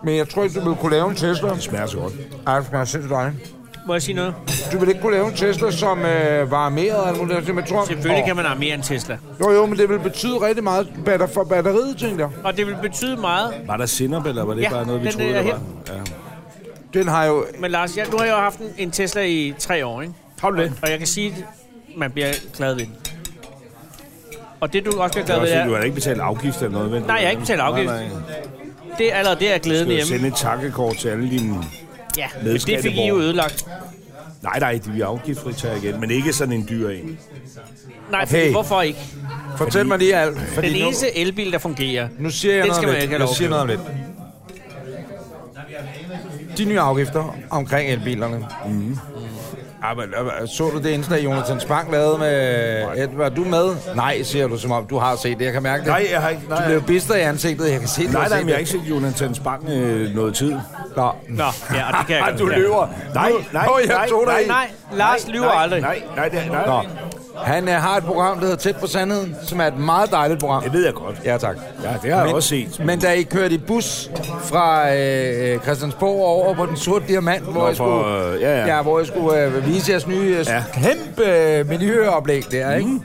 C: Men jeg tror ikke, du ville kunne lave en Tesla.
B: Det smager så godt.
C: Ej, det smager sindssygt dejligt.
A: Må jeg sige noget?
C: Du ville ikke kunne lave en Tesla, som øh, var armeret og alt muligt. andet. Men Jeg tror,
A: Selvfølgelig kan man have mere end Tesla.
C: Jo, jo, men det vil betyde rigtig meget batter for batteriet, tænkte jeg.
A: Og det vil betyde meget.
B: Var der sindop, eller var det
A: Ja,
B: bare noget, vi
A: den
B: troede,
A: er
B: der
A: her.
B: var? Ja.
C: Den har jo...
A: Men Lars, jeg, nu har jeg jo haft en, en Tesla i tre år, ikke?
B: Har du det?
A: Og jeg kan sige, at man bliver glad ved den. Og det, du også bliver glad ved,
B: Også, du
A: er,
B: har da ikke betalt afgift eller noget, vel?
A: Nej, jeg har ikke betalt afgift.
B: Nej, nej.
A: det er allerede der er
B: Du
A: glæden
B: skal jo
A: hjemme.
B: sende et takkekort til alle dine...
A: Ja,
C: Øh,
B: med
A: men det fik I jo
B: Skatteborg.
A: ødelagt.
B: Nej, nej, de er afgiftsfritager igen, men ikke sådan en dyr en.
A: Nej, for
C: Okay.
A: hvorfor ikke?
C: Fortæl mig lige alt. Fordi
A: Den
C: nu,
A: eneste elbil, der fungerer,
C: nu siger jeg
A: den
C: noget
A: skal
C: om
A: man
C: lidt.
A: ikke have
C: Jeg
A: lov at
C: siger noget om lidt. De nye afgifter omkring elbilerne. Mm.
A: Mm-hmm.
C: Ja, men, øh, så du det indslag, Jonathan Spang lavede med... Ed, var du med? Nej, siger du, som om du har set det. Jeg kan mærke det.
B: Nej, jeg har ikke... Nej,
C: Du blev bister i ansigtet. Jeg kan se, du
B: nej,
C: har
B: nej,
C: set
B: men jeg har ikke set Jonathan Spang øh, noget tid.
C: det. Nå,
A: Nå, ja, og det kan jeg
B: Ej,
A: godt.
B: du
A: Ja.
B: løber. Nej, nej,
C: Nå, jeg
B: nej,
C: tog dig
B: nej,
C: i.
A: Nej, Lars lyver
B: nej,
A: aldrig.
B: Nej, nej, nej, nej.
C: Nå.
B: nej.
C: Han øh, har et program, der hedder Tæt på Sandheden, som er et meget dejligt program.
B: Det ved jeg godt.
C: Ja, tak.
B: Ja, det har jeg også set.
C: Men da I kørte i bus fra øh, Christiansborg over på den sorte diamant, hvor,
B: Nå,
C: jeg
B: for,
C: skulle,
B: øh, ja, ja.
C: ja, hvor jeg skulle øh, vise jeres nye øh,
B: Ja.
C: kæmpe øh, miljøoplæg der, ikke?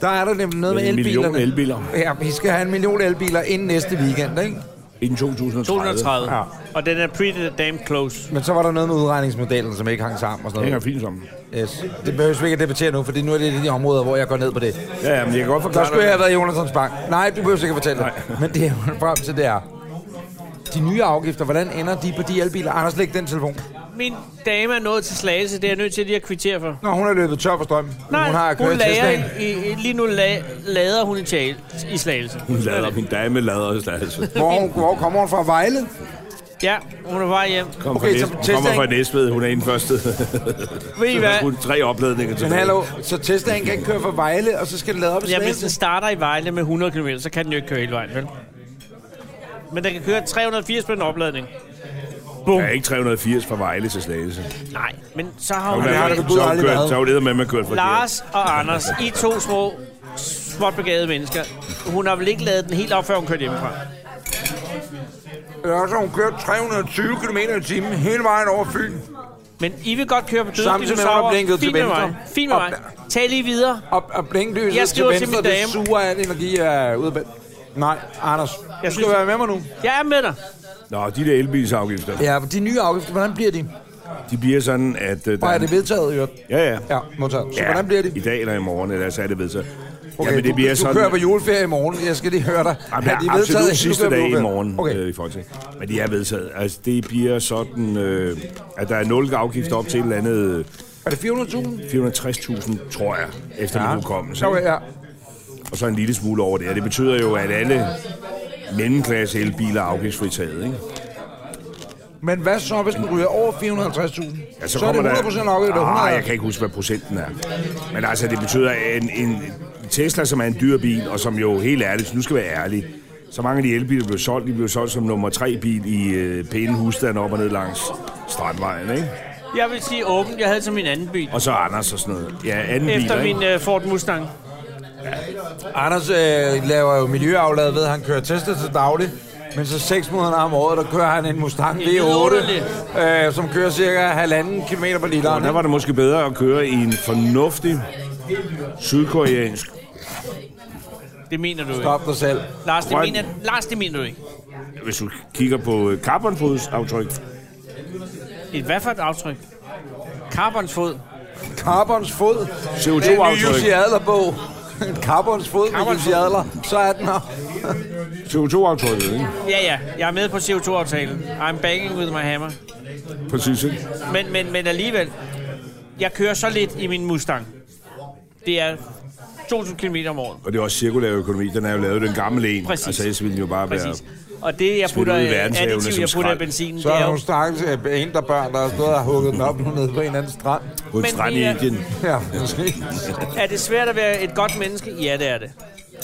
C: Der er der nemlig noget med,
B: Med en million
C: elbilerne.
B: elbiler.
C: Ja, vi skal have en million elbiler inden næste weekend, ikke?
B: Inden 2030.
A: 230.
C: Ja.
A: Og den er pretty damn close.
C: Men så var der noget med udregningsmodellen, som ikke hang sammen og
B: Det
C: sådan
B: hænger
C: noget.
B: fint sammen.
C: Yes. Det behøver vi ikke at debattere nu, for nu er det de områder, hvor jeg går ned på det.
B: Ja, ja, men jeg kan godt forklare
C: Der skulle jeg
B: dig.
C: have været Jonathans Bank. Nej, du behøver ikke at fortælle det.
B: Nej.
C: Men det er frem til, det er. De nye afgifter, hvordan ender de på de elbiler? Anders, læg den telefon.
A: Min dame er nået til slagelse, det er jeg nødt til lige at kvittere for.
C: Nå, hun er løbet tør for strøm.
A: Nej,
C: hun har
A: hun
C: kørt til
A: lager,
C: Teslaen.
A: i, i, lige nu la, lader hun i, tale, i slagelse.
B: Hun lader min dame lader os der altså.
C: Hvor, hun- hvor kommer hun fra? Vejle?
A: Ja, hun er bare hjem.
B: Kom
C: Okay,
B: okay,
C: så
B: fra Næs, hun
C: tester
B: kommer fra
C: ikke-
B: Næstved, hun er inden første.
A: Ved I hvad?
B: Hun tre opladninger til.
C: Men hallo, så Teslaen kan ikke køre fra Vejle, og så skal den lade op i
A: Ja, hvis
C: Slagelse?
A: den starter i Vejle med 100 km, så kan den jo ikke køre hele vejen, vel? Men den kan køre 380 på en opladning. Bum.
B: Ja, ikke 380 fra Vejle til Slagelse.
A: Nej, men så har hun...
B: Så
C: har
B: er
C: der
B: det
C: gud aldrig været.
B: så er det med, at man kørt forkert.
A: Lars og Anders, I to små, småt begavede mennesker. Hun har vel ikke lavet den helt op, før hun kørte hjemmefra?
C: Ja, Øh, så hun kører 320 km i timen hele vejen over Fyn.
A: Men I vil godt køre på døde
C: Samtidig med, hun har blinket til
A: Fint med
C: venstre.
A: mig. Fint med mig. Tag lige videre.
C: Og, og blinklyset
A: Jeg
C: til
A: skriver til
C: venstre,
A: min
C: det
A: dame.
C: suger al energi af ude af bæ- Nej, Anders, jeg du skal
A: synes-
C: være med mig nu.
A: Jeg er med dig.
B: Nå, de der elbilsafgifter,
C: Ja, de nye afgifter, hvordan bliver de?
B: de bliver sådan, at... øh, der
C: Og er det vedtaget, Jørgen?
B: Ja, ja.
C: Ja, modtaget. Så
B: Ja,
C: hvordan bliver det?
B: I dag eller i morgen, eller så er det vedtaget.
C: Okay,
B: ja, men det bliver
C: du,
B: sådan...
C: du kører på juleferie i morgen. Jeg skal lige høre dig.
B: Jamen, det
C: Er de
B: er
C: vedtaget,
B: absolut
C: at du
B: sidste
C: kører på
B: dag i
C: juleferie?
B: morgen
C: Okay.
B: okay. øh, i Folketinget. Men de er vedtaget. Altså, det bliver sådan, øh, at der er nul afgift op til et eller andet øh,
C: Er det 400.000?
B: 460.000, tror jeg, efter ja. min hukommelse.
C: Okay, ja.
B: Og så en lille smule over det. Og det betyder jo, at alle mellemklasse elbiler er afgiftsfritaget, ikke?
C: Men hvad så, hvis den ryger over 450.000?
B: Ja,
C: så, så er det 100% der... afgift, eller 100
B: ah, jeg kan ikke huske, hvad procenten er. Men altså, det betyder, at en, en Tesla, som er en dyr bil, og som jo helt ærligt, hvis nu skal være ærlig, så mange af de elbiler, der blev solgt, de blev solgt som nummer tre bil i øh, pæne husstande op og ned langs Strandvejen, ikke?
A: Jeg vil sige åbent, jeg havde til min anden bil.
B: Og så Anders og sådan noget. Ja, anden
A: Efter
B: biler,
A: min
B: ikke?
A: uh, Ford Mustang.
C: Anders øh, laver jo miljøaflad ved, at han kører Tesla til daglig. Men så seks måneder om året, der kører han en Mustang
A: Det er
C: V8,
A: vidunderligt.
C: øh, som kører cirka halvanden kilometer på
B: Og der
C: literen.
B: var det måske bedre at køre i en fornuftig sydkoreansk
A: Det mener du ikke.
C: Stop dig selv.
A: Lars det,
B: Grøn.
A: mener, Lars, det mener du ikke.
B: hvis du kigger på øh, carbonfodsaftryk.
A: Et hvad for et aftryk? Carbons fod.
C: Carbons fod.
B: CO2
C: Det er en ny
B: aftryk.
C: Jussi Adler-bog. Carbons fod med
A: Carbons
C: Jussi
A: fod.
C: Adler. Så er den her.
B: CO2-aftrykket, ikke?
A: Ja, ja. Jeg er med på CO2-aftalen. I'm banging with my hammer.
B: Præcis, ikke?
A: Men, men, men alligevel, jeg kører så lidt i min Mustang. Det er 2.000 km om året.
B: Og det er også cirkulær økonomi. Den er jo lavet den gamle en.
A: Præcis.
B: Altså, ellers ville den jo bare
A: Præcis.
B: være...
A: Og det, jeg
B: Smidt
A: putter
B: ud i
A: øh,
B: verdenshavene
A: additiv,
B: som
A: jeg putter i
B: skrald.
A: benzinen,
C: Så
A: det
C: er
A: er
C: nogle
A: jo...
C: stakkels øh, interbørn, der har stået og har hugget den op nu nede på en anden strand.
B: På en
A: Men
B: strand
A: det
B: i
A: er-
B: Indien.
C: Ja, måske.
A: Er det svært at være et godt menneske? Ja, det er det.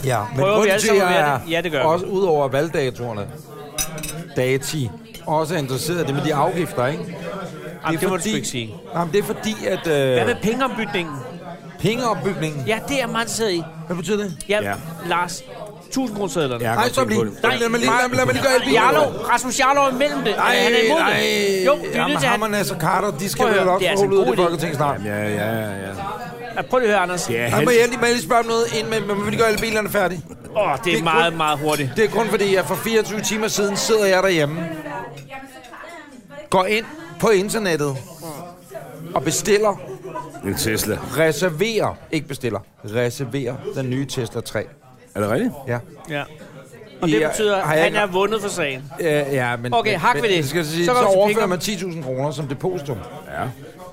C: Ja, men
A: Prøver vi
C: grunden
A: alle
C: til,
A: sammen
C: at
A: at være
C: jeg
A: det? Ja, det gør vi.
C: også ud over valgdatorerne, dati, også er interesseret i det med de afgifter, ikke?
A: Jamen, det må du sgu ikke sige.
C: Jamen, det er fordi, at
A: Hvad
C: øh,
A: med pengeombytningen?
C: pengeopbygningen...
A: Ja, det er jeg meget interesseret i.
C: Hvad betyder det?
A: Ja,
B: Ja.
A: Lars, 1000 kroner
B: Jeg
A: ja.
B: kan
C: Nej,
B: godt
C: stop
B: tænke
C: lige.
B: på
C: Nej,
B: det.
C: lad mig lige, lad mig, lad mig lige gøre et
A: Jarlov, Rasmus Jarlov er imellem det.
C: Nej,
A: Ej, han er imod
C: nej.
A: det. Jo, det er nødt
C: Jamen,
A: til, at han...
C: Hammernas og Carter, de skal
A: Prøv at
C: vel
A: høre,
C: også
A: det er
C: få
A: altså en
C: ud af
A: god
C: det
A: idé.
C: folketing snart.
B: Ja, ja, ja.
A: Ja, prøv lige at høre, Anders.
B: Det
A: Åh,
B: er
C: Han
B: hans...
C: må jeg lige, må jeg lige spørge om noget, inden man, man må lige gøre alle bilerne færdige.
A: oh, det
C: Det
A: er
C: er
A: meget,
C: kun-
A: meget hurtigt.
C: Det er kun fordi, at for 24 timer siden sidder jeg derhjemme, går ind på internettet og bestiller
B: En Tesla.
C: reserverer, ikke bestiller, reserverer den nye Tesla 3.
B: Er det rigtigt?
C: Ja,
A: Ja. Og det
C: Ja,
A: betyder,
C: har
A: at
C: jeg
A: han
C: ikke-
A: er vundet for sagen.
C: øh, ja men...
A: Okay,
C: men-
A: hak
C: men-
A: ved det.
C: Skal jeg sige,
A: Så
C: så,
A: går vi til
C: overfører
A: pengene.
C: man 10.000 kroner som depositum.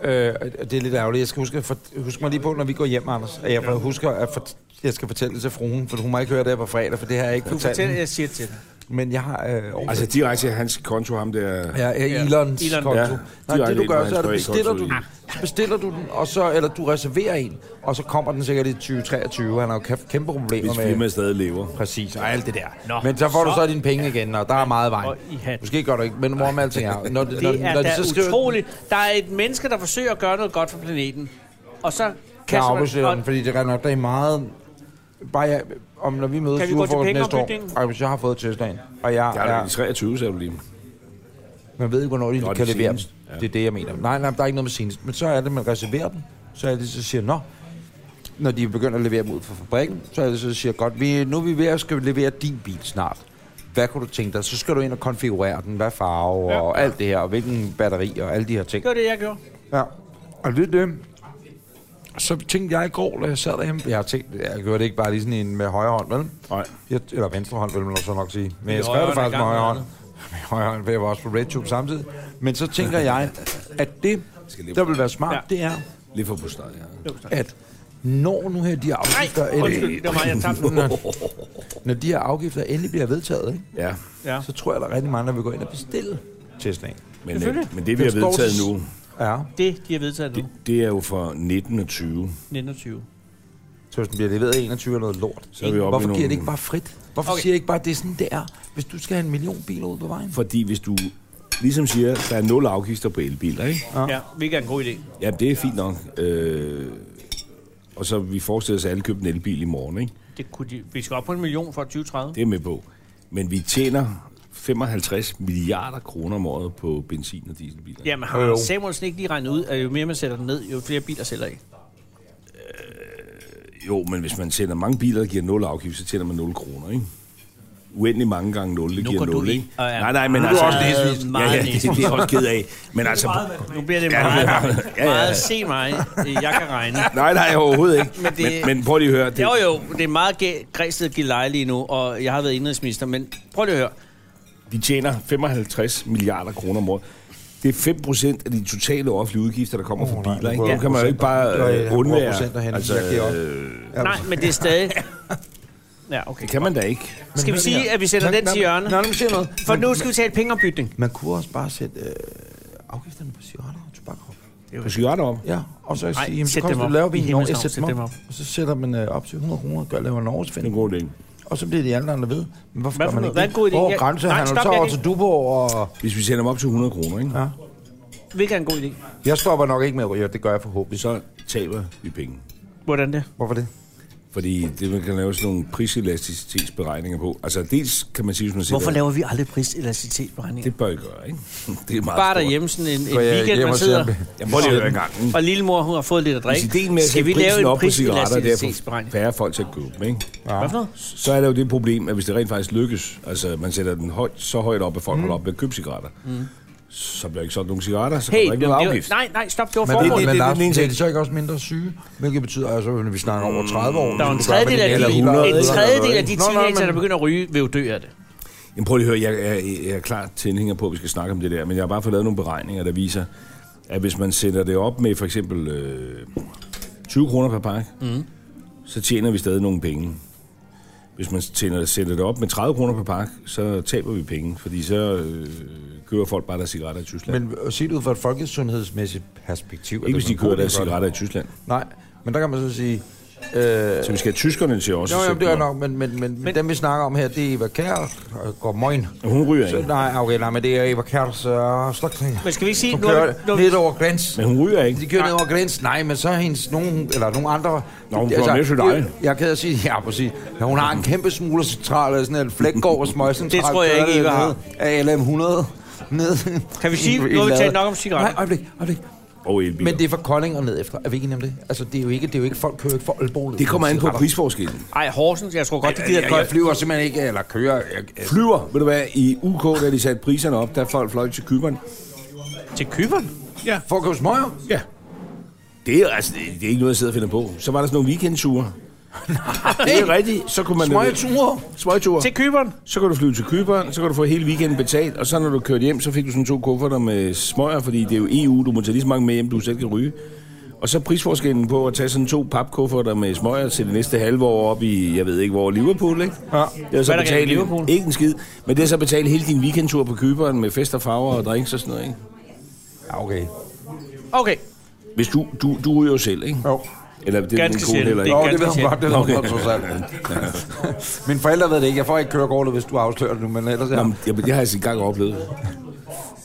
B: Ja.
C: Øh, og det er lidt ærgerligt. Jeg skal huske, for, husk mig lige på, når vi går hjem, Anders. At jeg husker, at for, jeg skal fortælle det til fruen, for hun må ikke høre det her på fredag, for det har jeg ikke
A: Du
C: fortalt.
A: fortæller,
C: hende.
A: jeg siger det til dig.
C: Men jeg har... Øh, overført-
B: Altså, direkte til hans konto, ham der...
C: Ja, ja, Elons
A: Elon.
C: konto.
B: Ja,
C: Ja, Nej,
B: direkte
C: det du
B: ind på
C: gør,
B: hans
C: så er det,
B: private
C: bestiller
B: konto
C: du
B: i-
C: den, så bestiller du den, og så, eller du reserverer en, og så kommer den sikkert i 2023. Han har jo kæft- kæmpe problemer
B: Hvis
C: med...
B: firmaet stadig lever.
C: Præcis, og alt det der.
A: Nå,
C: Nå, men så får så... du
A: så-
C: så dine penge igen, og der er meget vej.
A: Og i hat.
C: Måske gør du ikke, men hvor med alting er. Når, det når,
A: Det
C: når
A: er
C: de
A: da
C: så skriver,
A: utroligt. Der er et menneske, der forsøger at gøre noget godt for planeten. Og så
C: kan jeg
A: kaster
C: afbestiller den,
A: man...
C: fordi det er rigtig nok, der er meget... Bare jeg, om når vi mødes
A: Kan vi
C: ude
A: gå til
C: for næste år,
A: pengeopbygningen?
C: og hvis jeg har fået Teslaen, og jeg,
B: Der er
C: er,
B: ja. 23, sagde du lige.
C: man ved ikke, hvornår de
B: Nå,
C: kan
B: det
C: levere dem.
B: seneste. Ja.
C: Det er det, jeg mener. Nej, nej, der er ikke noget med senest. Men så er det, man reserverer dem. Så er det, så siger, nå, når de begynder at levere dem ud fra fabrikken, så er det, så siger, godt, vi, nu er vi ved at skal levere din bil snart. Hvad kunne du tænke dig? Så skal du ind og konfigurere den. Hvad farve ja. og alt det her, og hvilken batteri og alle de her ting.
A: Det var det, jeg gjorde.
C: Ja, og ved det, så tænkte jeg i går, da jeg sad derhjemme, jeg har tænkt, jeg gjorde det ikke bare lige sådan en med højre hånd, vel?
B: Nej.
C: Jeg, eller venstre hånd, vil man så nok sige. Men jeg
A: højre
C: skrev det
A: hånd er
C: faktisk med
A: gang med
C: højre hånd. Med højre hånd, for jeg var også på RedTube samtidig. Men så tænker jeg, at det, der vil være smart,
A: Ja.
C: det er,
B: Lige for på start, ja.
C: at når nu her de her afgifter,
A: Nej, undskyld, det var mig, jeg tabte den.
C: når de her afgifter endelig bliver vedtaget, ikke?
B: Ja.
A: Ja.
C: så tror jeg, der er rigtig mange, der vil gå ind og bestille til sådan en.
B: Men,
A: Selvfølgelig.
B: øh, men det, vi har
C: Den står
B: vedtaget
C: til-
B: nu,
C: Ja,
A: Det, de har vedtaget nu,
B: det, det er jo fra 19 og 20.
A: 1920.
C: så hvis den bliver leveret i 21 eller noget lort.
B: Så er vi oppe i
C: Hvorfor
B: nogle-
C: giver det ikke bare frit? Hvorfor okay. siger I ikke bare, at det er sådan, det er, hvis du skal have en million biler ud på vejen?
B: Fordi hvis du ligesom siger, der er nul afgifter på elbiler, ikke?
A: Ja, hvilket er en god idé.
B: Ja, det er fint nok. Øh, og så vi forestiller os, at alle købte en elbil i morgen, ikke?
A: Det kunne de, vi skal op på en million for 2030.
B: Det er jeg med på. Men vi tjener 55 milliarder kroner om året på benzin- og dieselbiler.
A: Jamen, har
C: Jo.
A: Samuelsen ikke lige regnet ud, at jo mere man sætter den ned, jo flere biler sælger I?
B: Jo, men hvis man sender mange biler, der giver 0 afgift, så tjener man 0 kroner, ikke? Uendelig mange gange 0,
A: Nu
B: det
A: går
B: giver
A: du
B: 0,
A: i-
B: ikke?
A: og er
B: nej, nej, men
A: meget-
B: altså...
A: meget
B: ja, ja, det,
A: næsen.
B: det er jeg også ked af. Men altså...
A: Nu bliver det
B: Ja, det
A: meget,
B: bliver
A: meget,
B: meget- ja, ja.
A: se mig, øh, jeg kan regne.
B: Nej, nej, overhovedet ikke. Men,
A: det-
B: men, men prøv lige at høre. Det,
A: Jo jo, det er meget gæ- Græsted Gilleleje lige nu, og jeg har været indrigsminister, men prøv lige at høre.
B: De tjener 55 milliarder kroner om året. Det er 5 procent af de totale offentlige udgifter, der kommer oh, fra
C: nej,
B: biler.
C: det
B: Ikke?
C: er
B: Nu kan man jo ikke
C: procenter.
B: bare
C: Det
B: øh,
C: er 100%
B: undvære.
C: derhenne,
B: Altså,
C: jeg giver op.
B: øh,
A: Nej, men det er stadig... Ja, okay.
B: det kan man da ikke.
A: Skal vi sige, at vi sætter den til hjørne?
C: Nej, nu siger noget.
A: For
C: Man-
A: nu skal vi tale pengeombytning.
C: Man kunne også bare sætte øh, afgifterne på cigaretter og tobak op.
B: Du skal gøre det om.
C: Ja, og så
A: Nej,
C: sige, jamen, så
A: sæt dem
C: koster
A: op.
C: det laver vi
A: I
C: en
A: himlens
C: Norge,
A: navn,
C: sæt dem op. Og så sætter man øh, op til 100 kroner og gør, laver en
B: Det er en
C: oversvind.
B: god idé.
C: Og så bliver de alle andre ved. Men hvorfor
A: Hvad
C: gør
A: for
C: man
A: noget?
C: ikke
A: Hvad er en god idé?
C: Hvor
A: Jeg- Nej,
C: grænsehandel,
A: stop,
C: så
A: jeg
C: over
A: kan
C: til Duborg, og
B: Hvis vi sender dem op til 100 kroner, ikke?
C: Ja.
A: Hvilket er en god idé?
C: jeg stopper nok ikke med at ryge, det gør jeg forhåbentlig.
B: så taber vi penge.
A: Hvordan det?
C: Hvorfor det?
B: Fordi det, man kan lave sådan nogle priselasticitetsberegninger på. Altså dels kan man sige, hvis man sætter...
A: Hvorfor laver vi aldrig priselasticitetsberegninger?
B: det bør I gøre, ikke? Det er meget
A: Bare
B: stort.
A: derhjemme sådan en, en
C: Går jeg
A: weekend,
C: hjem
A: man
C: og
A: sidder... Mm.
C: ser-
B: Jeg prøver lige at høre en gang. ikke?
A: Og lillemor, hun har fået lidt at drikke.
B: Hvis ideen med at
A: Skal
B: sætte
A: vi lave
B: prisen
A: en
B: op på cigaretter, det er at få
A: priselasticitetsberegning?
B: færre folk til at købe dem, ikke?
A: Hvad for noget?
B: Så er der jo det problem, at hvis det rent faktisk lykkes, altså man sætter den højt, så højt op, at folk holder op med at købe cigaretter, så bliver ikke solgt nogen cigaretter, så
A: Mm. Hey,
B: kommer der ikke
A: det
B: noget
A: var,
B: afgift.
A: nej, nej, stop, det var
C: Men det, det,
A: formålet.
C: det, det,
B: er den ene
C: det, det,
B: ting.
C: det, så ikke også mindre syge, hvilket betyder, altså, når vi snakker over 30 år.
A: Der er jo en tredjedel af de, en tredjedel af de teenager, der begynder at ryge, vil jo dø af det.
B: Jamen prøv lige at høre, jeg er, jeg er klart tilhænger på, at vi skal snakke om det der, men jeg har bare fået lavet nogle beregninger, der viser, at hvis man sætter det op med for eksempel øh, 20 kroner per pakke, mm. så tjener vi stadig nogle penge. Hvis man tjener, sætter det op med 30 kroner per pakke, så taber vi penge, fordi så øh, køber folk bare deres cigaretter i Tyskland. Men,
C: Men set ud fra et folkesundhedsmæssigt perspektiv...
B: ikke
C: er det
B: hvis de
C: man
B: køber
C: burde
B: deres
C: gøre det.
B: cigaretter i Tyskland.
C: Nej, men der kan man så sige... Øh,
B: Så vi skal have tyskerne til også.
C: Jo,
B: at
C: jo,
B: sætte
C: det er
B: den op.
C: nok, men, men, men, men dem vi snakker om her, det er Eva Kjær og Gormøgn.
B: Hun ryger ikke.
C: Nej, okay, nej, men det er Eva Kjærs øh, slagtning.
A: Men skal vi ikke sige,
C: Hun
A: nu har vi- nu
C: kører
A: har vi-
C: ned over grænsen.
B: Men hun ryger ikke.
C: De kører ned over grænsen, nej, men så er hendes nogen, eller nogen andre...
B: Nå, hun får med til dig.
C: det- Jeg er ked af at sige, ja, præcis. Ja, hun har en kæmpe smuglercentral, eller sådan en flækgård og smøgcentral.
A: Det tror jeg ikke, Eva har.
C: Af LM100. Ned.
A: Kan vi sige-
C: i- i
A: nu har vi talt
C: lader.
A: nok om cigaretter.
C: Nej, øjeblik, øjeblik.
B: Og elbiler.
C: Men det er fra Kolding og ned efter. Er vi ikke enige om det? Altså, det er jo ikke, det er jo ikke folk kører jo ikke for Aalborg. ned
B: det kommer an på
C: cigaretter.
B: prisforskellen.
A: Ej, Horsens, jeg tror godt, de gider et
C: Jeg, jeg
A: godt.
C: flyver simpelthen ikke, eller kører. Jeg, jeg,
B: Flyver, ved du hvad, i UK, da de satte priserne op, der folk fløj til Kyberen.
A: Til Kyberen?
C: for at købe smøger?
B: Ja. Det er, altså, det, det er ikke noget, jeg sidder og finder på. Så var der sådan nogle weekendture. Nej. Det er rigtigt. Så kunne man...
C: Smøgeture?
B: Smøgture.
A: Til Kyberen?
B: Så kan du flyve til Kyberen, så kan du få hele weekenden betalt, og så når du kørte hjem, så fik du sådan to kufferter med smøger, fordi det er jo EU, du må tage lige så mange med hjem, du selv kan ryge. Og så prisforskellen på at tage sådan to papkufferter med smøger til det næste halve år op i, jeg ved ikke hvor, Liverpool, ikke? Ja. Det er så
A: Hvad er der galt i
B: betalt,
A: Liverpool?
B: ikke en skid, men det er så betalt hele din weekendtur på Kyberen med fest og farver og drinks og sådan noget, ikke?
C: Ja, okay.
A: Okay,
B: Hvis du, du, du ryger jo selv, ikke?
C: Jo.
B: Eller det er
A: Ganske
B: din kone
A: sjældent.
B: heller ikke.
C: Nå,
A: ganske
C: det ved hun
A: sjældent.
C: godt, det ved hun godt, trods alt. Mine forældre ved det ikke. Jeg får ikke kørekortet, hvis du afslører det nu, men ellers...
B: Nå,
C: Ja.
B: men jeg, jeg har altså engang oplevet.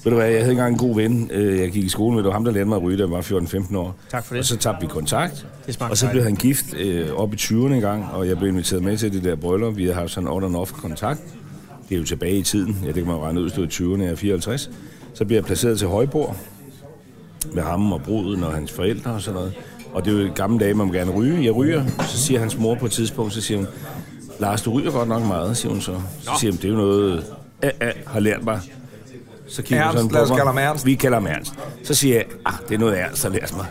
B: Ved du hvad, jeg havde engang en god ven, øh, jeg gik i skole med, det var ham, der lærte mig at ryge, da jeg var 14-15 år.
A: Tak for det.
B: Og så tabte vi kontakt,
A: Det smager
B: og så blev
A: dejligt.
B: han gift øh, op i 20'erne en gang, og jeg blev inviteret med til det der bryllup. Vi havde haft sådan on and off kontakt. Det er jo tilbage i tiden, ja, det kan man jo regne ud, hvis du er i 20'erne, jeg er 54. Så bliver jeg placeret til højbord med ham og bruden og hans forældre og sådan noget. Og det er jo i gamle dage, man må gerne ryge. Jeg ryger, så siger hans mor på et tidspunkt, så siger hun, Lars, du ryger godt nok meget, siger hun så. Så siger hun, det er jo noget, jeg har lært mig. Så kigger hun
C: Ernst,
B: sådan
C: lad os
B: på mig.
C: kalde ham Ernst.
B: Vi kalder ham Ernst. Så siger jeg, ah, det er noget Ernst, der lærer mig.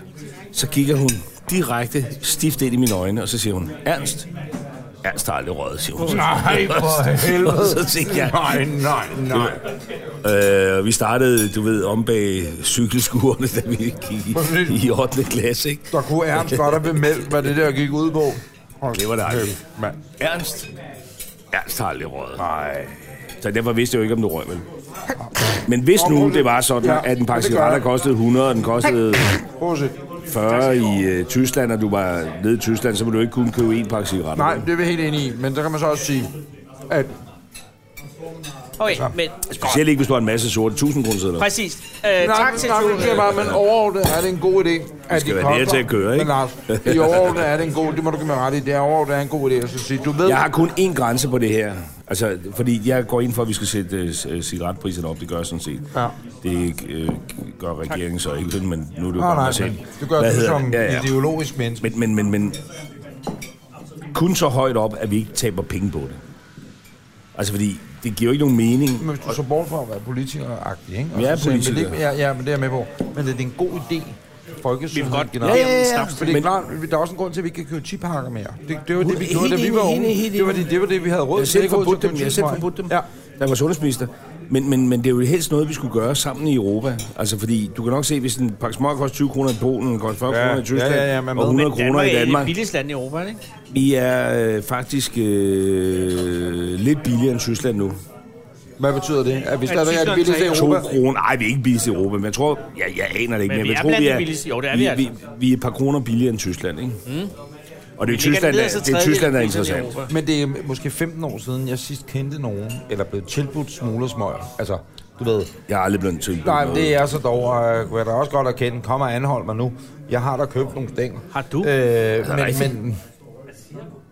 B: Så kigger hun direkte stift ind i mine øjne, og så siger hun, Ernst, Ernst har aldrig røget, siger hun.
C: Nej, for helvede.
B: Og så tænkte jeg,
C: Nej, nej, nej.
B: Øh, vi startede, du ved, om bag cykelskurene, da vi gik i, i 8. klasse, ikke?
C: Der kunne Ernst godt have bemeldt, hvad det der gik ud på.
B: Det var dejligt.
C: Mand.
B: Ernst? Ernst har aldrig røget. Nej. Så derfor vidste jeg jo ikke, om du røg, vel? Men hvis nu det var sådan,
C: Ja,
B: at en pakke
C: det gør
B: cigaretter
C: jeg.
B: kostede 100, og den kostede
C: Prøv at se.
B: 40 i øh, Tyskland, og du var nede i Tyskland, så ville du ikke kunne købe en pakke cigaretter.
C: Nej, det er vi helt enige i, men så kan man så også sige, at
A: Okay,
B: Altså.
A: men
B: Specielt ikke, hvis du har en masse sorte 1000 kroner sædler.
A: præcis. Øh, tak til
C: Nej,
A: Tue.
C: det er bare, men overordnet er det en god idé, at
B: skal
C: det
B: være nær
C: koster.
B: til at køre, ikke?
C: Men Lars, i overordnet er det en god, det må du give mig ret i, det er overordnet er en god idé at så sige, du ved,
B: Jeg har kun én grænse på det her. Altså, fordi jeg går ind for, at vi skal sætte øh, s- øh, cigaretpriserne op. Det gør jeg sådan set.
C: Ja.
B: Det øh, gør regeringen så ikke, men nu er det jo
C: Nå,
B: bare
C: nej,
B: mig selv.
C: men det gør
B: Hvad
C: du
B: hedder
C: som
B: det? ja, ja.
C: ideologisk menneske.
B: Men, men, men, men kun så højt op, at vi ikke taber penge på det. Altså, fordi det giver jo ikke nogen mening.
C: Men hvis du så bort fra at være politiker-agtig, ikke? Og
B: Jeg er
C: så siger, men det
B: politiker.
C: ikke- Ja, ja, men det er jeg med på. Men det er en god idé. Folkesundhed
A: godt
C: generelt.
A: bede om en snaps.
C: For det
B: Men-
C: er men, klart, der er også en grund til, at vi ikke kan købe chiphakker mere. Det, det var det, vi
B: Helt
C: gjorde, da vi
B: enig,
C: var
B: helt
C: unge.
B: enig, helt
C: Det var
B: enig.
C: det, det, var det vi havde råd
B: Jeg
C: til.
B: selv
C: Ikke råd til at
B: forbudt dem.
C: købe
B: Jeg har selv
C: chiphakker.
B: forbudt dem.
C: Ja.
B: Da jeg var sundhedsminister. Men, men, men det er jo helst noget, vi skulle gøre sammen i Europa. Altså, fordi du kan nok se, hvis en pakke smør koster 20 kroner i Polen, den koster 40
C: Ja,
B: kroner i Tyskland,
C: ja, ja, ja, men
B: og
C: med.
B: 100
A: Men
B: kroner
A: er et
B: i
A: af de
B: Danmark.
A: billigste lande i Europa, ikke?
B: Vi er øh, faktisk øh, lidt billigere end Tyskland nu.
C: Hvad betyder det? At vi
A: Ja,
C: stadig er det
A: Tyskland
C: billigste i
A: tager-
B: 2
C: Europa?
B: kroner. Nej, vi er ikke billigst i Europa, men jeg tror... Ja, jeg aner det ikke,
A: Men
B: men,
A: vi
B: jeg
A: er
B: tror,
A: blandt
B: vi
A: de
B: er...
A: billigste. Jo, det er vi
B: vi,
A: altså.
B: vi, vi er et par kroner billigere end Tyskland, ikke? Mm. Og det er Tyskland, der, det er Tyskland, der er interessant.
C: Men det er måske 15 år siden, jeg sidst kendte nogen, eller blev tilbudt smuglersmøger. Altså, du ved,
B: Jeg har aldrig blevet tilbudt
C: nej, men
B: noget.
C: det er så dog, og jeg kunne da også godt erkende, kom og anhold mig nu. Jeg har da købt nogle stænger.
A: Har du?
C: Øh,
B: Altså, rigtigt.
C: men, men...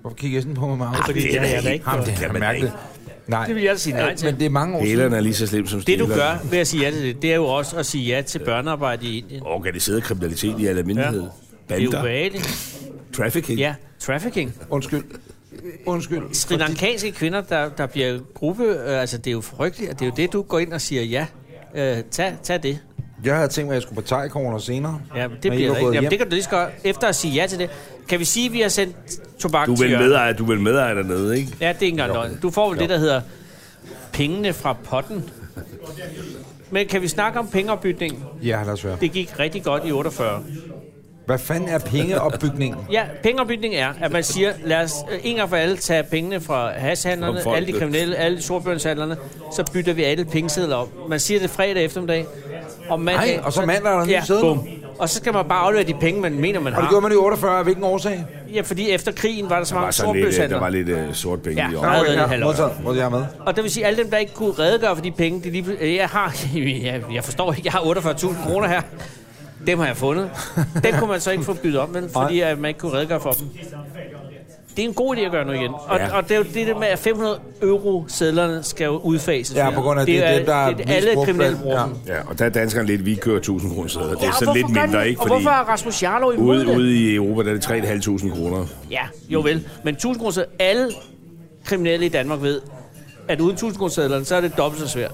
C: Hvorfor kigger jeg sådan på mig meget?
A: Fordi det,
B: det er
A: det har
B: da
A: jeg da
B: helt-
A: ikke.
C: Jamen, det
B: Det kan
C: kan
B: man
C: mærke
B: ikke.
C: det. Nej.
A: Det vil jeg da sige nej
C: Øh,
A: til.
C: Men det er mange år siden.
B: Hælerne er lige så slem som
A: Det
B: stilleren.
A: du gør ved at sige ja til det, det er jo også at sige ja til børnearbejde i Indien.
B: Organiseret kriminalitet i almindelighed.
A: Ja. Det er
B: Bander.
A: ubehageligt.
B: Trafficking.
A: Ja, trafficking.
C: Undskyld. Undskyld.
A: Sri Lankanske kvinder, der, der bliver gruppe, øh, altså det er jo frygteligt, og det er jo det, du går ind og siger ja. Øh, tag, tag det.
C: Jeg havde tænkt mig, at jeg skulle på tegkorn senere.
A: Ja, men det
C: Men I
A: bliver
C: var
A: der ikke.
C: gået
A: Jamen,
C: hjem.
A: det kan du lige så godt. Efter at sige ja til det, kan vi sige, at vi har sendt tobak
B: Du er
A: til
B: vel
A: Jørgen?
B: medejer, du er vel medejer dernede, ikke?
A: Ja, det er ikke engang løgn. Du får vel det, der hedder pengene fra potten. Men kan vi snakke om pengeopbytningen?
C: Ja, lad os høre.
A: Det gik rigtig godt i 48.
C: Hvad fanden er pengeopbygningen?
A: Ja, pengeopbygning er, at man siger, lad os øh, en gang for alle tage pengene fra
B: Fra
A: hashhandlerne,
B: folk.
A: alle de kriminelle, alle sortbørnshandlerne, så bytter vi alle pengesedler om. Man siger det fredag eftermiddag, og mandag...
C: Ej, og så mandag er der en ny seddel.
A: bum. Og så skal man bare aflevere de penge, man mener, man
C: Og det gjorde
A: har.
C: man i 48. af Hvilken årsag?
A: Ja, fordi efter krigen var der så
B: Der var
A: mange
B: sådan lidt, øh, der var
A: sortbørshandlere.
B: lidt øh, sort penge
A: Ja.
B: i år.
A: Nej, det er
C: ja,
A: halvøj.
C: modtaget. Hvor er jeg med?
A: Og det vil sige, alle dem, der ikke kunne redegøre for de penge, de lige, pl- øh, jeg har, jeg, jeg forstår ikke, jeg har 48.000 kroner her. Dem har jeg fundet. Dem kunne man så ikke få byttet om, vel, fordi at man ikke kunne redegøre for dem. Det er en god idé at gøre nu igen. Og,
B: Ja.
A: ja. og det er jo det der med, at 500 euro sædlerne skal jo udfases.
C: Ja, på grund af det, det, det der er
A: det,
C: mest
A: det alle
C: brugt
A: kriminelle
C: blandt-
A: bruger.
C: ja.
A: dem.
B: Ja, og der er danskerne lidt, vi kører 1000 kroner sæder. Det
A: Ja,
B: er
A: og
B: sådan lidt
A: hvorfor gør
B: mindre,
A: de-
B: ikke?
A: Og
B: Fordi
A: hvorfor er Rasmus Jarlov imod
B: ude,
A: det?
B: ude i Europa, der er det 3.500 kroner.
A: Ja, jo vel. Men 1000 kroner alle kriminelle i Danmark ved, at uden 1000 kroner sædlerne, så er det dobbelt så svært.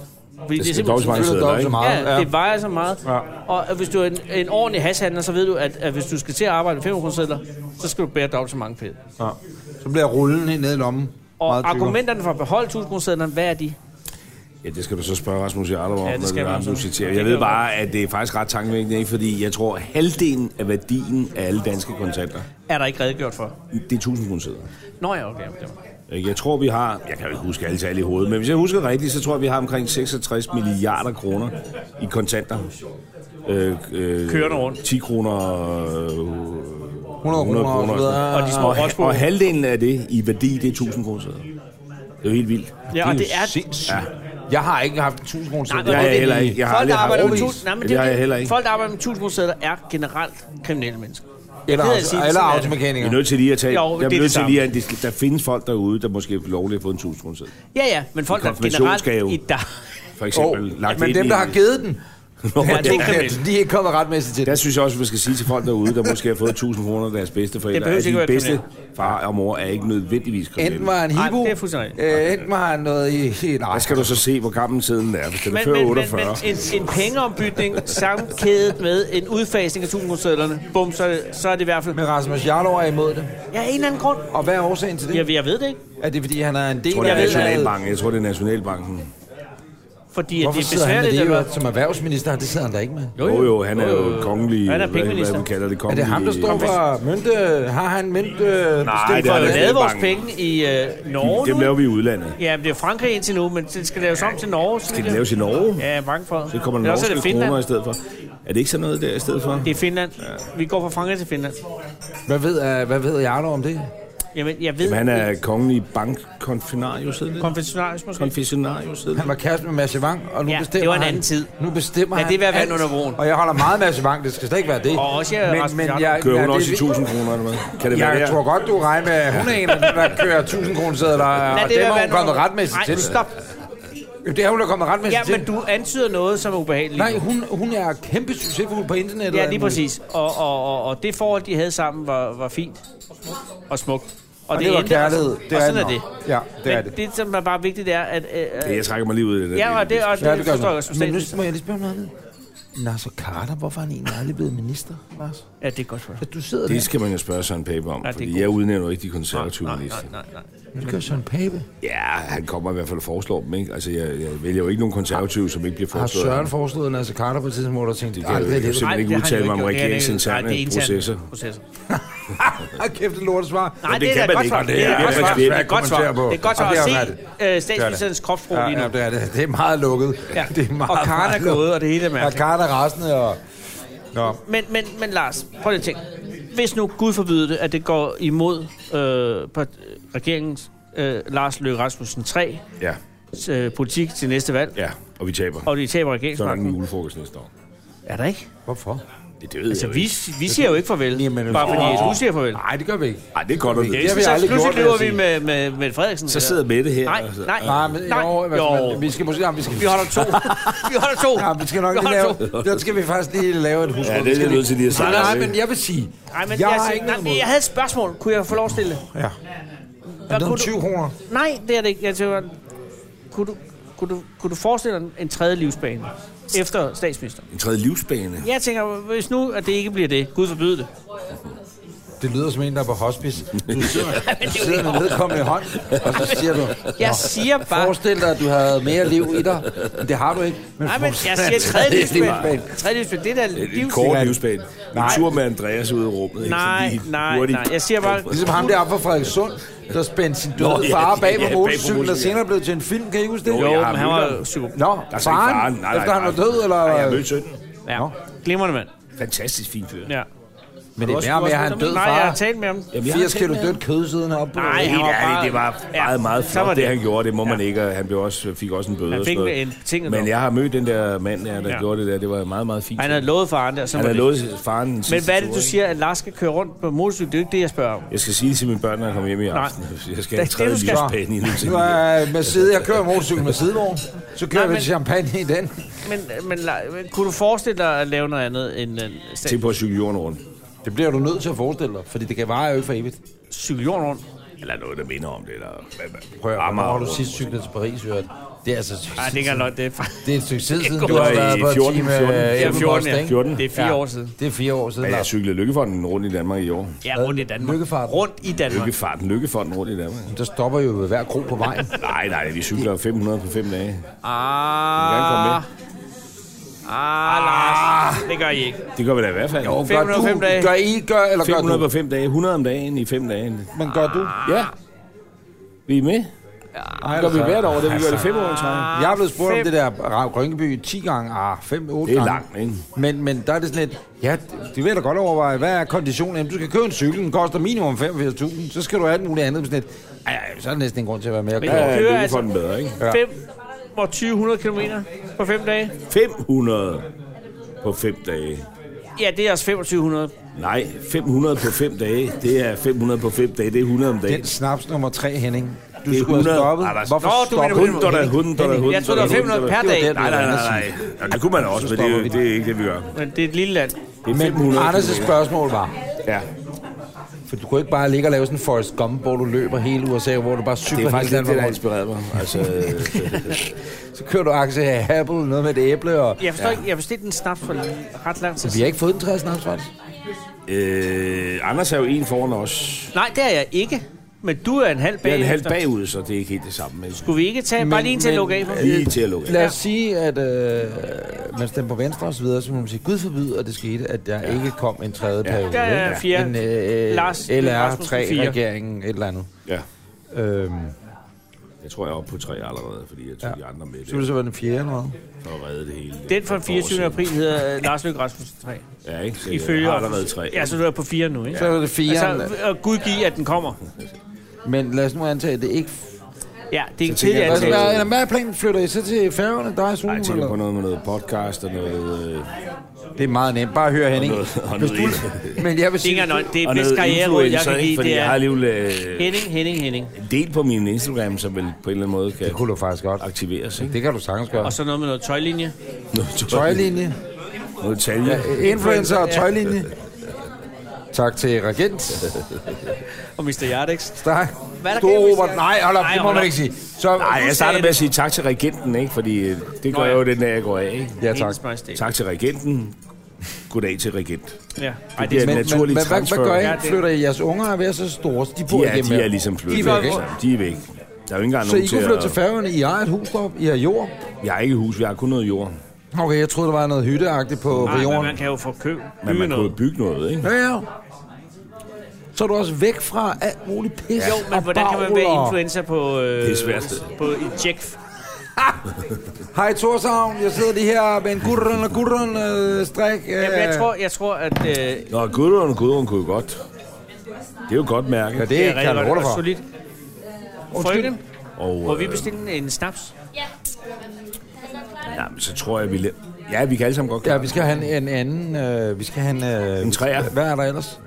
A: Fordi
B: Det er dobbelt så mange
C: Det er
B: sædler,
C: dobbelt så
B: ikke?
C: meget.
A: Ja,
C: Ja.
A: det vejer så meget. Ja. Og øh, hvis du er en, en ordentlig hashandler, så ved du, at, at hvis du skal til at arbejde med 500 sædler, så skal du bære dobbelt så mange pæde.
C: Ja. Så bliver rullen helt ned i lommen.
A: Og
C: Meget tykkere.
A: argumenterne for at beholde 1000 sædlerne, hvad er de?
B: Ja, det skal du så spørge Rasmus Jarlov om,
A: Ja, det
B: når
A: skal
B: det
A: man
B: er,
A: så.
B: du citerer.
A: Det
B: Jeg
A: kan
B: ved
A: jeg
B: bare, at det er faktisk ret tankevækkende, ikke? fordi jeg tror, at halvdelen af værdien af alle danske kontanter,
A: Er der ikke redegjort for?
B: det er 1000 kroner sæder.
A: Nå ja, okay. okay.
B: Ikke? Jeg tror, vi har, jeg kan jo ikke huske alle tal i hovedet, men hvis jeg husker rigtigt, så tror jeg, vi har omkring 66 milliarder kroner i kontanter. Øh, øh,
A: Kørende rundt.
B: 10 kroner, øh,
C: 100 kroner og så videre.
A: Og de små
B: og,
A: råspoler.
B: og halvdelen af det i værdi, det er 1000 kroner sæder. Det er jo helt vildt.
A: Ja, og det er...
C: Sindssygt. Jeg har ikke haft 1000 kroner til.
A: Nej,
B: Det har jeg heller ikke. Jeg har
A: Folk,
B: aldrig
A: der
B: haft
A: arbejder med
B: overvis.
A: 1000 Nej, men
B: Det
A: det
B: har
A: er
B: jeg
A: det.
B: heller ikke.
A: Folk, der arbejder med 1000 sædler, er generelt kriminelle mennesker.
C: Eller,
A: Det er sindssygt.
C: eller
A: Sådan er det.
B: Vi er
C: automekanikere.
B: nødt til lige at tage...
A: Jo,
B: Jo,
A: det er
B: jeg
A: det
B: er nødt til
A: samme.
B: lige at... det- Der findes folk derude, der måske lovligt har fået en 1000 kroner seddel.
A: Ja, ja, men folk, der generelt
B: Konfirmationsgave.
A: i dag...
B: For
C: Oh,
B: eksempel lagt
C: men
B: ind
C: dem,
B: i-
C: der har givet den,
B: Nå,
A: Ja, det er
B: der,
A: kriminelt.
C: de er ikke kommet retmæssigt til
B: der
C: den.
B: synes jeg også, man skal sige til folk derude, der måske har fået 1000 kroner af deres bedste
A: Det
B: forældre,
A: behøver
B: at
A: ikke
B: de
A: at være
B: bedste far og mor er ikke nødvendigvis
C: Enten
B: kriminelle.
C: var han
A: Nej,
C: hibo,
A: det er fuldstændig
C: øh, enten var han noget i... i- Nej,
B: Der skal du så se, hvor gammel tiden er. Hvis den er
A: Men,
B: før
A: men, men,
B: 48.
A: men en, en pengeombytning sammenkædet med en udfasning af 1000 sædlerne, bum, så, er det- så er det i hvert fald...
C: men Rasmus Jarlov er imod det.
A: Ja, af en eller anden grund.
C: Og hvad er årsagen til det?
A: Jeg, jeg ved det ikke.
C: Er det, fordi han er en
B: Jeg tror,
C: del
B: det er
C: af
A: Jeg ved, at-
B: Nationalbanken. Jeg tror, det er Nationalbanken.
A: Fordi at
C: Hvorfor
A: det er
C: sidder han med
A: besværligt,
C: det
A: eller
C: jo, som erhvervsminister? Det sidder han da ikke med.
B: Jo, jo, han er jo kongelig...
A: Han er
B: hvad-
A: pengeminister.
B: Hvad vi kalder det,
C: Er
B: kongelig...
C: det ham, der står for mønte? Har han mønte?
B: Nej, det
A: For
B: er
A: at lave vores
B: Nationalbanken.
A: penge i øh, Norge
B: Dem
A: nu.
B: laver vi i udlandet.
A: Ja, men det er Frankrig indtil nu, men det skal laves om til Norge. Så
B: Skal det laves i Norge?
A: Ja, jeg er bange for.
B: Så kommer der
A: Eller også er
B: norske
A: det
B: kroner i
A: Finland.
B: stedet for. Er det ikke sådan noget der i stedet for?
A: Det er Finland. Vi går fra Frankrig til Finland.
C: Hvad ved, uh, hvad ved Jarlov om det?
A: Jamen, jeg ved...
B: Jamen, han er kongelig bankkonfinarius, hedder det?
A: Konfessionarius måske.
B: Konfessionarius, hedder
C: Han var kæreste med Mads Vang, og nu
A: Ja, det
C: bestemmer
A: var en
C: han,
A: anden tid.
C: Nu bestemmer
A: Lad
C: han
A: det være vand
C: alt.
A: under broen.
C: Og jeg holder meget af Mads Vang, det skal slet ikke være det.
A: Og også, ja, Rasmus Jarlov.
B: det. Kører hun
C: det-
B: også i 1000 kroner, eller hvad? Kan det være
C: Jeg
B: der?
C: tror godt, du regner med, at hun er en af dem, der kører 1000 kroner sædler, og det Ah, er hun kommet retmæssigt
A: Nej,
C: til.
A: stop.
C: Jo, Det er hun, der er kommet
A: Ja,
C: retmæssigt
A: men
C: til.
A: du antyder noget, som er ubehageligt.
C: Nej, hun, hun er kæmpe succesfuld på internettet.
A: Ja, lige præcis. Og, og, og, og det forhold, de havde sammen, var, var fint og smukt.
C: Og det, var
A: endte-
C: kærlighed.
A: Og sådan er
C: nok.
A: det.
C: Ja, det er
A: Men
C: det.
A: det, som er bare vigtigt, det er, at... Øh,
B: Ja,
A: øh,
B: jeg trækker mig lige ud i det.
A: ja, og det, og
C: Ja,
A: det
C: det gør
A: forstår jeg
C: man.
A: som
C: Men nu
A: statsminister.
C: må jeg lige spørge om noget andet. Nasser Carter, hvorfor er han egentlig aldrig blevet minister, Lars?
A: Ja, det er godt for dig.
C: At du sidder
B: Det
C: der.
B: skal man jo spørge Søren Pape om,
A: Ja, det er
B: fordi
A: godt.
B: jeg udnævner ikke de konservative minister.
A: Nej, nej, nej.
C: Du gør Søren Pape.
B: Ja, han kommer i hvert fald og foreslår dem, ikke? Altså, jeg, jeg vælger jo ikke nogen konservative, som ikke bliver
C: Har
B: foreslået.
C: Søren foreslået Nasser Carter på et tidspunkt, og tænkte, "Ah,
B: Det
C: det
B: kan jeg jo
C: aldrig
B: ikke
A: Nej,
C: det.
B: simpelthen
A: det
B: ikke
A: har han
B: udtale
A: jo
B: mig om
A: gjort. Det er
B: regeringens
A: det- nej,
B: interne
A: det er interne
B: processer.
A: processer.
C: Ah, kæft, det lortet svar.
A: Nej,
B: det
A: det,
B: kan
A: er da
B: man
A: godt
B: ikke.
A: svar.
B: Det er-
A: Det er
B: det er
A: godt svar.
B: svært
A: Det er
C: at
A: godt svar.
C: kommentere på.
A: Det er godt svar
C: Og det er
A: at
C: jo
A: se øh, statsministerens kropsprog
C: Ja,
A: lige nu.
C: ja, det, er, det, det er meget lukket.
A: Ja.
C: Det er meget,
A: Og Karen er
C: meget lukket.
A: gået, og det hele er
C: Og
A: mærkeligt.
C: Karen er rasende, og... Nå.
A: Men, men, men Lars, prøv lige at tænke. Hvis nu, Gud forbyde det, at det går imod øh, part- regeringens øh, Lars Løkke Rasmussen 3
B: Ja,
A: øh, politik til næste valg,
B: ja, og vi taber.
A: og de taber
B: Så er der ikke en
A: regeringsmagten,
B: julefrokost næste år.
A: er der ikke?
C: Hvorfor?
B: Det, det ved
A: Altså,
B: jeg jo
A: vi,
B: ikke.
A: vi siger jo ikke farvel,
C: Jamen,
A: bare fordi
C: åh.
A: at du siger farvel.
C: Nej, det gør vi ikke.
B: Ej, det er godt at vide.
C: Det har vi
A: Så
C: aldrig gjort,
A: pludselig
C: vil jeg
A: løber vi
C: sige.
A: med, med, med Frederiksen.
B: Så sidder Mette her. altså,
A: Nej,
B: og så-
A: nej,
C: Nej, men
A: nej,
C: jo,
A: jo.
C: jo. vi skal måske... Ja, vi skal,
A: Vi holder to. vi holder to.
C: Ja, vi skal nok
A: vi
C: lige
A: holder to.
C: lave... Der skal vi faktisk lige lave et husk.
B: Ja, det er vi nødt til lige at sige.
C: Nej, nej, men jeg vil sige...
A: Nej, men
C: jeg,
A: jeg,
C: har
A: siger-
C: ikke
A: nej,
C: noget
A: men
C: imod.
A: jeg havde et spørgsmål. Kunne jeg få lov at stille?
C: Ja.
A: Hvad
C: Er det
A: kunne
C: om
A: du-
C: 20 kroner?
A: Nej, det er det ikke. Jeg tænker, kunne du, kunne du, kunne du forestille dig en- en tredje livsbane efter statsminister?
B: En tredje livsbane.
A: Jeg tænker, hvis nu, at det ikke bliver det, Gud forbyde det.
C: Det lyder som en, der er på hospice. Du sidder, du sidder med vedkommende hånd, og så siger du...
A: Jeg siger bare...
C: Forestil dig, at du havde mere liv i dig. Men det har du ikke. Men
A: Nej, men jeg siger tredje livsbane. Tredje livsbane, det er da
B: En
A: livs...
B: kort
C: Sikkert.
B: livsbane. En tur med Andreas ude i rummet. ikke?
A: Nej,
B: Sådan lige
A: nej,
B: hurtigt.
A: nej. Jeg siger bare-
C: Ligesom ham deroppe fra Frederikssund, der spændte sin døde
B: Nå, ja,
C: far
B: ja,
C: bag
B: bag
C: på
B: på
C: motorcyklen,
B: motorcyklen,
C: og
B: ja.
C: senere blev til en film. Kan I huske det?
B: Jo,
A: Jo,
B: jeg har
A: men han var
B: mødt
A: jo psykopat.
C: Nå,
B: Altså, ikke
C: faren,
B: nej, nej,
C: efter han var
B: nej.
C: død, eller...
B: Nej, jeg mødte 17.
A: Ja, glimrende mand.
B: Fantastisk fin fyr.
A: Ja.
C: Men det er mere og mere, han død
A: Nej, jeg
C: far.
A: har talt med ham.
B: Jamen, jeg har
C: 80
B: tænkt
C: kilo
B: med-
C: dødt kød siden op.
A: Nej, han
B: Helt
A: var bare...
B: ærligt, det var meget, meget
A: så var
B: flot, det han gjorde. Det må man ikke, og han blev også, fik også en bøde.
A: Han
B: og
A: fik
B: sådan noget.
A: en betinget
B: Men
A: dom.
B: jeg har mødt den der mand der, der
A: Ja.
B: gjorde det der. Det var meget, meget fint.
A: Han havde lovet faren der, så
B: han
A: var
B: havde
A: det.
B: lovet faren den
A: Men
B: sidste
A: hvad er det,
B: tur,
A: du
B: ikke?
A: siger, at Lars skal køre rundt på motorcykel? Det er jo ikke det, jeg spørger om.
B: Jeg skal sige til mine børn, når jeg kommer hjem i aften. Jeg skal have en
A: Det er
B: tredje
A: det, du skal.
B: livspæn i nu.
C: Nu er med side, jeg kører motorcykel med sidevogn. Så kører
A: Nej,
C: vi
A: men-
C: til champagne i den.
A: Men, men, la- men kunne du forestille dig at lave noget andet end øh, en
B: Til på at cykle jorden rundt.
C: Det bliver du nødt til at forestille dig, fordi det kan vare jo ikke for evigt.
A: cykeljorden rundt?
B: Eller noget, der minder om det. Eller, hvad- hvad-
C: Prøv at høre,
B: Amager
C: hvornår har du
B: rundt.
C: sidst cyklet til Paris, hørt? Det er altså...
A: Nej, det kan godt. Det er, fa-
C: Det er et stykke tid siden, du
A: går-
C: har
B: Det var
C: været
B: i
C: på et
B: 14,
C: team
B: 14.
C: øh,
A: det er 14,
C: Æbelmost,
A: ja.
C: ikke?
B: 14.
A: Det er fire
C: Ja.
A: år siden.
C: Det er fire år siden.
B: Ja, jeg
C: Lars.
B: cyklede Lykkefonden rundt i Danmark i år.
A: Ja, rundt i Danmark.
C: Lykkefart.
A: Rundt i Danmark.
B: Lykkefarten, Lykkefonden rundt i Danmark.
C: Der stopper jo ved hver kro på vejen.
B: Nej, nej, vi cykler 500 på fem dage.
A: Ah,
B: gerne komme med.
A: ah, Lars. Det gør I ikke.
B: Det gør vi da i hvert fald.
C: Jo, gør
A: 505
C: du,
A: dage.
C: gør I, gør, eller gør
B: 500
C: du?
B: på fem dage, 100 om dagen i fem dage.
C: Men gør du?
B: Ja. Vi er med.
C: Ej,
B: Det gør vi hvert år, det har vi
C: Altså.
B: gør det fem år i træk.
C: Jeg er blevet spurgt om
A: Fem.
C: det der Rav Grønkeby 10 gange, ah, 5, 8
B: Det er
C: gange.
B: langt, ikke?
C: Men, men der er det sådan lidt, ja, det vil jeg da godt overveje. Hvad er konditionen? Jamen, du skal købe en cykel, den koster minimum 85.000, så skal du have alt muligt andet. Men Sådan lidt, ej, ej, så er det næsten en grund til at være med.
A: Men-
C: Ja.
B: Ja,
A: kører
B: det er
A: altså-
B: for den bedre, ikke?
C: Ja.
A: 2500 km på fem dage.
B: 500 på fem dage.
A: Ja, det er også 2500.
B: Nej, 500 på fem dage. Det er 500 på fem dage. Det er 100 om dagen.
C: Den snaps nummer 3, Henning. Du
B: Det er
C: skulle have
B: 100.
C: stoppet.
B: Ej, der er-
C: Hvorfor
A: Nå, du mener
C: stoppede
B: Hunden, der er
C: Henning?
B: hunden, der er hunden.
A: Jeg troede, der var 500 per
C: Det var
A: dag.
C: den.
B: Nej, nej, nej, nej. Nå, det kunne man også, men det er, jo, det er ikke det, vi gør.
A: Men det er et lille land.
B: Det er
C: Men
B: 500
C: Anders' spørgsmål var,
B: Ja,
C: for du kunne ikke bare ligge og lave sådan en Forrest Gump, hvor du løber hele USA, hvor du bare
B: det
C: cykler
B: er faktisk
C: hele
B: lidt det,
C: Danmark
B: der
C: rundt.
B: inspirerede mig. Altså,
C: Så kører du Axel Apple, noget med et æble, og...
A: Jeg forstår ikke, jeg forstår den snaps for ret lang tid.
C: Vi har ikke fået den tredje snaps, faktisk.
B: øh, Anders øh, er jo en foran os.
A: Nej, det er jeg ikke. Men du er en halv
B: Jeg er
A: bagefter.
B: en halv bagud, så det er ikke helt det samme. Men
A: Skulle vi ikke tage bare lige en til at lukke af for?
B: lige til at lukke af.
C: Lad os sige, at øh, man stemmer på Venstre og så videre, så må man sige, Gud forbyde, at det skete, at der ja. ikke kom en tredje periode.
A: Ja, ja,
C: ikke?
A: fjerde.
C: En øh,
A: Lars Løkke Rasmussen, fire.
C: LR3-regeringen, et eller andet.
B: Ja.
C: Øhm,
B: Jeg tror, jeg er oppe på tre allerede, fordi jeg tog
C: Ja.
B: de andre med
C: så vil det
B: det,
C: så være den fjerde eller noget.
B: for at redde det hele.
A: Den fra den
B: For et år
A: 24. april hedder øh, Lars Løkke Rasmussen 3.
B: siden. Ja, ikke? Så
A: Ifølge
B: jeg har allerede tre.
A: Ja, så du er på 4 nu, ikke?
C: Så er det fire.
A: Altså, og Gud give, at den kommer.
C: Men lad os nu antage, at det ikke...
A: Ja, det er en
B: Så
A: tidlig
B: tænker jeg,
C: Altså,
A: antagelse.
C: hvad, hvad er planen? Flytter I så til færgerne, dig og
B: Ej,
C: Sune?
B: jeg tænker på noget med noget podcast og noget... Øh,
C: Det er meget nemt. Bare hør Henning.
B: og noget, og
C: Hvis
B: noget,
C: du- Men jeg vil
A: Det er ikke
C: sige...
A: engang- det er
B: og
A: bedst
B: noget
A: karriereråd, jeg
B: influencer,
A: kan
B: ikke?
A: give.
B: Fordi
A: Det
B: jeg har
A: er
B: alligevel øh,
A: Henning, Henning, Henning.
B: en del på min Instagram, som vel på en eller anden måde kan
C: Det kunne du faktisk godt.
B: aktiveres, ikke?
C: Det kan du sagtens gøre.
A: Og så noget med noget tøjlinje.
B: Noget tøj-
C: Tøjlinje.
B: Noget talje.
C: Influencer og tøjlinje. Tak til Regent.
A: Og Mr. Yardex.
C: Tak.
A: Hvad er der
C: Stor
A: galt, hvis
C: Robert.
A: jeg-
C: Nej, hold op,
A: Nej,
C: det må
A: hold
C: man
A: op.
C: ikke sige. Så,
B: Nej, altså, jeg starter med at sige tak til regenten, ikke? Fordi øh, det gør
A: ja.
B: jeg jo den dag, jeg går af, ikke?
C: Ja, tak.
A: Hendes Majestæt.
B: Tak til regenten. Goddag til regent.
A: Ja. Ej, det
B: bliver
A: er
B: en
C: Men, men
B: naturlig
C: hvad, hvad,
B: transfer.
C: hvad gør
A: Ja,
C: I?
A: det-
C: Flytter I jeres unger er ved at så store, så de bor
B: De er,
C: hjemme?
B: de er ligesom flyttet.
C: væk, ikke?
B: De er væk. Der er jo ikke engang
C: Så I
B: nogen til
C: kunne flytte til
B: at...
C: færgerne? I har et hus deroppe? I har jord?
B: Jeg har ikke hus, vi har kun noget jord.
C: Okay, jeg troede, der var noget hytteagtigt på, på
A: Nej, men
C: jorden.
A: man kan jo få køb.
B: Men
A: bygge
B: man kunne
A: noget.
B: jo bygge noget, ikke?
C: Ja, ja. Så er du også væk fra alt muligt pis
A: Jo, men
C: og
A: hvordan kan man
C: bagl
A: være
C: og-
A: influencer på... Øh,
B: Det er svært.
A: På et Jack?
C: Hej Torshavn, jeg sidder lige her med en gutterøn og gutterøn øh, stræk. Øh.
A: Jamen, jeg tror, jeg tror at... Øh, det
B: Nå, Gudrun og Gudrun kunne jo godt. Det er jo et godt mærke.
C: Ja, det
A: er
C: er kan jeg
A: rigtig
C: love dig
A: godt og
C: for.
A: solidt. Frøken,
B: Og,
A: må vi
B: øh,
A: bestille en snaps?
B: jamen, så tror jeg, vi... la- Ja, vi kan alle sammen godt
C: Ja,
B: klare
C: vi
B: det.
C: skal have en, en anden... Øh, vi skal have en... Øh,
B: En træer.
C: Hvad er der ellers?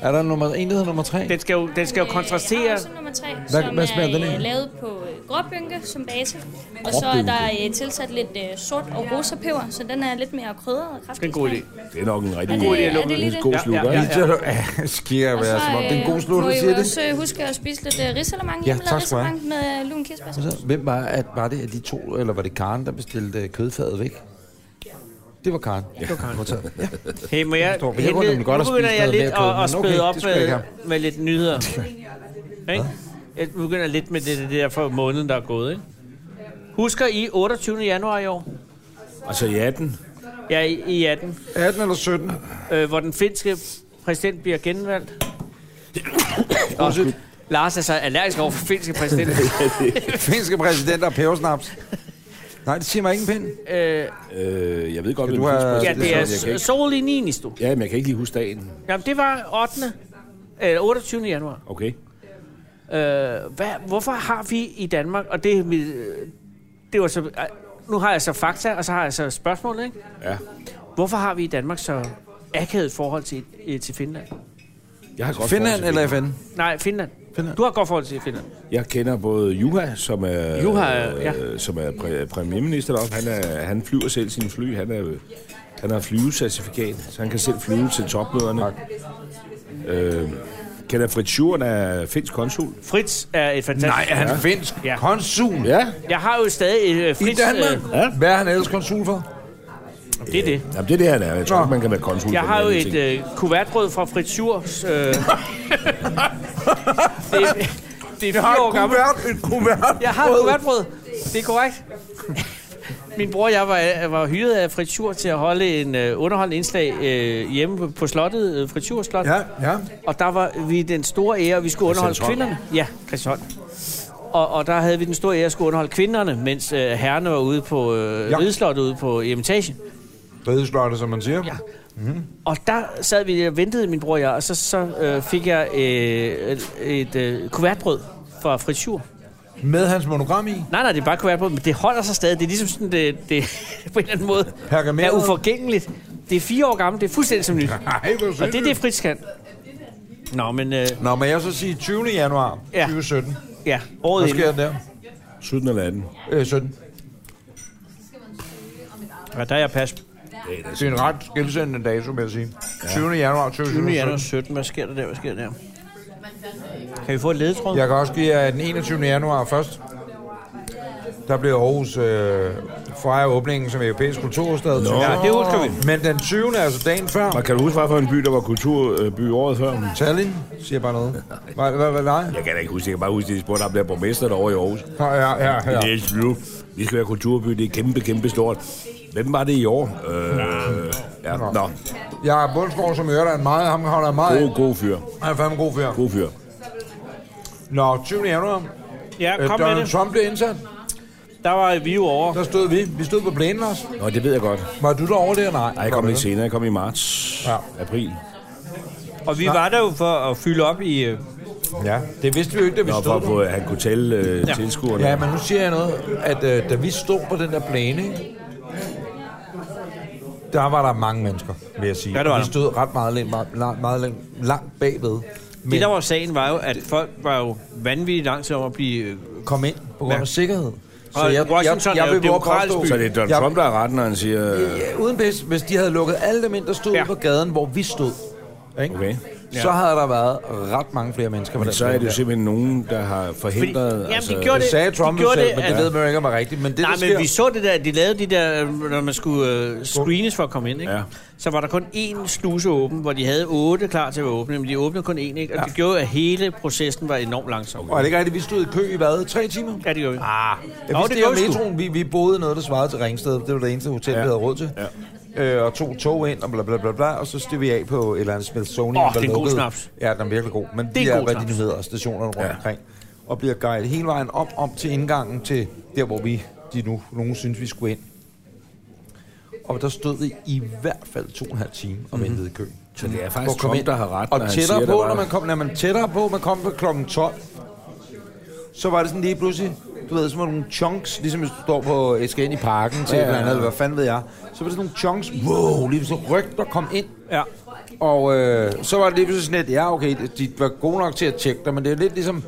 C: Er der nummer, en, der hedder nummer tre?
A: Den skal jo, den skal jo
F: Jeg har
A: kontrastere...
F: også nummer tre,
C: Hvad-
F: som
C: hvad smager
F: er
C: den
F: øh,
C: af?
F: lavet på øh, gråbynke som base. Og så er
B: Gråbynke?
F: der øh, tilsat lidt øh, sort og rosa peber, så den er lidt mere krydret og kraftig.
A: Det er en god idé.
B: Det er nok en rigtig
F: det-
B: god,
F: er det lige
B: en
F: det?
B: god
A: Ja,
B: slutter,
A: ja, ja.
B: ikke?
C: Ja, du, ja, sker, hvad
F: Så,
C: jeg som om. Det er en god slut,
F: må
C: du
F: I
C: siger
F: jo
C: det.
F: også øh, huske at spise lidt øh, risalamande.
C: Ja,
F: Hjemmelavet
C: tak skal du have.
F: risalamande med øh, lun kirsebær.
C: Hvem var, at, var det af de to, eller var det Karen, der bestilte øh, kødfadet væk? Det var Karen. Ja, det var Karen. Ja.
A: Hey, må jeg...
C: forstår, for jeg
A: Henlede,
C: kunne nemlig godt
A: nu
C: have
A: begynder
C: spist
A: jeg
C: noget
A: lidt
C: mere
A: at,
C: kød, men
A: at spæde
C: okay,
A: op
C: det skal jeg ikke
A: med,
C: have.
A: med lidt nyheder. Ikke? Jeg begynder lidt med det, det der for måneden, der er gået, ikke? Husker I 28. januar i år?
B: Og så Altså, i 18.
A: Ja, i, i 18.
C: 18 eller 17?
A: øh, hvor den finske præsident bliver genvalgt. Og Lars er så allergisk over for finske præsident.
C: Finske præsidenter og pebersnaps. Nej, det siger mig ikke en pind.
A: øh,
B: Øh, jeg ved godt, hvem
C: du have-
B: huske
A: ja, det er
B: jeg kan ikke,
A: Soli Niinistö.
B: ja, men jeg kan ikke lige huske dagen.
A: Jamen, det var 8. Øh, 28. januar.
B: Okay.
A: Øh, hvad, hvorfor har vi i Danmark, og det er mit, øh, det var så, øh, nu har jeg så fakta, og så har jeg så spørgsmål, ikke?
B: Ja.
A: Hvorfor har vi i Danmark så akavet forhold til, øh, til Finland?
B: Jeg har godt forhold
C: Finland
B: til
C: eller
B: Finland.
C: FN?
A: Nej, Finland.
C: Finland.
A: Du har godt forhold til Finland.
B: Jeg kender både Juha, som er,
A: Juha,
B: øh,
A: ja.
B: som er præ- premierminister deroppe. Han, er, han flyver selv sine fly. Han, er, han har flyvecertifikat, så han kan selv flyve til topmøderne. Øh, kender Fritz Schur, der er finsk konsul.
A: Fritz er et fantastisk...
C: Nej, han er finsk
A: Ja.
C: konsul.
B: Ja,
A: Jeg har jo stadig et øh,
C: I
A: Fritz...
C: Danmark?
A: øh,
B: ja.
C: Hvad er han ellers konsul for?
A: det er det.
B: Jamen, det er det, han er. Jeg tror
C: Nå.
B: ikke, man kan være konsul.
A: Jeg
B: for
A: har jo
B: mange
A: et
B: ting.
A: øh, kuvertbrød fra Fritz Schurz. Øh, det, det er fire år gammelt.
C: et kuvert.
A: Jeg har et kuvertbrød. Det er korrekt. Min bror og jeg var, øh, var hyret af Fritz Schurz til at holde en øh, underholdende indslag øh, hjemme på- på slottet, øh, Fritz Schurz Slot.
C: Ja, ja.
A: Og der var vi den store ære, vi skulle underholde kvinderne. Ja, Christian. Og, og der havde vi den store ære at skulle underholde kvinderne, mens øh, herrene var ude på øh,
C: Ja.
A: ja. Rideslottet ude på Emitagen.
C: Rideslottet, som man siger. Ja.
A: Og der sad vi og ventede, min bror og jeg, og så, så øh, fik jeg øh, et øh, kuvertbrød fra fritur.
C: Med hans monogram i.
A: Nej, nej, det er bare kuvertbrød, men det holder sig stadig. Det er ligesom sådan, det, det på en eller anden måde
C: Pergamenteret.
A: er uforgængeligt. Det er fire år gammelt, det er fuldstændig som nyt.
C: Ej, hvor
A: Og det er det, Fritz kan. Nå, men øh,
C: Nå, men jeg så sige 20. januar
A: Ja.
C: 2017.
A: ja,
C: Hvad
A: året
C: sker
A: inden.
C: der der?
B: 17 eller 18.
C: Øh, 17.
A: Ja, der er jeg pas.
C: Det er en ret skilsændende dato, vil jeg sige. 20. januar
A: 20.
C: 2017.
A: 17, hvad sker der der? Hvad sker der der? Kan vi få et ledetråd?
C: Jeg kan også give jer den 21. januar først. Der blev Aarhus øh, fejrer åbningen som europæisk kulturhovedstad.
B: Nå.
A: Ja, det husker vi.
C: Men den 20. altså dagen før,
B: Og kan du huske, hvad for en by, der var kulturby året før?
C: Tallinn siger bare noget. Hvad, hvad, hvad, nej?
B: Jeg kan da ikke huske. Jeg kan bare huske, at de spurgte ham der borgmester derovre i Aarhus.
C: Ja, ja, ja.
B: Ja.
C: ja.
B: Det er slut. Vi skal være kulturby. Det er kæmpe, kæmpe stort. Hvem var det i år? Øh, ja, nå.
C: Jeg er Bundsgaard, som hører dig meget. Ham holder jeg meget. af.
B: God, god fyr.
C: Han er fandme god fyr.
B: God fyr.
C: Nå, 20. januar.
A: Ja,
C: Øh,
A: kom med
C: Donald
A: det.
C: Trump blev indsat.
A: Der var vi jo over.
C: Der stod vi. Vi stod på plænen også.
B: Nå, det ved jeg godt.
C: Var du derovre der? Nej.
B: Nej, jeg kom lidt senere. Jeg kom i marts.
C: Ja.
B: Ja. April.
A: Og vi var der jo for at fylde op i... øh,
C: Ja, det vidste vi jo ikke, da vi
B: Nå, for
C: stod
B: at
C: der.
B: få, at han kunne tælle øh,
A: Ja.
B: tilskuerne.
C: Ja, men nu siger jeg noget, at øh, da vi stod på den der plæne, ikke? der var der mange mennesker, vil jeg sige.
A: Ja, det var
C: vi
A: der.
C: stod ret meget, læng, meget, meget, meget læng, langt bagved. Men
A: Det, der var sagen, var jo, at folk var jo vanvittigt lang tid om at blive... øh,
C: kom ind på grund
A: Ja.
C: af sikkerhed.
A: Og Washington er jo
C: vove at
A: demokratisk
C: påstå-
A: by.
B: Så det er Donald
C: Jeg-
B: Trump, der har ret, når han siger... øh,
C: Ja, uden pis, hvis de havde lukket alle dem ind, der stod
A: Ja.
C: ja. på gaden, hvor vi stod, ikke?
B: Okay.
C: så havde der været ret mange flere mennesker. på
B: Men
C: den
B: så er det
C: plæne
B: jo
C: der.
B: simpelthen nogen, der har forhindret... altså,
A: Fordi- jamen, de gjorde
C: Det sagde
A: De
C: Trump jo
A: gjorde
C: selv,
A: det,
C: men det
A: altså.
C: ved man jo ikke, om det er rigtigt. Men det,
A: Nej,
C: der sker,
A: men vi så det der, de lavede de der, øh, når man skulle øh, screenes for at komme ind, ikke?
B: Ja.
A: Så var der kun én sluse åben, hvor de havde otte klar til at åbne, men de åbnede kun én, ikke? Og det gjorde, at hele processen var enormt langsom.
C: Og er det ikke rigtigt, vi stod i kø i hvad? Tre timer?
A: Ja, det gjorde vi.
C: Ah, jeg
A: Nå,
C: vidste
A: det
C: ikke om
A: gjorde vi sgu.
C: metroen. Vi, vi boede i noget, der svarede til Ringsted. Det var det eneste hotel, ja. vi havde råd til. Ja. Øh, og to tog ind, og bla bla bla, bla og så steg vi af på et eller andet Smithsonian.
A: Åh,
C: der
A: det er en god
C: lukkede.
A: snaps.
C: Ja, den er virkelig god. Men
A: en
C: de er,
A: god
C: hvad de
A: snaps.
C: nu hedder, stationerne rundt ja. omkring. Og bliver guidet hele vejen op, om til indgangen til der, hvor vi, de nu, nogen synes, vi skulle ind. Og der stod vi i hvert fald to og en halv time og ventede i kø.
B: Mhm. Så det er
C: For
B: faktisk
C: at komme
B: Trump,
C: ind.
B: der har ret, når
C: Og
B: han
C: tættere
B: siger,
C: på,
B: der var-
C: når man, kom, når man tættere på, man kom på klokken 12, så var det sådan lige pludselig, du ved, som nogle chunks, ligesom hvis du står på, jeg skal ind i parken til ja, et eller andet, eller hvad fanden ved jeg, så var det sådan nogle chunks, wow, lige så ryg, der kom ind.
A: Ja.
C: Og øh, så var det lige pludselig sådan lidt, ja okay, de var gode nok til at tjekke dig, men det er lidt ligesom,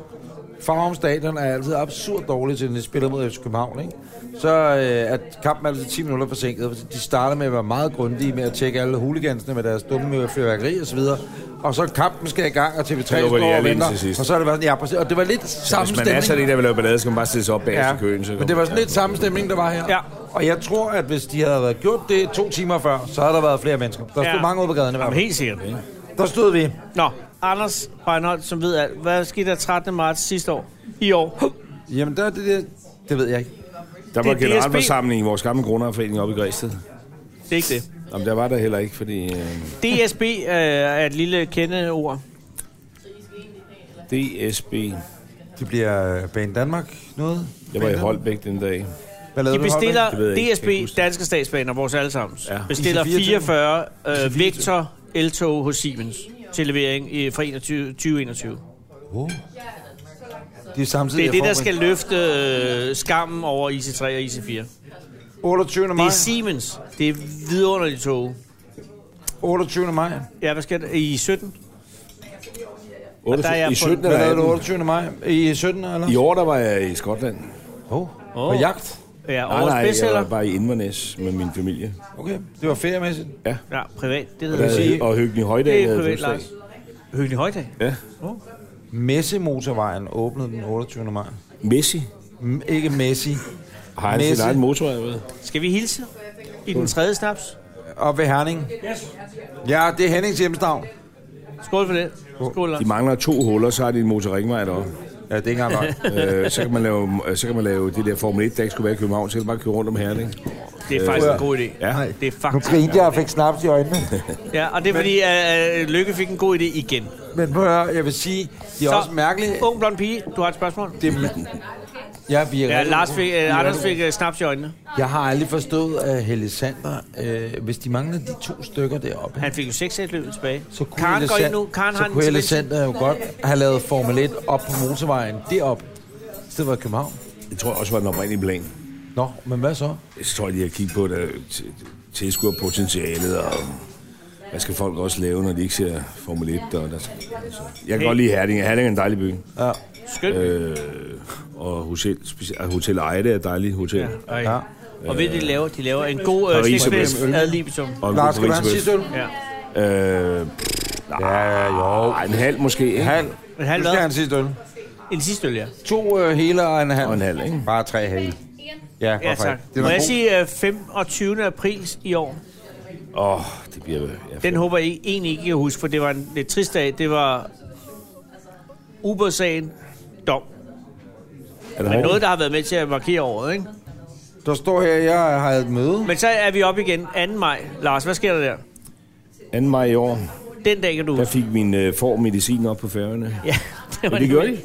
C: Farm Stadion er altid absurd dårlig til, når de spiller mod FC København, ikke? Så øh, at kampen er altid 10 minutter forsinket. fordi De starter med at være meget grundige med at tjekke alle huligansene med deres dumme fyrværkeri og så videre. Og så kampen skal i gang, og TV3 står
B: lukker de
C: og
B: alle ind
C: venter.
B: til sidst.
C: Og så er det bare sådan, ja, præcis. Og det var lidt samme
B: Hvis man er
C: stemning.
B: sådan en, der vil lave ballade, skal man bare stille sig op bag ja. i køen. Så
C: men det var sådan lidt samme stemning, der var her.
A: Ja.
C: Og jeg tror, at hvis de havde været gjort det to timer før, så havde der været flere mennesker. Der stod
A: Ja.
C: mange ude på gaden i hvert
A: Jamen,
C: fald.
A: helt sikkert.
C: Der stod vi.
A: Nå, Anders Breinholt, som ved alt. Hvad skete der 13. marts sidste år? I år? Hup.
C: Jamen, der er det der... Det ved jeg ikke.
B: Der
A: Det er
B: var
A: DSB.
B: generalforsamling i vores gamle grundejerforening oppe i Græsted.
A: Det er ikke det.
B: Jamen, der var der heller ikke, fordi... Øh,
A: DSB øh, er et lille kendeord.
B: DSB...
C: Det bliver øh, Bane Danmark noget.
B: Jeg var i Holbæk den dag.
C: Hvad lavede
A: De
C: du i Holbæk?
A: bestiller
B: Det ved jeg ikke. Jeg kan ikke
A: DSB,
B: huske det.
A: Danske Statsbaner, vores allesammens,
B: Ja.
A: bestiller
C: IC4 -tog.
A: 44 øh, Vector eltog hos Siemens til levering i, fra 21, 2021.
C: De er samtidig
A: Det er det, der
C: jeg får
A: skal løfte øh, skammen over IC3 og IC4. Det
C: min- 28. maj.
A: er Siemens. Det er vidunderligt tog.
C: 28. maj.
A: Ja, hvad skal der? I 17?
B: 8,
A: der er jeg
B: I
A: på-
B: 17
C: Hvad lavede du
B: eller 18.
C: 28. maj? I 17. eller?
B: I år, der var jeg i Skotland.
C: Oh.
A: Åh.
C: På jagt.
A: Ja,
B: Nej,
A: årets
B: nej, jeg
A: bestseller.
B: var bare i Inverness med min familie.
C: Okay. Det var feriemæssigt.
A: Ja, privat. Det hedder
B: Der,
A: det.
B: og Høgni
A: Det
B: Højdal
A: er
B: havde
A: privat,
B: fødselsdag.
A: Lars. Høgni Højdag.
B: Ja.
C: Messemotorvejen åbnede den 28. maj.
B: Messi.
C: M- ikke Messi.
B: Har han sin
C: Messi.
B: egen motor, jeg ved.
A: Skal vi hilse i den tredje snaps?
C: Og ved Herning.
A: Yes.
C: Ja, det er Hennings hjemstavn.
A: Skål for det. Skål, Lars.
B: De mangler to huller, så har de en motorringvej deroppe.
C: Ja, det er ikke engang løgn.
B: øh, så, kan man lave, øh, så kan man lave det der Formel 1, der ikke skulle være i København, så kan man bare køre rundt om Herning.
A: Det er faktisk en god idé.
B: Ja.
A: Det er
H: Nu
A: faktisk.
H: grinte jeg og fik snaps i øjnene.
A: Ja, og det er fordi, at øh, Lykke fik en god idé igen.
C: Men prøv at høre, jeg vil sige, det er
A: Så,
C: også mærkeligt.
A: Ung blond pige, du har et spørgsmål?
C: Det er mær- ja, vi er
A: Ja,
C: rigtig-
A: Lars fik,
C: vi er
A: øh, Anders
C: rigtig-
A: fik øh, snaps i øjnene.
C: Jeg har aldrig forstået, at Helle Sander, øh, hvis de mangler de to stykker deroppe,
A: Han fik jo 6 1 løbet tilbage.
C: så kunne
A: Karen
C: Helle
A: går ind
C: Sand-
A: nu. Karen
C: så
A: har en
C: kunne Helle
A: tendens-
C: Sander jo godt have lavet Formel 1 op på motorvejen derop, i stedet for i København.
B: Det tror jeg også var den oprindelige plan.
C: Nå, men hvad så?
B: Jeg tror, de har kigget på det, t- tilskuerpotentialet, og hvad skal folk også lave, når de ikke ser Formel 1? Og der, skal- altså. Jeg kan godt lide Herning. Herning er en dejlig by.
C: Ja.
A: Skøn.
B: Øh, og hotel, speci- og Hotel Ejde er et dejligt hotel. Ja.
A: Ej.
C: Ja.
A: Og ved det, de laver? De laver en god øh,
B: Paris-
A: slikflæs
B: Øl.
A: ad libitum.
B: Og en god
C: Lars, skal du have en
B: Paris-bøf.
C: sidste øl?
A: Ja.
B: Øh, pff, ja, jo. Ej, en halv måske, ikke?
C: Halv.
A: En halv
C: Du skal have
A: hvad?
C: en sidste øl.
A: En sidste øl, ja.
C: To øh, hele og en halv.
B: Og en halv, ikke?
C: Bare tre hele. Ja,
A: Ja, tak. Må jeg sige øh, 25. april i år?
B: Åh, oh, det bliver... Jeg
A: Den håber jeg egentlig ikke, I kan huske, for det var en lidt trist dag. Det var Uber-sagen dom.
B: er der
A: Men
B: noget?
A: noget, der har været med til at markere året, ikke?
C: Der står her, jeg har et møde.
A: Men så er vi op igen 2. maj. Lars, hvad sker der der?
B: 2. maj i år,
A: Den dag kan du
B: der
A: huske.
B: fik min øh, får medicin op på færgerne.
A: Ja, det
B: Ja, det gjorde de.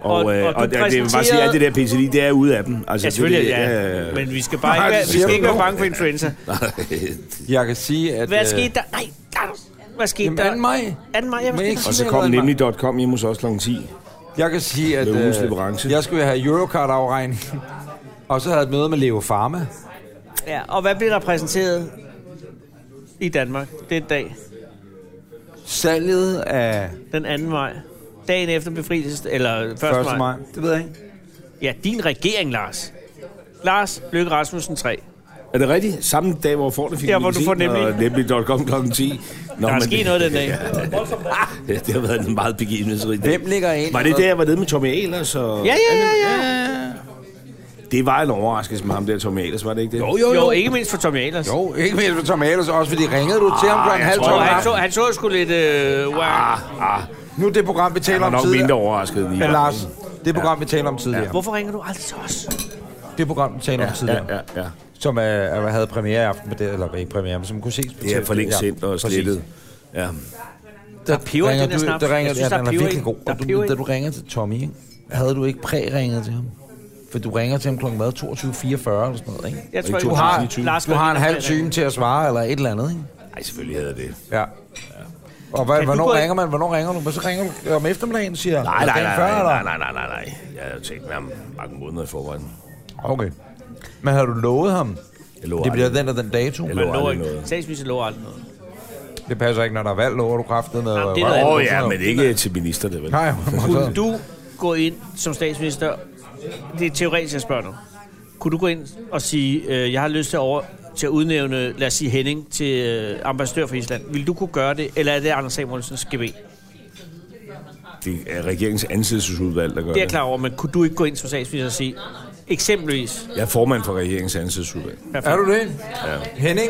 B: Og,
A: Og-
B: og,
A: og
B: øh,
A: du
B: og, og det, det vil bare sige, at alt det der PCD, det er ude af dem. Altså,
A: Ja, selvfølgelig,
B: det, det,
A: ja.
B: øh,
A: Men vi skal bare ikke,
C: Nej, det
A: være, vi
C: siger
A: skal
C: du
A: ikke være
C: nu.
A: bange for influenza.
C: Jeg kan sige, at...
A: Hvad
C: øh,
A: skete der? Nej, Lars, hvad skete
C: Jamen,
A: der?
C: 2. maj.
A: 2. maj, ja, hvad
C: Men ikke
A: skete
B: Og
A: der?
B: så kom nemlig.com hjemme hos os kl. 10.
C: Jeg kan sige, at
B: Med ugens
C: øh,
B: leverance.
C: jeg skulle have Eurocard-afregning. og så havde jeg et møde med Leo Pharma.
A: Ja, og hvad blev der præsenteret i Danmark den dag?
C: Salget af
A: Den 2. maj. Dagen efter befrielses... Eller 1.
C: 1.
A: maj.
C: maj. Det ved jeg ikke.
A: Ja, din regering, Lars. Lars Løkke Rasmussen 3.
B: Er det rigtigt? Samme dag, hvor får det fik
A: Ja, hvor du får nemlig.
B: og nemlig.com kl. 10. Nå,
A: Der er
B: men
A: sket
B: det-
A: noget den dag.
B: Ja, det har været en meget begivenhedsrig dag.
C: Hvem ligger ind?
B: Var det der, jeg var nede med Tommy Ahlers? Og...
A: Ja, ja, ja, ja.
B: Det var en overraskelse med ham der, Tommy Ahlers, var det ikke det?
C: Jo, jo,
A: Jo,
C: jo.
A: ikke mindst for Tommy Ahlers. Jo.
C: Jo, ikke mindst med Tom Ahlers, også fordi ringede du til ham klokken halv
B: tror,
C: tolv. om
A: han, så,
C: aftenen.
A: han så sgu lidt... Øh, wow.
B: Ah, ah,
C: Nu er det program, vi
B: han
C: taler
B: var
C: om
B: nok mindre
C: tidligere.
B: overrasket end I.
C: Ja, Lars, det program, vi taler om tidligere.
A: Hvorfor ringer du aldrig til os?
C: Det program, vi taler om
B: Ja,
C: tidligere.
B: ja, ja.
C: som øh, er, havde premiere i aften, på det, eller ikke premiere, men som kunne ses på
B: Det er for længe sendt og
C: præcis.
B: slettet. Ja.
C: Der,
A: peber i
C: ringer
A: den her
C: du-
A: snaps.
C: Der ringer,
A: Jeg synes,
C: ja,
A: der
C: den
A: er
C: er
A: peber i
C: virkelig
A: den.
C: god.
A: Der er
C: Og
A: peber
C: du,
A: i
C: da
A: den.
C: du ringer til Tommy, ikke? havde du ikke præ-ringet til ham? For du ringer til ham klokken hvad? 22.44 eller sådan noget, ikke?
A: Jeg
B: I
A: tror, ikke,
C: Du har,
A: Lars
C: du har en
A: Løkke-
C: halv time til at svare, eller et eller andet, ikke?
B: Nej, selvfølgelig havde jeg det.
C: Ja. Og hvad,
A: Kan du gå
C: hvornår
A: i-
C: ringer man? Hvornår ringer du? Men så ringer du om eftermiddagen, siger
B: Nej, nej,
C: eller dagen
B: nej,
C: før,
B: nej,
C: eller?
B: nej, nej, nej, nej, nej. Jeg havde tænkt med ham mange måneder i forvejen.
C: Okay. Men har du lovet ham?
B: Jeg lover
C: Det bliver
B: aldrig.
C: den og den dato.
B: Jeg
A: Man
B: lover
A: lover
B: aldrig
A: ikke.
B: noget.
A: Statsminister lover aldrig noget.
C: Det passer ikke, når der er valg, lover du kraftet med...
A: Jamen, det er
C: røv
A: noget andet.
B: Åh
C: og
B: oh,
C: sådan
B: ja,
C: noget.
B: men ikke til minister, det vel?
C: Nej, hvor-
A: Kunne du gå ind som statsminister, det er teoretisk, jeg spørger nu, kunne du gå ind og sige, øh, jeg har lyst til at, over, til at udnævne, lad os sige Henning, til øh, ambassadør for Island. Vil du kunne gøre det, eller er det Anders Samuelsens GB? Det
B: Det er regeringens ansættelsesudvalg, der gør
A: er jeg
B: det.
A: klar over, men kunne du ikke gå ind som statsminister og sige, eksempelvis...
B: Jeg er formand for regeringens ansættelsesudvalg.
C: Er du det? Henning?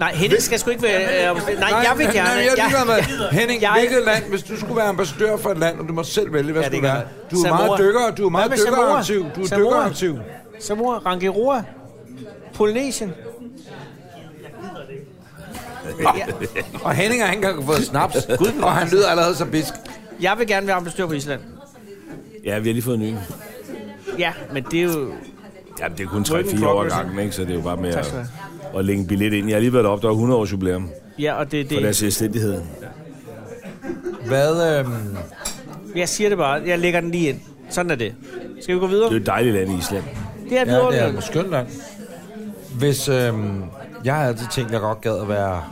A: Nej, Henning skal sgu ikke være... Øh, nej, jeg vil gerne...
C: Nej, jeg er ligeglad med. Henning,
A: jeg-
C: hvilket land, hvis du skulle være ambassadør for et land, og du må selv vælge, hvad
A: Ja,
C: ja,
A: det
C: du
A: kan
C: være.
A: jeg.
C: Du er
A: Samoa.
C: meget dykker, du er meget
A: Hvad med Samoa?
C: dykkeraktiv. Du er
A: Samoa?
C: dykkeraktiv.
A: Samoa, Rangiroa, Polynesien.
C: Og Henning har ikke engang fået snaps, og han lyder allerede som bisk.
A: Jeg vil gerne være ambassadør på Island.
B: Ja, vi har lige fået en ny.
A: Ja, men det er jo...
B: Jamen, det er kun
A: Work in
B: 3-4 år
A: progress.
B: gangen, ikke? så det er jo bare med
A: Tak
B: at,
A: skal du
B: at længe en billet ind. Jeg har lige været op, der er 100 års jubilæum
A: Ja, og det er det.
B: for deres selvstændighed.
C: Hvad, øhm,
A: Jeg siger det bare. Jeg lægger den lige ind. Sådan er det. Skal vi gå
B: Det er
A: videre?
B: jo et dejligt land i Island.
A: Det er
C: ja, det er
A: videre.
C: et skønt land. Hvis, øhm, jeg har altid tænkt, at jeg godt gad at være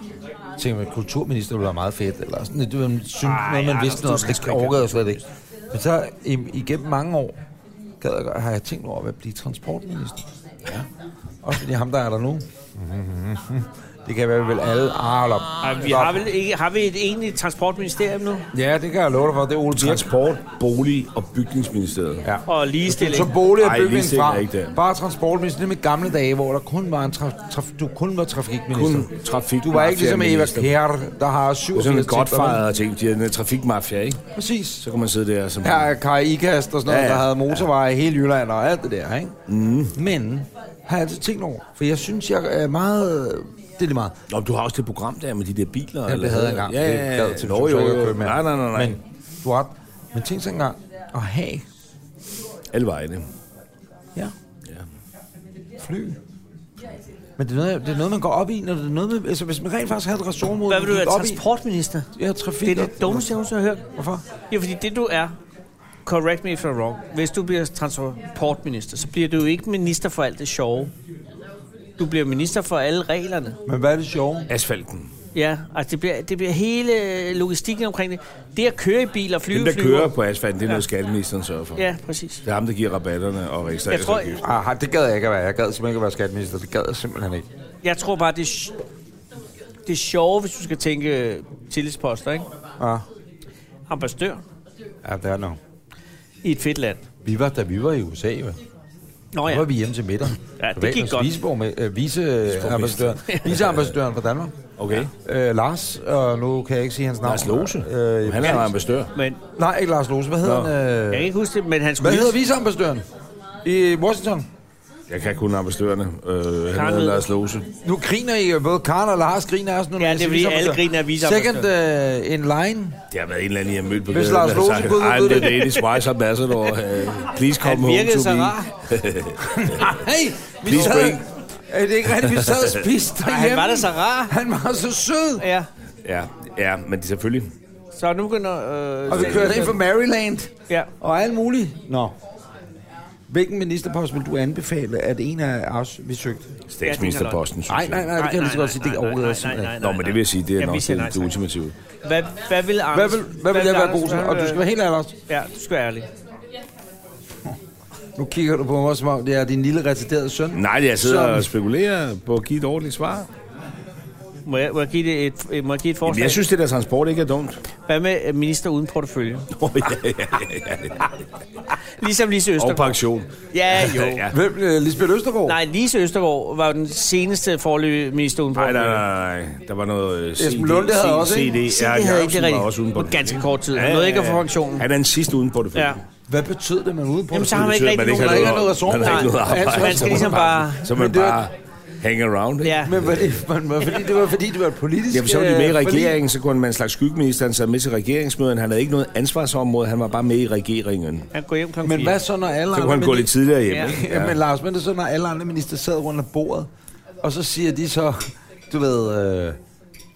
C: tænkte, at kulturminister ville være meget fedt, eller sådan noget, man synes, noget, man vidste noget om, det overgad jeg slet ikke. Men så i- igennem mange år gad jeg, godt- har jeg tænkt over at blive transportminister. Også fordi ham, der er der nu. Det kan være, vi vel alle arle op.
A: Ej, vi har, vel ikke, har vi et egentligt transportministerium nu?
C: Ja, det kan jeg love dig for. Det er Ole Birk.
B: Transport, bolig og bygningsministeriet.
C: Ja.
A: Og
C: Så
A: ligestilling.
C: bolig og
B: Ej,
C: bygning
B: ligestilling er ikke
C: fra.
B: der.
C: Bare transportminister. Det er gamle dage, hvor der kun var en traf- traf- du kun var trafikminister.
B: Kun trafik.
C: Du var ikke ligesom Eva
B: Det er
C: Kjær, der har
B: sådan
C: 87
B: en godt
C: titler, vel?
B: fejret ting. De er en øh, trafikmafia, ikke?
C: Præcis.
B: Så kan man sidde der som...
C: Her er Kai Ikast og sådan noget,
B: Ja, ja.
C: der havde motorveje i hele Jylland og alt det der, ikke? Mm. Men har jeg altid tænkt over, for jeg synes, jeg er meget... Det er lige meget.
B: Nå, men du har også det program der med de der biler.
C: Ja, det havde jeg engang.
B: Ja, ja,
C: Det
B: ja.
C: gad til,
B: Nå,
C: så
B: jo,
C: jeg ikke
B: jo.
C: købte
B: Nej,
C: mere.
B: nej, nej, nej.
C: Men, du har ret. Men tænk så engang at have
B: Alle vejene.
C: Ja. Fly. Men det er, noget, det er noget, man går op i, når det er noget med... Altså, hvis man rent faktisk havde et ressortmål...
A: Hvad vil du
C: man
A: være?
C: gik op i-
A: Transportminister?
C: Ja, trafik.
A: Det er det dummeste, jeg nogensinde har hørt.
C: Hvorfor?
A: Ja, fordi det du er, correct me if I'm wrong, hvis du bliver transportminister, så bliver du jo ikke minister for alt det sjove. Du bliver minister for alle reglerne.
C: Men hvad er det sjove?
B: Asfalten.
A: Ja, altså det bliver, det bliver hele logistikken omkring det. Det at køre i bil og flyve
B: Dem, der
A: flyver.
B: kører på asfalten, det er noget, skatteministeren sørger for.
A: Ja, præcis.
B: Det er ham, der giver rabatterne og registreringsafgift.
C: Ah, det gad jeg ikke at være. Jeg gad simpelthen ikke at være skatteminister. Det gad jeg simpelthen ikke.
A: Jeg tror bare, det er, sj- det er sjove, hvis du skal tænke øh, tillidsposter, ikke?
C: Ah.
A: Ambassadør
C: Ja, det er nok.
A: i et fedt land.
C: Vi var, da vi var i USA, jo.
A: Nå
C: Nu
A: ja.
C: var vi hjemme til middag.
A: Ja, det
C: Privat-
A: gik
C: og
A: godt.
C: Viceborg, øh, viceambassadøren, viceambassadøren fra Danmark.
B: Okay.
C: Øh, Lars, og nu kan jeg ikke sige hans navn.
B: Lars Lose.
C: Øh,
B: Han er jo ambassadør.
A: Men
C: Nej, ikke Lars Lose. Hvad hedder
B: Nå.
C: han?
A: jeg
C: Øh,
A: kan ikke huske det, men han skulle...
C: hvad hedder
A: hilse-
C: viceambassadøren? I Washington.
B: Jeg kan kun ambassadørerne. Øh, han hedder
A: Vedel.
B: Lars Lose.
C: Nu griner I, jo. både Karen og Lars griner også nu. når
A: Ja,
C: jeg
A: det
C: siger
A: er fordi, alle
C: viceambassadør.
A: griner af viceambassadøren.
C: Second uh, in line.
B: Det har været en eller anden, jeg har mødt på
C: Hvis
B: gaden,
C: Lars
B: der har
C: Lose
B: sagt,
C: kunne vide
B: I'm the
C: det."
B: Danish Vice Ambassador. Uh, please come
A: Han
B: home
A: virkede
B: to
A: så
B: me.
A: rar.
C: Hey, vi
B: Please
C: sad...
B: bring-
C: Er det ikke rigtigt, vi sad og spiste
A: han
C: derhjemme?
A: var da så rar.
C: Han var så sød.
A: Ja.
B: Ja, ja, men det er selvfølgelig.
A: Så nu begynder... Øh,
C: Og vi kørte ind fra Maryland
A: Ja.
C: og alt muligt. Nå. Hvilken ministerpost vil du anbefale, at en af os vi søgte?
B: Statsministerposten, synes
C: Nej, nej, nej, det kan jeg lige så godt sige. Det overleder jeg
A: nej, nej,
C: simpelthen.
A: nej,
B: Nå, men det vil jeg sige, det er
A: Ja, vi
B: nok
A: siger
B: det,
A: nej
B: det
A: tak.
B: ultimative.
A: Hvad, hvad vil
C: Hvad
A: Anders...
C: vil, hvad vil jeg være god til?
A: Anders-
C: Og du skal være helt ærlig også.
A: Ja, du skal være ærlig.
C: Nu kigger du på mig, som om det er din lille retarderede søn.
B: Nej, jeg sidder
C: Som-
B: og spekulerer på at give et ordentligt svar.
A: Må jeg, må jeg give det et, et, må jeg give et
B: Jamen,
A: forslag?
B: jeg synes, det der transport ikke er dumt.
A: Hvad med øh, minister uden portefølje?
B: Oh, ja, ja, ja, ja.
A: Ligesom Lise
B: Og
A: Østergaard.
B: pension.
A: Ja, jo.
B: Ja.
C: Hvem? Øh, Lisbeth Østergaard?
A: Nej, Lise Østergaard var jo den seneste forløb minister uden
B: Nej,
A: portefølje.
B: nej, nej, nej. Der var noget øh, CD.
C: Esben Lunde havde også,
B: CD.
C: ikke?
B: Ja,
A: CD havde
B: Jørgensen
A: ikke det
B: var
A: rigtigt.
B: også uden
A: På
B: portefølje.
A: ganske kort tid. Han nåede ikke at få pensionen.
B: Han er den sidste uden portefølje.
A: Ja.
C: Hvad betød det, man ude på?
A: Jamen, så har man ikke
B: betyder, at
A: rigtig
B: man
A: nogen, der ikke har
B: ikke har noget-
A: noget resort.
B: man har ikke noget arbejde.
A: Man skal ligesom bare...
B: Så man
C: Men det var-
B: bare hang around, ikke?
A: Ja.
C: Men var det, var, var, fordi, det var fordi, det var et politisk...
B: Jamen, så var de
C: øh,
B: med i
C: forlig.
B: regeringen, så kunne man en slags skyggeminister, han sad med til regeringsmøden. Han havde ikke noget ansvarsområde, han var bare med i regeringen.
A: Han går hjem klokken
C: Men
A: fire.
C: hvad så, når alle
B: Så kunne han gå lidt tidligere hjem,
A: Ja.
B: ikke?
C: Ja. Men Lars, men det er så, når alle andre minister sad rundt om bordet, og så siger de så, du ved... Øh,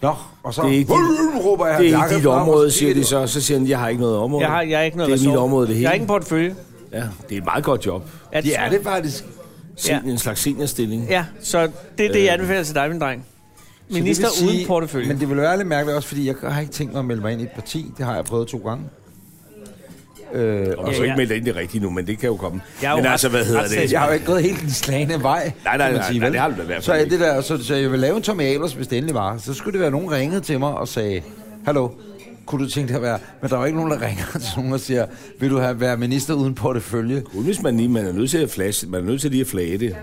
C: Nå, og så
B: Det er ikke dit-
C: råber jeg
B: Det er
C: Jakob
B: ikke dit
C: frem, og
B: område,
C: så
B: siger de så. Så siger han, jeg har ikke noget område.
A: Jeg har, jeg har ikke noget
B: Det er mit
A: ressort.
B: område, det hele.
A: Jeg har ikke en portefølje.
B: Ja, det er et meget godt job.
A: Ja,
C: Det er det faktisk.
B: Sen, En slags seniorstilling.
A: Ja, så det er det, jeg
B: Øh,
A: anbefaler til dig, min dreng.
C: Så det
A: Minister
C: vil sige-
A: uden portefølje.
C: Men det vil være lidt mærkeligt også, fordi jeg har ikke tænkt mig at melde mig ind i et parti. Det har jeg prøvet to gange. Øh,
B: Og
A: Ja,
B: så
A: ja.
B: ikke meldt ind i det rigtige nu, men det kan jo komme.
A: Jeg er jo
B: men
A: ret-
B: altså, hvad hedder
A: ret
B: det?
A: selv-
C: jeg har jo ikke gået helt den slagende vej.
B: nej,
C: kan man
B: nej,
C: sige,
B: nej,
C: vel?
B: det har du da i hvert fald
C: så, er
B: ikke.
C: det der, så, så jeg vil lave en Tommy Ahlers, hvis det endelig var. Så skulle det være, nogen ringede til mig og sagde, Hallo, kunne du tænke dig at være... Men der var ikke nogen, der ringer til nogen og siger, vil du have være minister uden portefølje?
B: Kun hvis man lige, man er nødt til at flashe, man er nødt til lige at flage det.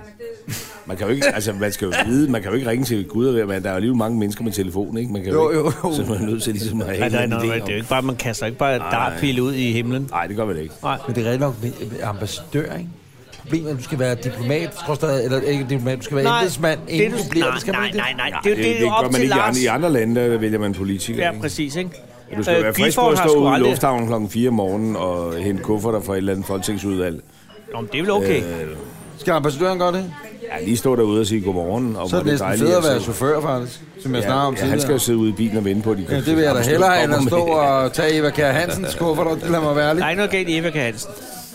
B: Man kan jo ikke, altså man skal jo vide, man kan jo ikke ringe til Gud og være, men der er jo alligevel mange mennesker med telefon, ikke? Man kan
C: Jo,
B: ikke,
C: jo, jo.
B: Så man er nødt til ligesom at have
A: Nej,
B: en
A: nej,
B: eller
A: nej,
B: anden
A: nej,
B: idé
A: det er jo
B: om-
A: ikke bare, man kaster ikke bare dartpile ud i himlen.
B: Nej, det gør man ikke.
A: Nej.
C: Men det er rigtig nok med- med ambassadør, ikke? Problemet er, at du skal være diplomat, skorstræd, eller ikke diplomat, du skal være embedsmand,
A: det,
C: inden
A: du,
C: du bliver
A: nej,
C: det. Skal man
A: nej,
C: ikke det?
A: nej, nej, det,
B: Det,
A: er jo- det, er
B: det
A: jo op
B: gør man
A: til
B: ikke i
A: Lars.
B: andre, i andre lande, der vælger man politikere.
A: Ja,
B: ikke?
A: præcis, ikke?
B: Du skal
A: Øh,
B: øh, være frisk på
A: Clifford
B: at
A: har
B: stå
A: sgu
B: ude i
A: aldrig-
B: lufthavnen klokken 4 om morgenen og hente kufferter fra et eller andet folketingsudvalg.
A: Nå, men det er vel okay.
B: Øh,
C: Skal ambassadøren gøre det?
B: ja, lige stå derude og sige godmorgen. Og
C: Så
B: hvor
C: er det næsten
B: dejligt
C: fedt at
B: se-
C: være chauffør, faktisk, som jeg snakker om
B: ja, han skal jo
C: tidligere.
B: sidde ude i bilen og vente på, at de
C: Ja, det vil jeg da hellere, end at stå
B: Med.
C: og tage Eva Kjær Hansens kuffert, og lad mig være
A: Der
C: lidt.
A: er ikke noget galt i Eva Kjær Hansen.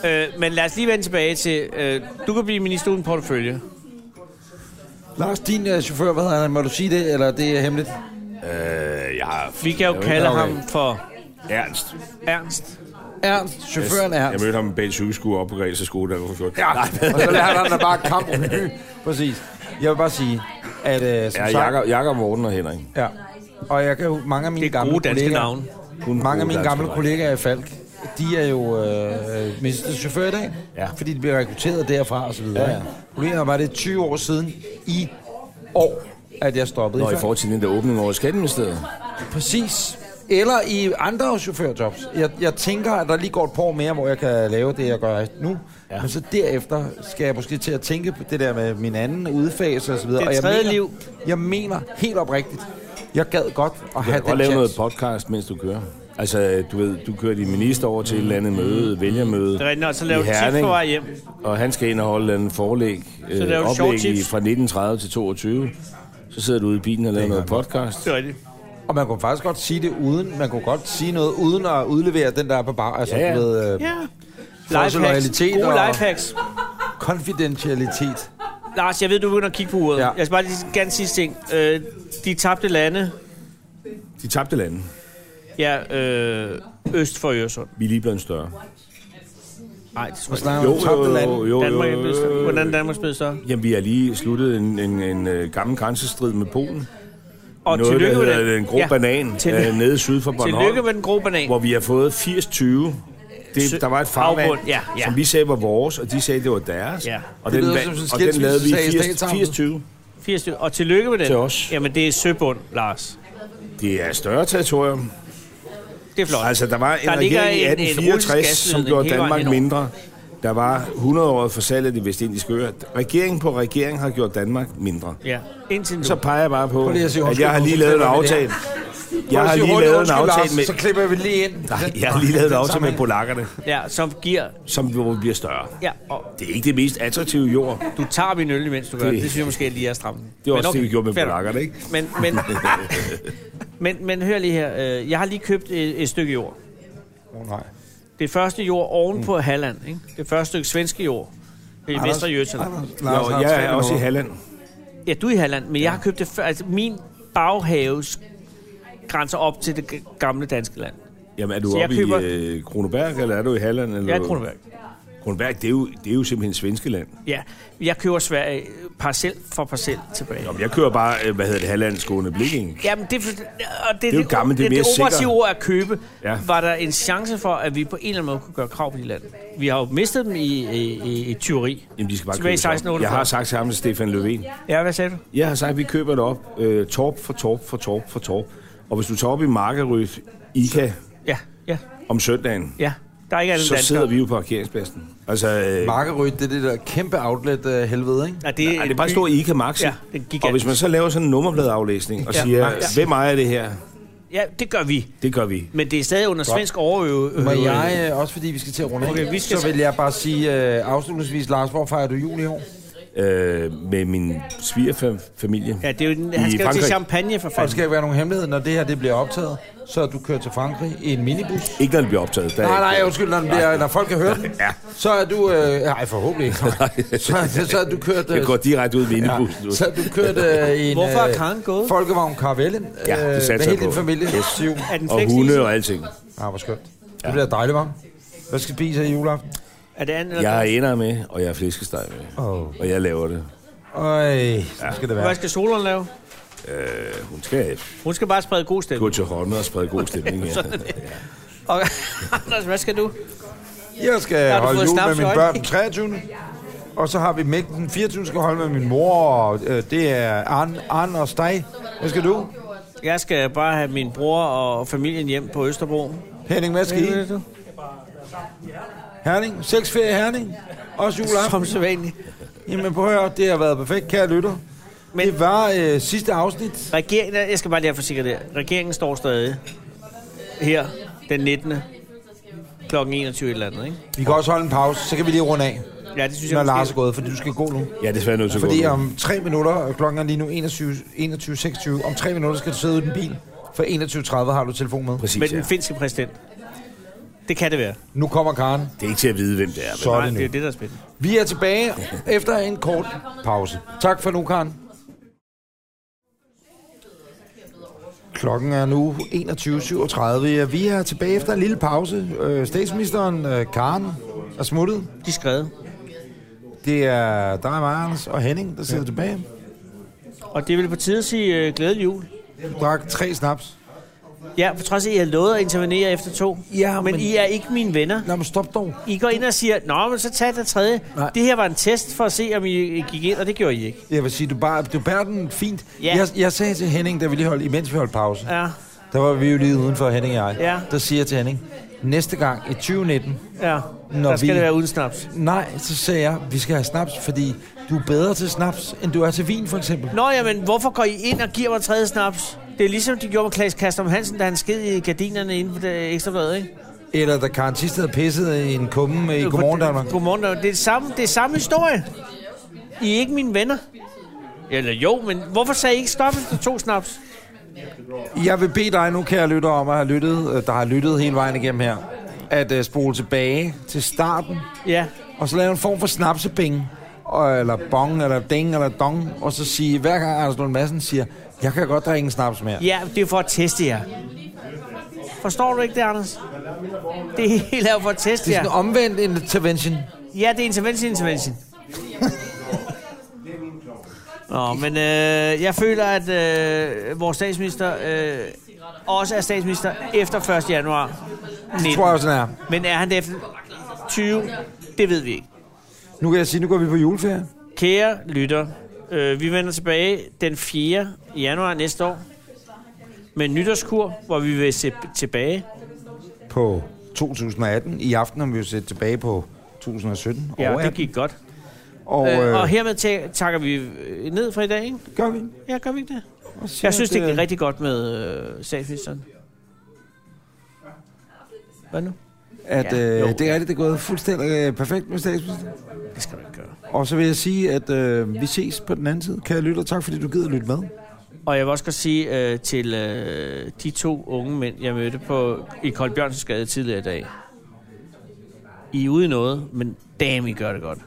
A: Øh, men lad os lige vende tilbage til, øh, du kan blive minister uden portefølje.
C: Lars, din øh, chauffør, hvad hedder han? Må du sige det, eller det er hemmeligt?
B: Øh, jeg har
A: Vi kan jo kalde
C: okay.
A: ham for
B: Ernst.
A: Ernst.
C: Ernst, chaufføren er
B: Jeg
C: Ernst.
B: mødte ham bag cykelskue op på Græs skole, der var for 14.
C: Ja, og så lader han da bare kamp om ny. Præcis. Jeg vil bare sige, at øh, som
B: Ja,
C: sagt...
B: Jakob, Jakob Morten og Henrik.
C: Ja. Og jeg kan jo, mange af mine
A: Det er
C: gamle
A: gode danske
C: kollegaer,
A: navne.
B: Kun
C: Mange af
B: gode
C: mine
B: danske
C: gamle
B: drenge.
C: kollegaer i Falk, de er jo øh, øh, ministerchauffør i dag,
B: Ja.
C: fordi de bliver rekrutteret derfra og så videre.
B: Ja,
C: Ja,
B: ja.
C: ja. Problemet var, at det er 20 år siden i år, at jeg stoppede
B: Nå, i
C: i Falck.
B: forhold til den der åbning over i Skatteministeriet.
C: Præcis. Eller i andre chaufførjobs. Jeg, jeg tænker, at der lige går et par år mere, hvor jeg kan lave det, jeg gør nu. Ja. Men så derefter skal jeg måske til at tænke på det der med min anden udfase og så videre.
A: Det
C: og jeg
A: tredje
C: mener,
A: liv.
C: Jeg mener helt oprigtigt, jeg gad godt at
B: Du
C: have
B: kan godt
C: den
B: lave noget
C: chance.
B: podcast, mens du kører. Altså, du ved, du kører din minister over til et eller andet
C: Mm.
B: møde, vælgermøde.
A: Det er rigtigt, og så laver
B: i
A: du tips
B: Herning,
A: på vej hjem.
B: Og han skal ind og holde en forelæg, øh,
A: laver du sjove
B: oplæg i,
A: tips.
B: fra 1930 til 22. Så sidder du ude i bilen og laver noget podcast.
A: Det er rigtigt.
C: Og man kunne faktisk godt sige det uden, man kunne godt sige noget uden at udlevere den der er på bar. Altså,
B: Ja,
C: ja,
B: ja.
C: ja. du ved, øh,
A: Ja.
C: Forhold til
A: Lifehacks.
C: loyalitet
A: Gode
C: og-
A: lifehacks.
C: konfidentialitet.
A: Lars, jeg ved, du begynder at kigge på uret.
C: Ja.
A: Jeg skal bare lige sige en ganske sidste ting. Øh, de tabte lande,
B: De tabte lande.
A: ja, øh, øst for Øresund.
B: Vi er lige blevet større.
A: Nej, det tror
C: Og
A: jeg
C: snakker om tabte land.
A: ikke. Danmark er blevet større. Hvordan er Danmark blevet større?
B: Jamen, vi har lige sluttet en, en, en øh, gammel grænsestrid med Polen.
A: Og
B: Noget,
A: tillykke
B: der
A: med
B: hedder
A: den.
B: den grå
A: Ja.
B: banan
A: Tillykke.
B: øh, nede syd for Bornholm.
A: Tillykke med den grå banan.
B: Hvor vi har fået 80-20 det, der var et farvand,
A: Havbund, ja, ja.
B: som vi sagde var vores, og de sagde, det var deres.
A: Ja.
B: Og,
C: Det
B: den,
C: lyder
B: vand-
C: som sådan en
B: og den lavede vi
C: skilsmisse, sagde
B: 80,
C: statsamtet.
B: 80 20.
A: 80 stykker. Og tillykke med den.
B: Til os.
A: Jamen, det er søbund, Lars.
B: Det er et større territorium.
A: Det er flot.
B: Altså, der var en
A: Der
B: der
A: ligger
B: regering i
A: en- en
B: 1864,
A: rulleskasledning
B: som gjorde
A: hele vejen
B: Danmark
A: henover.
B: mindre. Der var 100 år for salg af de vestindiske øer. Regering på regering har gjort Danmark mindre.
A: Ja, indtil nu.
B: Så peger jeg bare på,
C: lige at sige
B: at
C: undskyld,
B: jeg har lige
C: undskyld,
B: lavet en
C: hvad er det
B: aftale. Jeg har
C: Prøv at sige
B: lige
C: hurtigt,
B: lavet en
C: undskyld,
B: aftale
C: Lars,
B: med...
C: Så klipper vi lige ind.
B: Nej, jeg har lige lavet en
C: Den
B: aftale med
C: sammenhæng.
B: polakkerne,
A: Ja, som giver...
B: som hvor vi bliver større.
A: Ja, og
B: Det er ikke det mest attraktive jord.
A: du tager min øl, mens du gør
B: Det-
A: det. Det synes jeg måske lige er stramt.
B: Det var også
A: okay,
B: det, vi gjorde med
A: fair nok.
B: polakkerne, ikke?
A: Men, men, men, men hør lige her. øh, Jeg har lige købt et, et stykke jord.
C: Åh, nej.
A: Det første jord oven
B: Mm.
A: på Halland. Ikke? Det første stykke svenske jord. I Vesterjylland.
C: Lars
B: Nå,
C: har
B: jeg
C: tre
B: er også i
C: minutter.
B: Halland.
A: Ja, du er i Halland, men jeg har købt det før. Altså, min baghaves grænser op til det g- gamle danske land.
B: Jamen, er du
A: Så jeg
B: oppe
A: køber-
B: i øh, Kronoberg, eller er du i Halland? Eller?
A: Jeg er Kronenberg.
B: Kronoberg, det er jo, det er jo simpelthen svenske land.
A: Ja, jeg køber Sverige øh, parcel for parcel tilbage.
B: Nå, men jeg kører bare, øh, hvad hedder det, Halland, Skåne, Blikken.
A: Jamen, det, er for- og det, det,
B: jo gammelt, det er
A: det,
B: mere
A: det operative
B: sikkert.
A: ord at købe. Ja.
B: Ja.
A: Var der en chance for, at vi på en eller anden måde kunne gøre krav på de land? Vi har jo mistet dem i, i, i, i tyveri.
B: Jamen, de skal bare
A: Tilbage i
B: købes op.
A: 1648.
B: Jeg har sagt sammen til Stefan Löfven.
A: Ja, hvad sagde du?
B: Jeg har sagt, at vi køber det op. Øh, torp for torp for torp for torp. Og hvis du tager op i Markeryt, Ica,
A: Ja, ja,
B: om søndagen,
A: ja. Der er ikke andet
B: så
A: danskere.
B: sidder vi jo på parkeringspladsen. Altså, øh,
C: Markerød, det er det der kæmpe outlet-helvede, ikke?
A: Nej, det,
B: Nej, det er bare en stor Ica Maxi.
A: Ja, det er gigantisk.
B: og hvis man så laver sådan en nummerpladeaflæsning og
A: Ja,
B: siger,
A: Maxi.
B: hvem ejer det her?
A: Ja, det gør vi.
B: Det gør vi.
A: Men det er stadig under svensk overøve.
C: Må jeg, øh, også fordi vi skal til at runde af,
A: Okay, vi skal-
C: så vil jeg bare sige øh, afslutningsvis, Lars, hvor fejrer du jul i år?
B: Øh, med min svigerfamilie.
A: Ja, det er jo, den- han skal
B: I
A: jo til
B: Frankrig.
A: champagne for
C: Og der
A: fanden.
C: skal ikke være nogen hemmelighed, når det her det bliver optaget, så er du kørt til Frankrig i en minibus.
B: Ikke når det bliver optaget. Der er
C: Nej,
B: ikke-
C: nej, undskyld, når, den bliver, når folk kan høre den,
B: Ja.
C: så er du... Øh, nej, forhåbentlig ikke. Så, så er du kørt...
B: Jeg
C: Øh,
B: går direkte ud i minibussen.
C: så er du kørt øh, i en...
A: Hvorfor er Karen gået?
C: Folkevogn Caravelle.
B: Ja, det
C: øh,
B: satser
C: med
B: jeg
C: hele din
B: på.
C: familie.
B: Yes.
C: Syv.
A: Er den
B: Og
A: flexi?
B: hunde og alting.
C: Ah, hvor skønt. Det bliver dejligt, var. Hvad skal I spise her i juleaften?
A: Er det andet?
B: Jeg
A: Ja,
B: har ender med, og jeg har flæskesteg med.
C: Åh.
B: Og jeg laver det.
C: Øj, så skal det være.
A: Hvad skal Solon lave?
B: Øh, hun skal
A: Hun skal bare sprede god stemning.
B: gå til hånden og sprede god stemning. Ja.
A: Og Anders, hvad skal du?
C: Jeg
A: Har
C: skal
A: du
C: holde
A: fået
C: jul med
A: snaps i
C: mine
A: øjnene?
C: børn den 23. Og så har vi Mægten den 24. skal holde med min mor, og øh, det er Arn, Arn og Steg. Hvad skal du?
A: Jeg skal bare have min bror og familien hjem på Østerbro.
C: Henning, hvad skal I? Herning? Seks ferie i Herning? Også
A: Som
C: juleaften?
A: så vanligt.
C: Jamen prøv at høre, det har været perfekt, kære lytter.
A: Men-
C: Men... Det var øh, sidste afsnit.
A: Regeringen, jeg skal bare lige have forsikret det. Regeringen står stadig her den 19. klokken 21 et eller andet, ikke?
C: Vi kan også holde en pause, så kan vi lige runde af,
A: Ja, det synes jeg
C: når Lars
A: måske.
C: er gået, fordi du skal gå nu.
B: Jeg er desværre nødt til at gå.
C: Fordi
B: nu.
C: om tre minutter, og klokken er lige nu 21.26, 21, 26, om tre minutter skal du sidde uden bil. For 21.30 har du telefon med.
B: Præcis,
A: Med
B: ja.
A: den finske præsident. Det kan det være.
C: Nu kommer Karen.
B: Det er ikke til at vide, hvem det er.
C: Så
B: Men
C: er
A: Nej, det
C: det nu.
A: er jo det, der er spændende.
C: Vi er tilbage efter en kort pause. Tak for nu, Karen. Klokken er nu 21.37. Ja, Vi er tilbage efter en lille pause. Øh, Statsministeren øh, Karen er smuttet.
A: De er skrevet.
C: Det er dig, mig, Anders og Henning, der sidder ja. tilbage.
A: Og det er vel på tide at sige øh, glædelig jul.
C: Du drak tre snaps.
A: Ja, på trods af, at I har lovet at intervenere efter to.
C: Ja,
A: men,
C: men-
A: I er ikke mine venner.
C: Nå, men stop dog.
A: I går ind og siger, Nå, men så tag det tredje. Nej.
C: Nej.
A: Det her var en test for at se, om I gik ind, og det gjorde I ikke.
C: Jeg vil sige, du, bare, du bærer den fint.
A: Ja.
C: Jeg, jeg sagde til Henning, da vi lige holdt, imens vi holdt pause,
A: Ja,
C: der var vi jo lige udenfor, Henning og jeg.
A: Ja.
C: Der siger jeg til Henning, næste gang i 2019,
A: ja.
C: Når
A: der skal
C: vi-
A: det være uden snaps.
C: Nej, så sagde jeg, vi skal have snaps, fordi du er bedre til snaps, end du er til vin, for eksempel.
A: Nå, jamen, hvorfor går I ind og giver mig tredje snaps? Det er ligesom, de gjorde med Klaas Kastrup Hansen, da han sked i gardinerne inde på det ekstra blad, ikke?
C: Eller da Karen Thisted havde pisset i en kumme i Godmorgen Danmark.
A: Godmorgen Danmark. Det er samme, det er samme historie. I er ikke mine venner. Eller jo, men hvorfor sagde I ikke stop efter to snaps?
C: Jeg vil bede dig nu, kære lytter, om at have lyttet, øh, der har lyttet hele vejen igennem her, at uh, spole tilbage til starten,
A: Ja,
C: og så lave en form for snapsepenge, og, eller bong, eller ding, eller dong, og så sige, hver gang Anders Lund Madsen siger, jeg kan godt drikke en snaps mere.
A: ja, det er for at teste jer. Forstår du ikke det, Anders? Det er helt af for at teste
C: Det er
A: jer.
C: sådan en omvendt intervention.
A: Ja, det er intervention, intervention. Nå, men øh, jeg føler, at øh, vores statsminister øh, også er statsminister efter 1. januar.
C: Det tror jeg også, den er.
A: Men er han det efter 20? Det ved vi ikke.
C: Nu kan jeg sige, nu går vi på juleferie.
A: Kære lytter, øh, vi vender tilbage den 4. januar næste år med en nytårskur, hvor vi vil se tilbage.
C: På 2018. I aften har vi jo set tilbage på 2017.
A: Ja,
C: Over
A: det
C: 18.
A: gik godt.
C: Og,
A: Og, øh, og
C: øh,
A: hermed ta- takker vi øh, ned for i dag, ikke?
C: gør vi.
A: Ja, gør vi ikke det?
C: Og siger,
A: Jeg synes,
C: at,
A: det gik
C: øh,
A: rigtig godt med øh, statsministeren. Hvad nu?
C: At,
A: Ja,
C: øh,
A: jo.
C: det er rigtigt, det er gået fuldstændig øh, perfekt med statsministeren.
A: Det skal du ikke gøre.
C: Og så vil jeg sige, at øh, vi ses på den anden side. Kære lytter, tak fordi du gider lytte med.
A: Og jeg vil også godt sige øh, til øh, de to unge mænd, jeg mødte på, i Kold Bjørnsens Gade tidligere i dag. I er ude i noget, men damn, I gør det godt.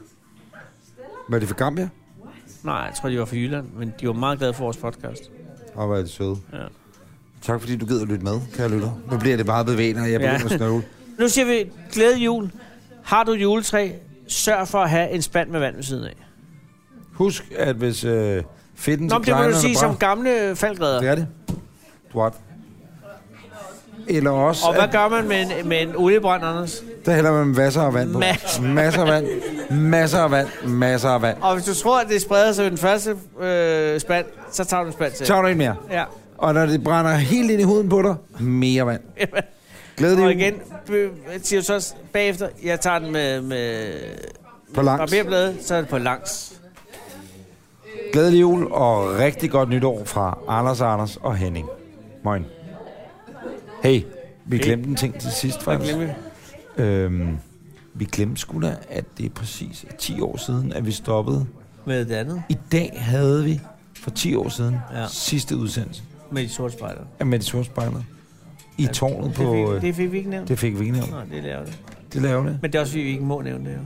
C: Var det for Gambia?
A: Nej, jeg tror, de var fra Jylland, men de var meget glade for vores podcast.
C: Og var det søde.
A: Ja.
C: Tak fordi du gider lytte med, kære lytter. Nu bliver det bare bevægende, og jeg begynder
A: Ja.
C: ja. at snøvle.
A: Nu siger vi glædelig jul. Har du et juletræ, sørg for at have en spand med vand ved siden af.
C: Husk, at hvis øh,
A: Nå,
C: fedten til
A: men det må
C: kleinerne
A: du sige
C: bare-
A: som gamle faldgræder.
C: Det er det. Du har ret. Eller også,
A: Og hvad
C: at,
A: gør man med en, med en oliebrand, Anders?
C: der hælder man masser af vand på.
A: Masser.
C: Masser af vand. Masser af vand. Masser af vand.
A: Og hvis du tror, at det spreder sig ved den første øh, spand, så tager du en spand til.
C: Så er der en mere.
A: Ja.
C: Og når det brænder helt ind i huden på dig, mere vand. Glædelig
A: Og
C: jul
A: igen be- siger du så også bagefter, jeg tager den med, med
C: på langs.
A: barberbladet, så er det på langs.
C: Glædelig jul og rigtig godt nytår fra Anders, Anders og Henning. Moin. Hey, vi
A: Hey.
C: glemte en ting til sidst,
A: Hvad
C: faktisk.
A: glemmer vi?
C: Øhm, vi glemte sgu da, at det er præcis 10 år siden, at vi stoppede.
A: Med det andet,
C: I dag havde vi for 10 år siden
A: Ja.
C: ja. sidste udsendelse
A: med de sorte spejder.
C: af Meditationsspejlet. I tårnet
A: Det
C: på...
A: fik,
C: øh,
A: det fik vi ikke nævnt.
C: Det fik vi ikke nævnt.
A: Nej, det laver det.
C: Det laver det.
A: Men det er også, fordi vi ikke må nævne det. Jo.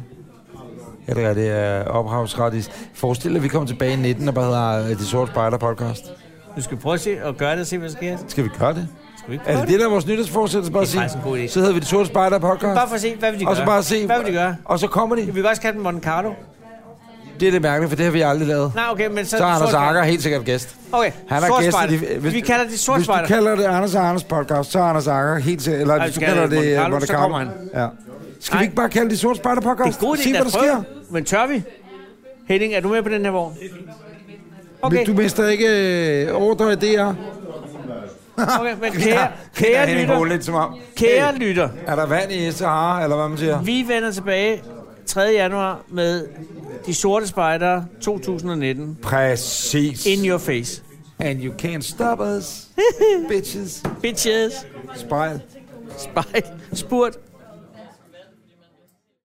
C: Ja, det er, det er ophavsrettigt. Forestil dig, at vi kommer tilbage i 19, og bare hedder øh, Det Sorte Spejder podcast.
A: Nu skal vi prøve at se, og gøre det og se, hvad der sker.
C: Skal vi gøre det?
A: Skal vi ikke prøve
C: Er
A: det?
C: det det, der er vores nytårsforsættelse? Bare at
A: Det er faktisk en god idé.
C: sige, så hedder vi Det Sorte Spejder podcast.
A: Bare for at se, hvad vil de gøre?
C: Og så bare se,
A: Hvad vil de gøre?
C: og så kommer de.
A: Vi kan også kalde dem Monte Carlo.
C: Det er det mærkeligt, for det har vi aldrig lavet.
A: Nej, okay, men så...
C: Så er Anders
A: sort-
C: Akker helt sikkert gæst.
A: Okay,
C: Han er
A: sort
C: gæst i
A: spejder.
C: de-
A: Vi kalder det sort
C: Hvis
A: spejder.
C: du kalder det Anders og Anders podcast, så er Anders Akker helt sikkert... Eller
A: Ej,
C: hvis du
A: skal
C: kalder
A: Monte
C: det øh,
A: Carlo,
C: Monte
A: så
C: Carlo.
A: kommer han.
C: Ja. Skal
A: Nej.
C: vi ikke bare kalde det Sorte Spejder
A: Det er
C: podcast?
A: en god idé,
C: Se,
A: lad
C: hvad
A: os
C: der
A: prøve.
C: sker.
A: Men tør vi? Henning, er du med på den her vogn? Okay,
C: Men du mister ikke øh, ordre i DR.
A: okay men kære, kære lytter,
C: lidt som om.
A: kære lytter,
C: Er der vand i Sahara, eller hvad man siger?
A: vi vender tilbage 3. januar med De Sorte Spejdere 2019.
C: Præcis.
A: In your face.
C: And you can't stop us, bitches.
A: Bitches.
C: Spejl.
A: Spejl. Spurt.